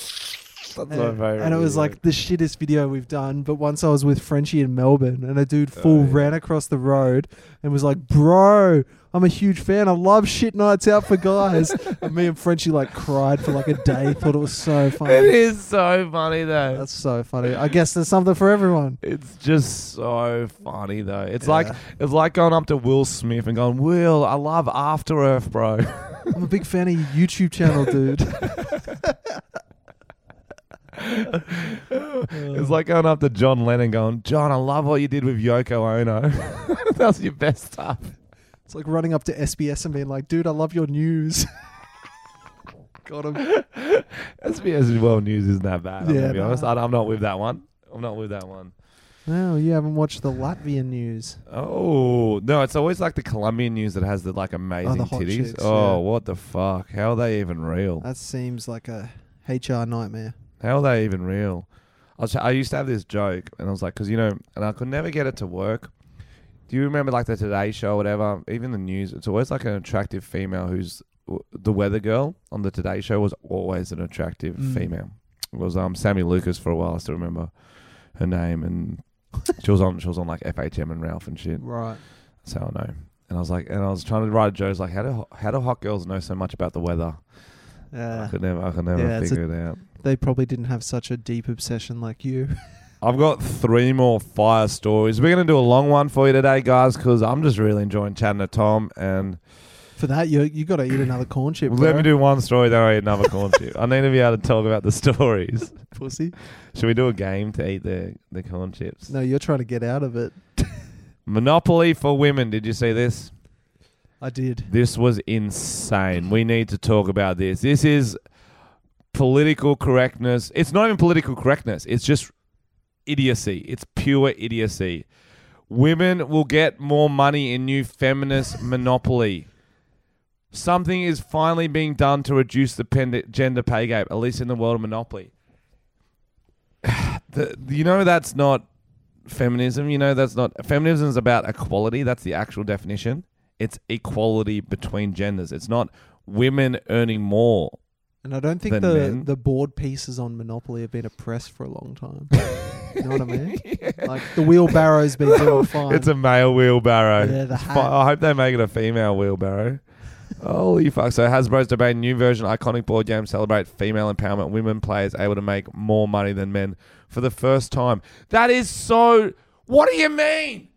Speaker 2: That's my
Speaker 1: And,
Speaker 2: favorite.
Speaker 1: and it was
Speaker 2: video.
Speaker 1: like the shittest video we've done. But once I was with Frenchie in Melbourne, and a dude full
Speaker 2: Oh, yeah.
Speaker 1: ran across the road and was like, "Bro, I'm a huge fan. I love shit nights out for guys."
Speaker 2: *laughs*
Speaker 1: and me and Frenchie like cried for like a day. Thought it was so
Speaker 2: *laughs* It
Speaker 1: funny.
Speaker 2: is so funny though.
Speaker 1: That's so funny. I guess there's something for everyone.
Speaker 2: It's just so funny though. It's like it's like going up to Will Smith and going, Will, I love After Earth, bro. *laughs*
Speaker 1: I'm a big fan of your YouTube channel, dude.
Speaker 2: it's like going up to John Lennon going, John, I love what you did with Yoko Ono. *laughs* That's your best stuff.
Speaker 1: It's like running up to SBS and being like, "Dude, I love your
Speaker 2: *laughs*
Speaker 1: news." Got him.
Speaker 2: SBS World News isn't that bad. I'm
Speaker 1: Yeah,
Speaker 2: gonna be
Speaker 1: nah.
Speaker 2: honest. I, I'm not with that one. I'm not with that one.
Speaker 1: No, you haven't watched the Latvian news.
Speaker 2: Oh no! It's always like the Colombian news that has the like amazing
Speaker 1: Oh, hot
Speaker 2: titties.
Speaker 1: chicks,
Speaker 2: oh,
Speaker 1: yeah.
Speaker 2: what the fuck? How are they even real?
Speaker 1: That seems like a HR nightmare.
Speaker 2: How are they even real? I, was, I used to have this joke, and I was like, because you know, and I could never get it to work. Do you remember like the Today Show, or whatever? Even the news, it's always like an attractive female who's the weather girl on the Today Show was always an attractive
Speaker 1: Mm.
Speaker 2: female. It was um Sammy Lucas for a while. I still remember her name, and *laughs* she was on she was on like FHM and Ralph and shit.
Speaker 1: Right.
Speaker 2: So I know. And I was like, and I was trying to write jokes like, how do ho- how do hot girls know so much about the weather? I
Speaker 1: Uh,
Speaker 2: could never, I could never
Speaker 1: Yeah, it's a-
Speaker 2: figure it out.
Speaker 1: they probably didn't have such a deep obsession like you. *laughs*
Speaker 2: I've got three more fire stories. We're going to do a long one for you today, guys, because I'm just really enjoying chatting to Tom. And
Speaker 1: For that, you you got to eat another corn chip.
Speaker 2: let
Speaker 1: bro.
Speaker 2: me do one story, then I'll eat another corn chip. I need to be able to talk about the *laughs* stories.
Speaker 1: *laughs* pussy.
Speaker 2: Should we do a game to eat the, the corn chips?
Speaker 1: No, you're trying to get out of it.
Speaker 2: Monopoly for women. Did you see this?
Speaker 1: I did.
Speaker 2: This was insane. We need to talk about this. This is political correctness. It's not even political correctness. It's just idiocy. It's pure idiocy. Women will get more money in new feminist monopoly. Something is finally being done to reduce the pen- gender pay gap, at least in the world of monopoly. *sighs* the, you know that's not feminism. You know that's not feminism is about equality. That's the actual definition. It's equality between genders. It's not women
Speaker 1: *laughs*
Speaker 2: earning more.
Speaker 1: And I don't think
Speaker 2: Then
Speaker 1: the
Speaker 2: men.
Speaker 1: the board pieces on Monopoly have been oppressed for a long
Speaker 2: *laughs*
Speaker 1: time. you know what I mean? Like the wheelbarrow's
Speaker 2: *laughs*
Speaker 1: been doing fine.
Speaker 2: It's a male wheelbarrow.
Speaker 1: Yeah, the
Speaker 2: It's fi-
Speaker 1: hat.
Speaker 2: I hope they make it a female wheelbarrow. Holy fuck. So Hasbro's debate new version iconic board game celebrate female empowerment. Women players able to make more money than men for the first time. That is so what do you mean?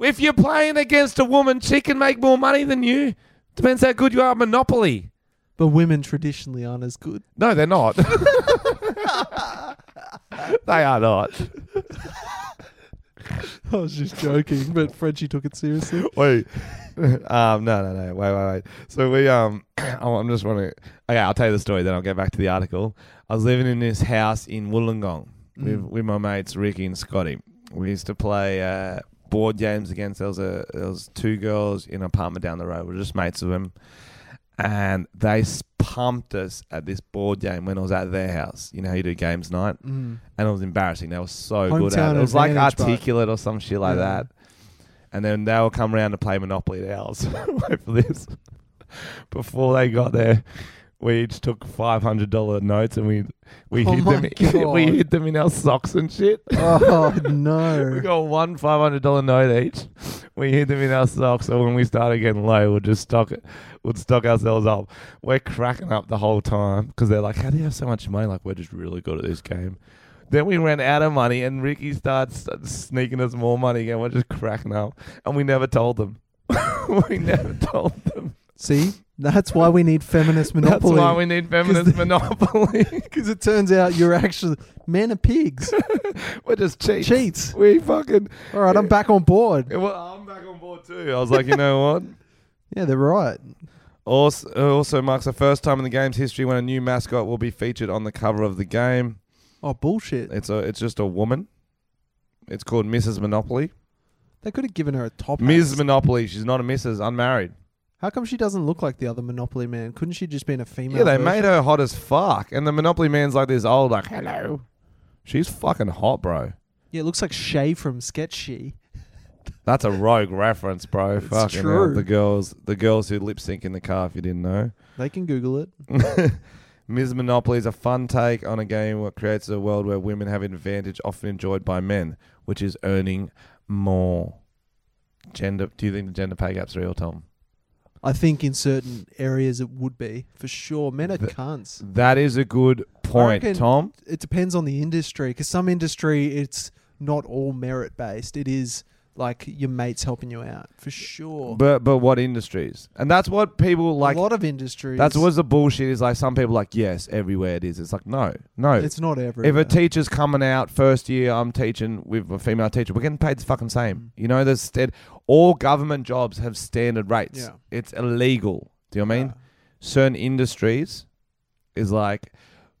Speaker 2: If you're playing against a woman, she can make more money than you. Depends how good you are at Monopoly.
Speaker 1: but women traditionally aren't as good. *laughs*
Speaker 2: No, they're not. *laughs* they are not.
Speaker 1: I was
Speaker 2: *laughs*
Speaker 1: just joking, but Frenchie took it seriously.
Speaker 2: Wait. um, no, no, no. Wait, wait, wait. So we um, *clears throat* I'm I'm just want to. Okay, I'll tell you the story. Then I'll get back to the article. I was living in this house in Wollongong with with my mates Ricky and Scotty. We used to play uh, board games against. There was a there was two girls in an apartment down the road. We are just mates of them, and they s- pumped us at this board game when I was at their house. You know how you do games night,
Speaker 1: Mm.
Speaker 2: and it was embarrassing. They were so good at
Speaker 1: Hometown
Speaker 2: it. It was like
Speaker 1: advantage, but-
Speaker 2: articulate or some shit like
Speaker 1: Yeah.
Speaker 2: that. And then they will come around to play Monopoly *laughs* at ours. Wait for this. Before they got there, we each took five hundred dollar notes and we we
Speaker 1: Oh
Speaker 2: hid
Speaker 1: my
Speaker 2: them. we
Speaker 1: God.
Speaker 2: hid them in *laughs* our socks and shit.
Speaker 1: *laughs* Oh
Speaker 2: *laughs* We
Speaker 1: no!
Speaker 2: got one five hundred dollar note each. We hid them in our socks, so when we started getting low, we'd just stock it. We'd stock ourselves up. We're cracking up the whole time because they're like, "How do you have so much money?" Like we're just really good at this game. Then we ran out of money, and Ricky starts sneaking us more money again. We're just cracking up, and we never told them. *laughs* we never told them.
Speaker 1: See, that's why we need feminist
Speaker 2: *laughs* That's
Speaker 1: monopoly.
Speaker 2: why we need feminist monopoly. *laughs*
Speaker 1: *laughs* Because it turns out you're actually men are pigs,
Speaker 2: we're just cheats.
Speaker 1: cheats.
Speaker 2: We fucking.
Speaker 1: All right, I'm back on board.
Speaker 2: Well, I'm back on board too. I was like, you know what?
Speaker 1: Yeah, they're right.
Speaker 2: Also, uh, also marks the first time in the game's history when a new mascot will be featured on the cover of the game.
Speaker 1: Oh bullshit!
Speaker 2: It's a, it's just a woman. It's called Mrs. Monopoly.
Speaker 1: They could have given her a top.
Speaker 2: Ms.
Speaker 1: hat.
Speaker 2: Monopoly. She's not a Mrs. Unmarried.
Speaker 1: How come she doesn't look like the other Monopoly man? Couldn't she just been a female?
Speaker 2: Yeah, they
Speaker 1: version?
Speaker 2: made her hot as fuck, and the Monopoly man's like this old, like hello. She's fucking hot, bro.
Speaker 1: Yeah, it looks like Shay from Sketchy.
Speaker 2: That's a rogue reference, bro. fucking hell.
Speaker 1: true.
Speaker 2: the girls, the girls who lip sync in the car. If you didn't know,
Speaker 1: They can Google it.
Speaker 2: Ms. Monopoly is a fun take on a game that creates a world where women have an advantage often enjoyed by men, which is earning more. Gender? Do you think the gender pay gap's real, Tom?
Speaker 1: I think in certain areas it would be for sure. Men are cunts.
Speaker 2: That is a good point,
Speaker 1: reckon-
Speaker 2: Tom.
Speaker 1: It depends on the industry because some industry it's not all merit based. It is like your mates helping you out for sure.
Speaker 2: But but what industries? And that's what people like.
Speaker 1: a lot of industries.
Speaker 2: That's what's the bullshit is like. Some people are like yes, everywhere it is. It's like no, no.
Speaker 1: it's not everywhere.
Speaker 2: if a teacher's coming out first year, I'm teaching with a female teacher. We're getting paid the fucking
Speaker 1: Mm.
Speaker 2: same. You know, there's st- all government jobs have standard rates.
Speaker 1: Yeah.
Speaker 2: It's illegal. Do you know what I mean?
Speaker 1: Yeah.
Speaker 2: Certain industries is like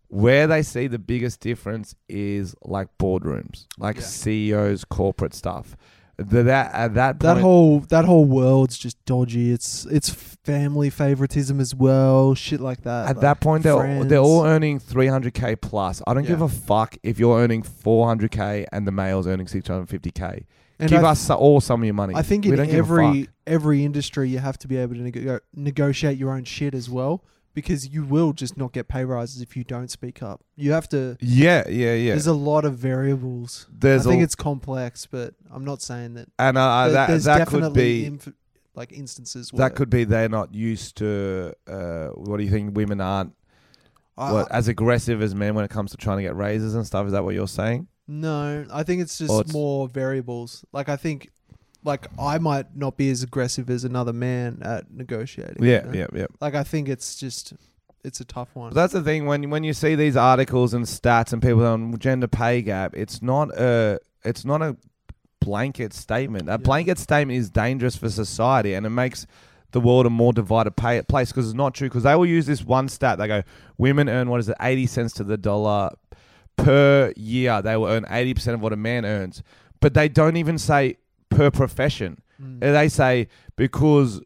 Speaker 2: where they see the biggest difference is like boardrooms, like
Speaker 1: Yeah.
Speaker 2: CEOs, corporate stuff. Th- that at that
Speaker 1: that
Speaker 2: point,
Speaker 1: whole that whole world's just dodgy. It's it's family favoritism as well, shit like that.
Speaker 2: at
Speaker 1: Like,
Speaker 2: that point, they're all,
Speaker 1: friends.
Speaker 2: they're all earning 300k plus. I don't
Speaker 1: Yeah.
Speaker 2: give a fuck if you're earning 400k and the male's earning 650k.
Speaker 1: And
Speaker 2: give
Speaker 1: I-
Speaker 2: us so- all some of your money.
Speaker 1: I think
Speaker 2: we
Speaker 1: in
Speaker 2: don't give a
Speaker 1: every
Speaker 2: fuck.
Speaker 1: every industry you have to be able to nego- negotiate your own shit as well because you will just not get pay rises if you don't speak up. You have to.
Speaker 2: yeah, yeah, yeah.
Speaker 1: There's a lot of variables.
Speaker 2: There's
Speaker 1: I think
Speaker 2: a-
Speaker 1: it's complex, but I'm not saying that.
Speaker 2: and uh, uh,
Speaker 1: there-
Speaker 2: that
Speaker 1: there's
Speaker 2: that
Speaker 1: definitely
Speaker 2: could be
Speaker 1: inf- like instances where
Speaker 2: that could be they're not used to. Uh, what do you think? Women aren't
Speaker 1: I-
Speaker 2: what, as aggressive as men when it comes to trying to get raises and stuff. Is that what you're saying?
Speaker 1: No, I think it's just
Speaker 2: Or it's-
Speaker 1: more variables. Like I think, like I might not be as aggressive as another man at negotiating. you
Speaker 2: Yeah,
Speaker 1: know?
Speaker 2: yeah, yeah.
Speaker 1: Like I think it's just, it's a tough one.
Speaker 2: But that's the thing when when you see these articles and stats and people on gender pay gap, it's not a it's not a blanket statement. A blanket statement is dangerous for society and it makes the world a more divided pay- place because it's not true. Because they will use this one stat. They go, women earn what is it, eighty cents to the dollar per year. They will earn eighty percent of what a man earns, but they don't even say per profession. They say because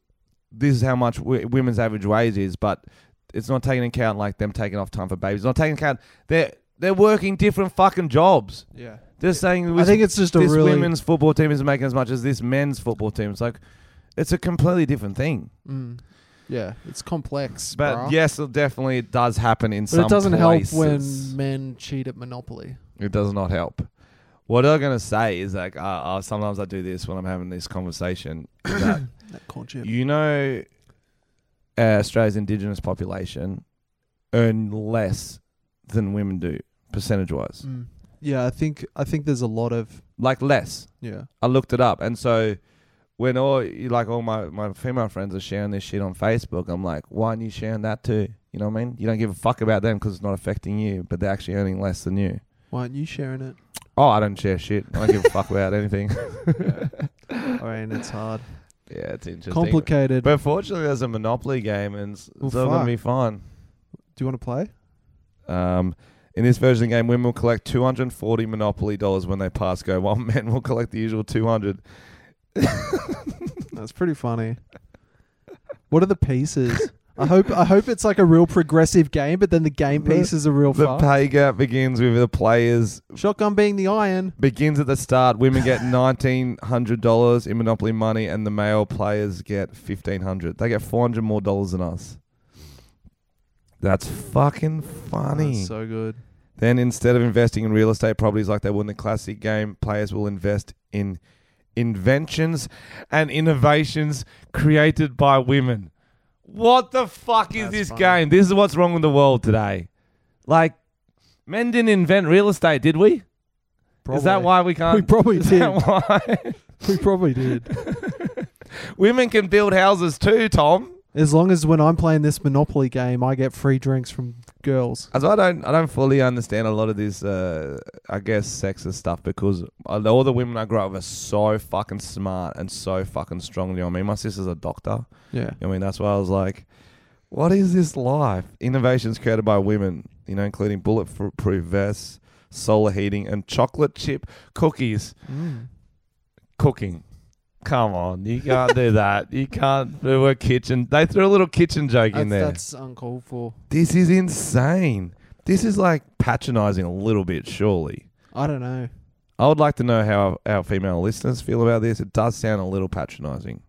Speaker 2: this is how much w- women's average wage is, but it's not taking into account like them taking off time for babies. It's not taking into account they're they're working different fucking jobs.
Speaker 1: yeah.
Speaker 2: They're saying
Speaker 1: I think it's just a
Speaker 2: this
Speaker 1: really-
Speaker 2: women's football team is making as much as this men's football team. It's like it's a completely different thing.
Speaker 1: Mm. Yeah, it's complex.
Speaker 2: But
Speaker 1: bruh.
Speaker 2: yes, it definitely it does happen in
Speaker 1: but
Speaker 2: some
Speaker 1: it doesn't
Speaker 2: places.
Speaker 1: help when men cheat at Monopoly.
Speaker 2: It does not help. What I'm gonna say is like uh, uh, sometimes I do this when I'm having this conversation. *coughs* That
Speaker 1: That concept.
Speaker 2: you know, uh, Australia's indigenous population earn less than women do percentage wise,
Speaker 1: Mm. Yeah, I think I think there's a lot of
Speaker 2: like less.
Speaker 1: yeah.
Speaker 2: I looked it up, and so when all like all my my female friends are sharing this shit on Facebook, I'm like, why aren't you sharing that too? You know what I mean? You don't give a fuck about them because it's not affecting you, but they're actually earning less than you.
Speaker 1: Why aren't you sharing
Speaker 2: *laughs*
Speaker 1: it?
Speaker 2: Oh, I don't share shit. I don't give a fuck about anything.
Speaker 1: I mean, it's hard,
Speaker 2: *laughs* Yeah, it's interesting.
Speaker 1: complicated.
Speaker 2: But fortunately, there's a Monopoly game, and it's,
Speaker 1: Well,
Speaker 2: it's all gonna
Speaker 1: fuck.
Speaker 2: be fine.
Speaker 1: Do you want to play?
Speaker 2: Um, in this version of the game, women will collect 240 Monopoly dollars when they pass go, while *laughs* men will collect the usual 200.
Speaker 1: That's pretty funny. What are the pieces? I hope I hope it's like a real progressive game, but then the game
Speaker 2: The-
Speaker 1: pieces are real
Speaker 2: The
Speaker 1: fast.
Speaker 2: pay gap begins with the players
Speaker 1: Shotgun being the iron.
Speaker 2: begins at the start. Women get nineteen hundred dollars in Monopoly money, and the male players get fifteen hundred. They get four hundred more dollars than us. That's fucking funny.
Speaker 1: That's so good.
Speaker 2: then instead of investing in real estate properties like they would in the classic game, players will invest in inventions and innovations created by women. What the fuck is
Speaker 1: That's
Speaker 2: this
Speaker 1: funny.
Speaker 2: game? This is what's wrong with the world today. Like, men didn't invent real estate, did we? Is that
Speaker 1: Probably.
Speaker 2: why we can't?
Speaker 1: We probably
Speaker 2: *laughs* is
Speaker 1: did.
Speaker 2: That why?
Speaker 1: *laughs*
Speaker 2: *laughs*
Speaker 1: We probably did.
Speaker 2: Women can build houses too, Tom.
Speaker 1: As long as when I'm playing this Monopoly game, I get free drinks from girls.
Speaker 2: As I don't, I don't fully understand a lot of this, uh, I guess, sexist stuff because all the women I grew up with are so fucking smart and so fucking strong. You know what I mean? My sister's a doctor.
Speaker 1: Yeah.
Speaker 2: I mean, that's why I was like, what is this life? Innovations created by women, you know, including bulletproof vests, solar heating, and chocolate chip cookies.
Speaker 1: Mm.
Speaker 2: Cooking. Come on, you can't do that. You can't do a kitchen. They threw a little kitchen joke
Speaker 1: That's,
Speaker 2: in there.
Speaker 1: that's uncalled for.
Speaker 2: This is insane. This is like patronizing a little bit, surely.
Speaker 1: I don't know.
Speaker 2: I would like to know how our female listeners feel about this. It does sound a little patronizing.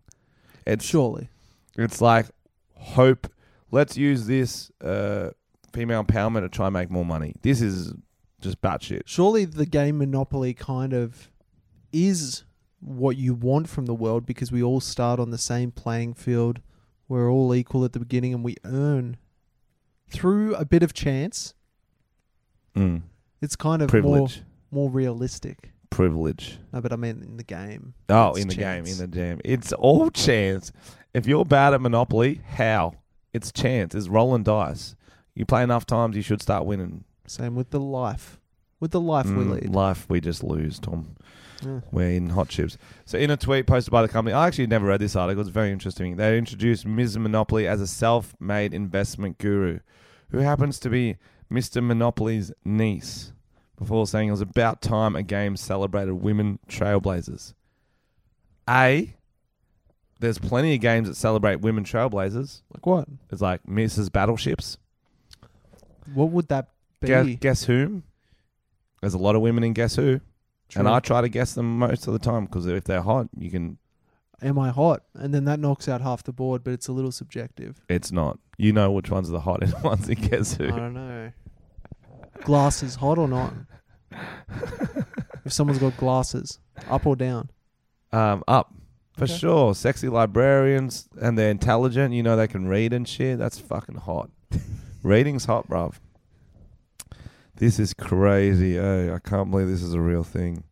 Speaker 2: It's
Speaker 1: Surely.
Speaker 2: it's like hope. Let's use this uh, female empowerment to try and make more money. This is just batshit.
Speaker 1: surely the game monopoly kind of is what you want from the world because we all start on the same playing field we're all equal at the beginning and we earn through a bit of chance
Speaker 2: Mm.
Speaker 1: it's kind of
Speaker 2: Privilege.
Speaker 1: more more realistic
Speaker 2: Privilege.
Speaker 1: no but i mean in the game
Speaker 2: Oh,
Speaker 1: It's
Speaker 2: in the game, in
Speaker 1: chance.
Speaker 2: the jam. It's all chance. If you're bad at Monopoly, how? It's chance. It's rolling dice. You play enough times, you should start winning.
Speaker 1: same with the life with the life we
Speaker 2: Mm,
Speaker 1: lead
Speaker 2: Life, we just lose, Tom.
Speaker 1: Yeah.
Speaker 2: We're in hot chips. So, in a tweet posted by the company, I actually never read this article. It's very interesting. They introduced Ms. Monopoly as a self made investment guru who happens to be Mr. Monopoly's niece before saying it was about time a game celebrated women trailblazers. A, there's plenty of games that celebrate women trailblazers.
Speaker 1: like what
Speaker 2: It's like Mrs. Battleships.
Speaker 1: what would that be
Speaker 2: Guess, guess whom? There's a lot of women in Guess Who. And
Speaker 1: True.
Speaker 2: I try to guess them most of the time because if they're hot, you can.
Speaker 1: am i hot and then that knocks out half the board but it's a little subjective
Speaker 2: It's not. You know which ones are the hottest *laughs* ones in Guess
Speaker 1: I
Speaker 2: Who.
Speaker 1: don't know. Glasses hot or not?
Speaker 2: *laughs*
Speaker 1: if someone's got glasses, up or down?
Speaker 2: Um, up for sure. Sexy librarians and they're intelligent. You know they can read and shit. That's fucking hot. *laughs* Reading's hot, bruv. This is crazy. Oh, I can't believe this is a real thing.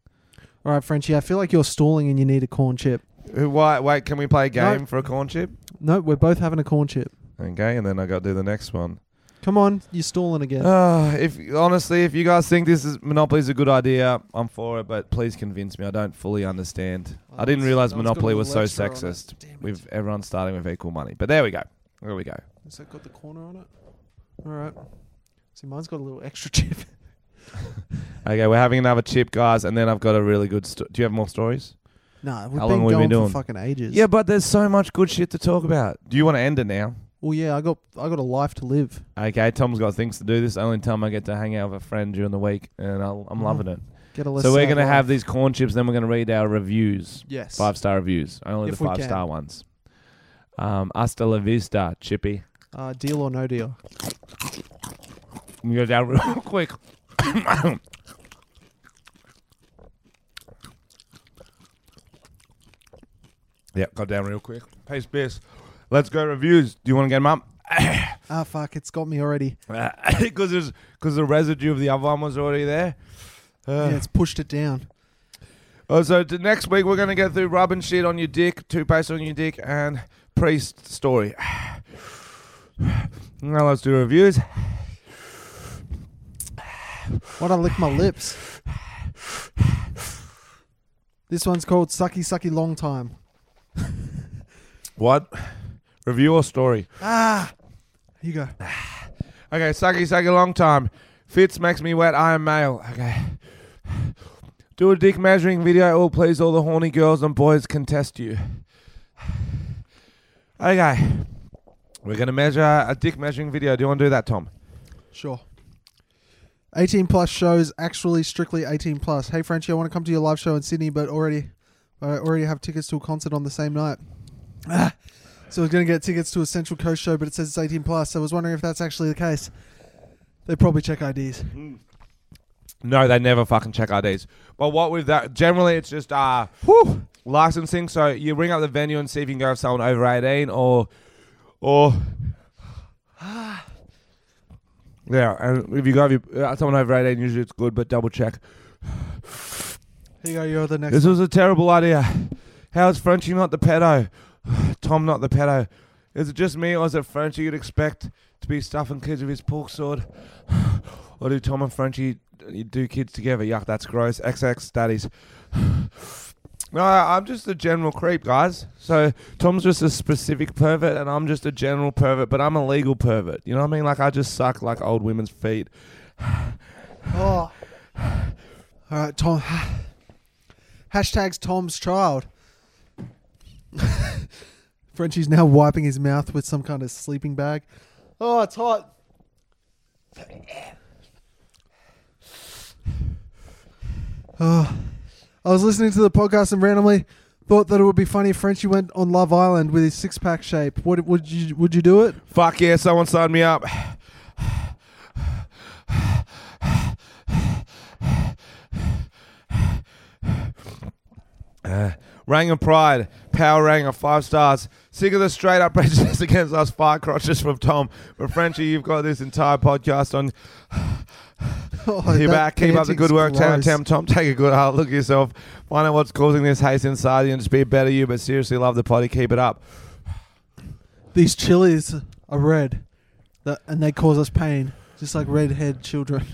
Speaker 1: All right, Frenchie, I feel like you're stalling and you need a corn chip.
Speaker 2: Who? Why? Wait. Can we play a
Speaker 1: No.
Speaker 2: game for a corn chip?
Speaker 1: No, we're both having a corn chip.
Speaker 2: Okay, and then I got to do the next one.
Speaker 1: Come on, you're stalling again.
Speaker 2: Uh, if honestly, if you guys think this is Monopoly is a good idea, I'm for it. But please convince me. I don't fully understand.
Speaker 1: Oh,
Speaker 2: I didn't
Speaker 1: that's-
Speaker 2: realize
Speaker 1: that one's got a
Speaker 2: Monopoly
Speaker 1: little
Speaker 2: was so
Speaker 1: extra on it.
Speaker 2: sexist.
Speaker 1: Damn it.
Speaker 2: With everyone starting with equal money. But there we go. There we go.
Speaker 1: Has that got the corner on it? All right. See, mine's got a little extra *laughs* chip.
Speaker 2: Okay, we're having another chip, guys, and then I've got a really good. Sto- Do you have more stories?
Speaker 1: nah, we've
Speaker 2: How
Speaker 1: been
Speaker 2: long we
Speaker 1: going
Speaker 2: been
Speaker 1: for
Speaker 2: doing?
Speaker 1: fucking ages.
Speaker 2: Yeah, but there's so much good shit to talk about. Do you want to end it now?
Speaker 1: Well, yeah, I got I got a life to live.
Speaker 2: Okay, Tom's got things to do. This is the only time I get to hang out with a friend during the week, and I'll, I'm
Speaker 1: Mhm.
Speaker 2: loving it.
Speaker 1: Get a less
Speaker 2: so we're
Speaker 1: sad
Speaker 2: gonna have
Speaker 1: life.
Speaker 2: these corn chips, then we're gonna read our reviews.
Speaker 1: yes
Speaker 2: Five star reviews. Only
Speaker 1: If
Speaker 2: the
Speaker 1: we
Speaker 2: five
Speaker 1: can.
Speaker 2: star ones. Um, hasta la vista, Chippy.
Speaker 1: Uh, deal or no deal.
Speaker 2: We go down real *coughs* quick. yeah, go down real quick. Pace piss. Let's go reviews. Do you want to get them up? *coughs*
Speaker 1: Ah, fuck, it's got me already.
Speaker 2: Because the residue of the other one was already there. Uh,
Speaker 1: Yeah, it's pushed it down.
Speaker 2: Oh, so t- next week we're gonna get through rubbing shit on your dick, toothpaste on your dick, and priest story. *sighs* now let's do reviews.
Speaker 1: Why'd I lick my lips? This one's called Sucky Sucky Long Time.
Speaker 2: What? Review or story?
Speaker 1: Ah! Here you go.
Speaker 2: Okay, sucky sucky long time. Fitz makes me wet. I am male. Okay. Do a dick measuring video. It will please all the horny girls and boys contest you. *sighs* Okay. We're gonna measure a dick measuring video. Do you want to do that, Tom?
Speaker 1: Sure. 18 plus shows, actually strictly 18 plus. Hey, Frenchie, I want to come to your live show in Sydney, but already I already have tickets to a concert on the same night. Ah. So I was going to get tickets to a Central Coast show, but it says it's 18 plus. So I was wondering if that's actually the case. They probably check IDs.
Speaker 2: No, they never fucking check IDs. But what with that, generally it's just uh, licensing. So you ring up the venue and see if you can go with someone over 18 or, or, *sighs* yeah. And if you go with your- uh, someone over 18, usually it's good, but double check.
Speaker 1: Here you go, you're the next.
Speaker 2: This was a terrible idea. How is Frenchie not the pedo? *sighs* Tom not the pedo. Is it just me or is it Frenchie you'd expect to be stuffing kids with his pork sword? *sighs* or do Tom and Frenchie d- do kids together? Yuck, that's gross. XX daddies. *sighs* No, I'm just a general creep, guys. So Tom's just a specific pervert, and I'm just a general pervert, but I'm a legal pervert. You know what I mean? Like I just suck like old women's feet.
Speaker 1: Oh. *sighs* All right, Tom. *sighs* Hashtags Tom's child. *laughs* Frenchie's now wiping his mouth with some kind of sleeping bag. Oh, it's hot. *sighs* Oh. I was listening to the podcast and randomly thought that it would be funny if Frenchie went on Love Island with his six pack shape. Would would you would you do it? *laughs*
Speaker 2: Fuck yeah, someone signed me up. Uh, Rang of Pride, Power Ranger, five stars. Sick of the straight up *laughs* prejudice against us far crotches from Tom. But Frenchie, you've got this entire podcast on
Speaker 1: Oh,
Speaker 2: you
Speaker 1: that
Speaker 2: back. Keep up the good
Speaker 1: panting's
Speaker 2: work, Tam.
Speaker 1: gross.
Speaker 2: Tam, Tom, take a good hard look at yourself. Find out what's causing this haste inside you and just be a better you. But seriously, love the potty. Keep it up.
Speaker 1: These chilies are red, that, and they cause us pain, just like redhead
Speaker 2: *laughs*
Speaker 1: children.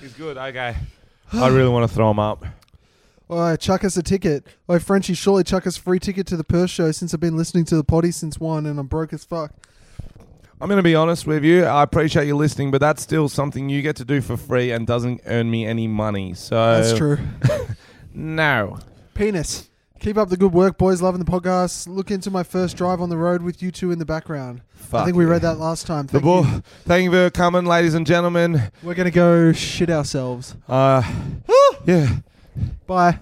Speaker 2: He's good. Okay. I really want to throw him up.
Speaker 1: All right, chuck us a ticket. Oh, Frenchie, surely chuck us a free ticket to the Perth show since I've been listening to the potty since one and I'm broke as fuck.
Speaker 2: I'm going to be honest with you. I appreciate you listening, but that's still something you get to do for free and doesn't earn me any money. So
Speaker 1: That's true.
Speaker 2: No.
Speaker 1: *laughs* Penis. Keep up the good work, boys. Loving the podcast. Look into my first drive on the road with you two in the background.
Speaker 2: Fuck
Speaker 1: I think we
Speaker 2: yeah.
Speaker 1: read that last time.
Speaker 2: The
Speaker 1: Thank
Speaker 2: ball.
Speaker 1: you.
Speaker 2: Thank you for coming, ladies and gentlemen.
Speaker 1: We're going to go shit ourselves.
Speaker 2: Uh, yeah.
Speaker 1: Bye.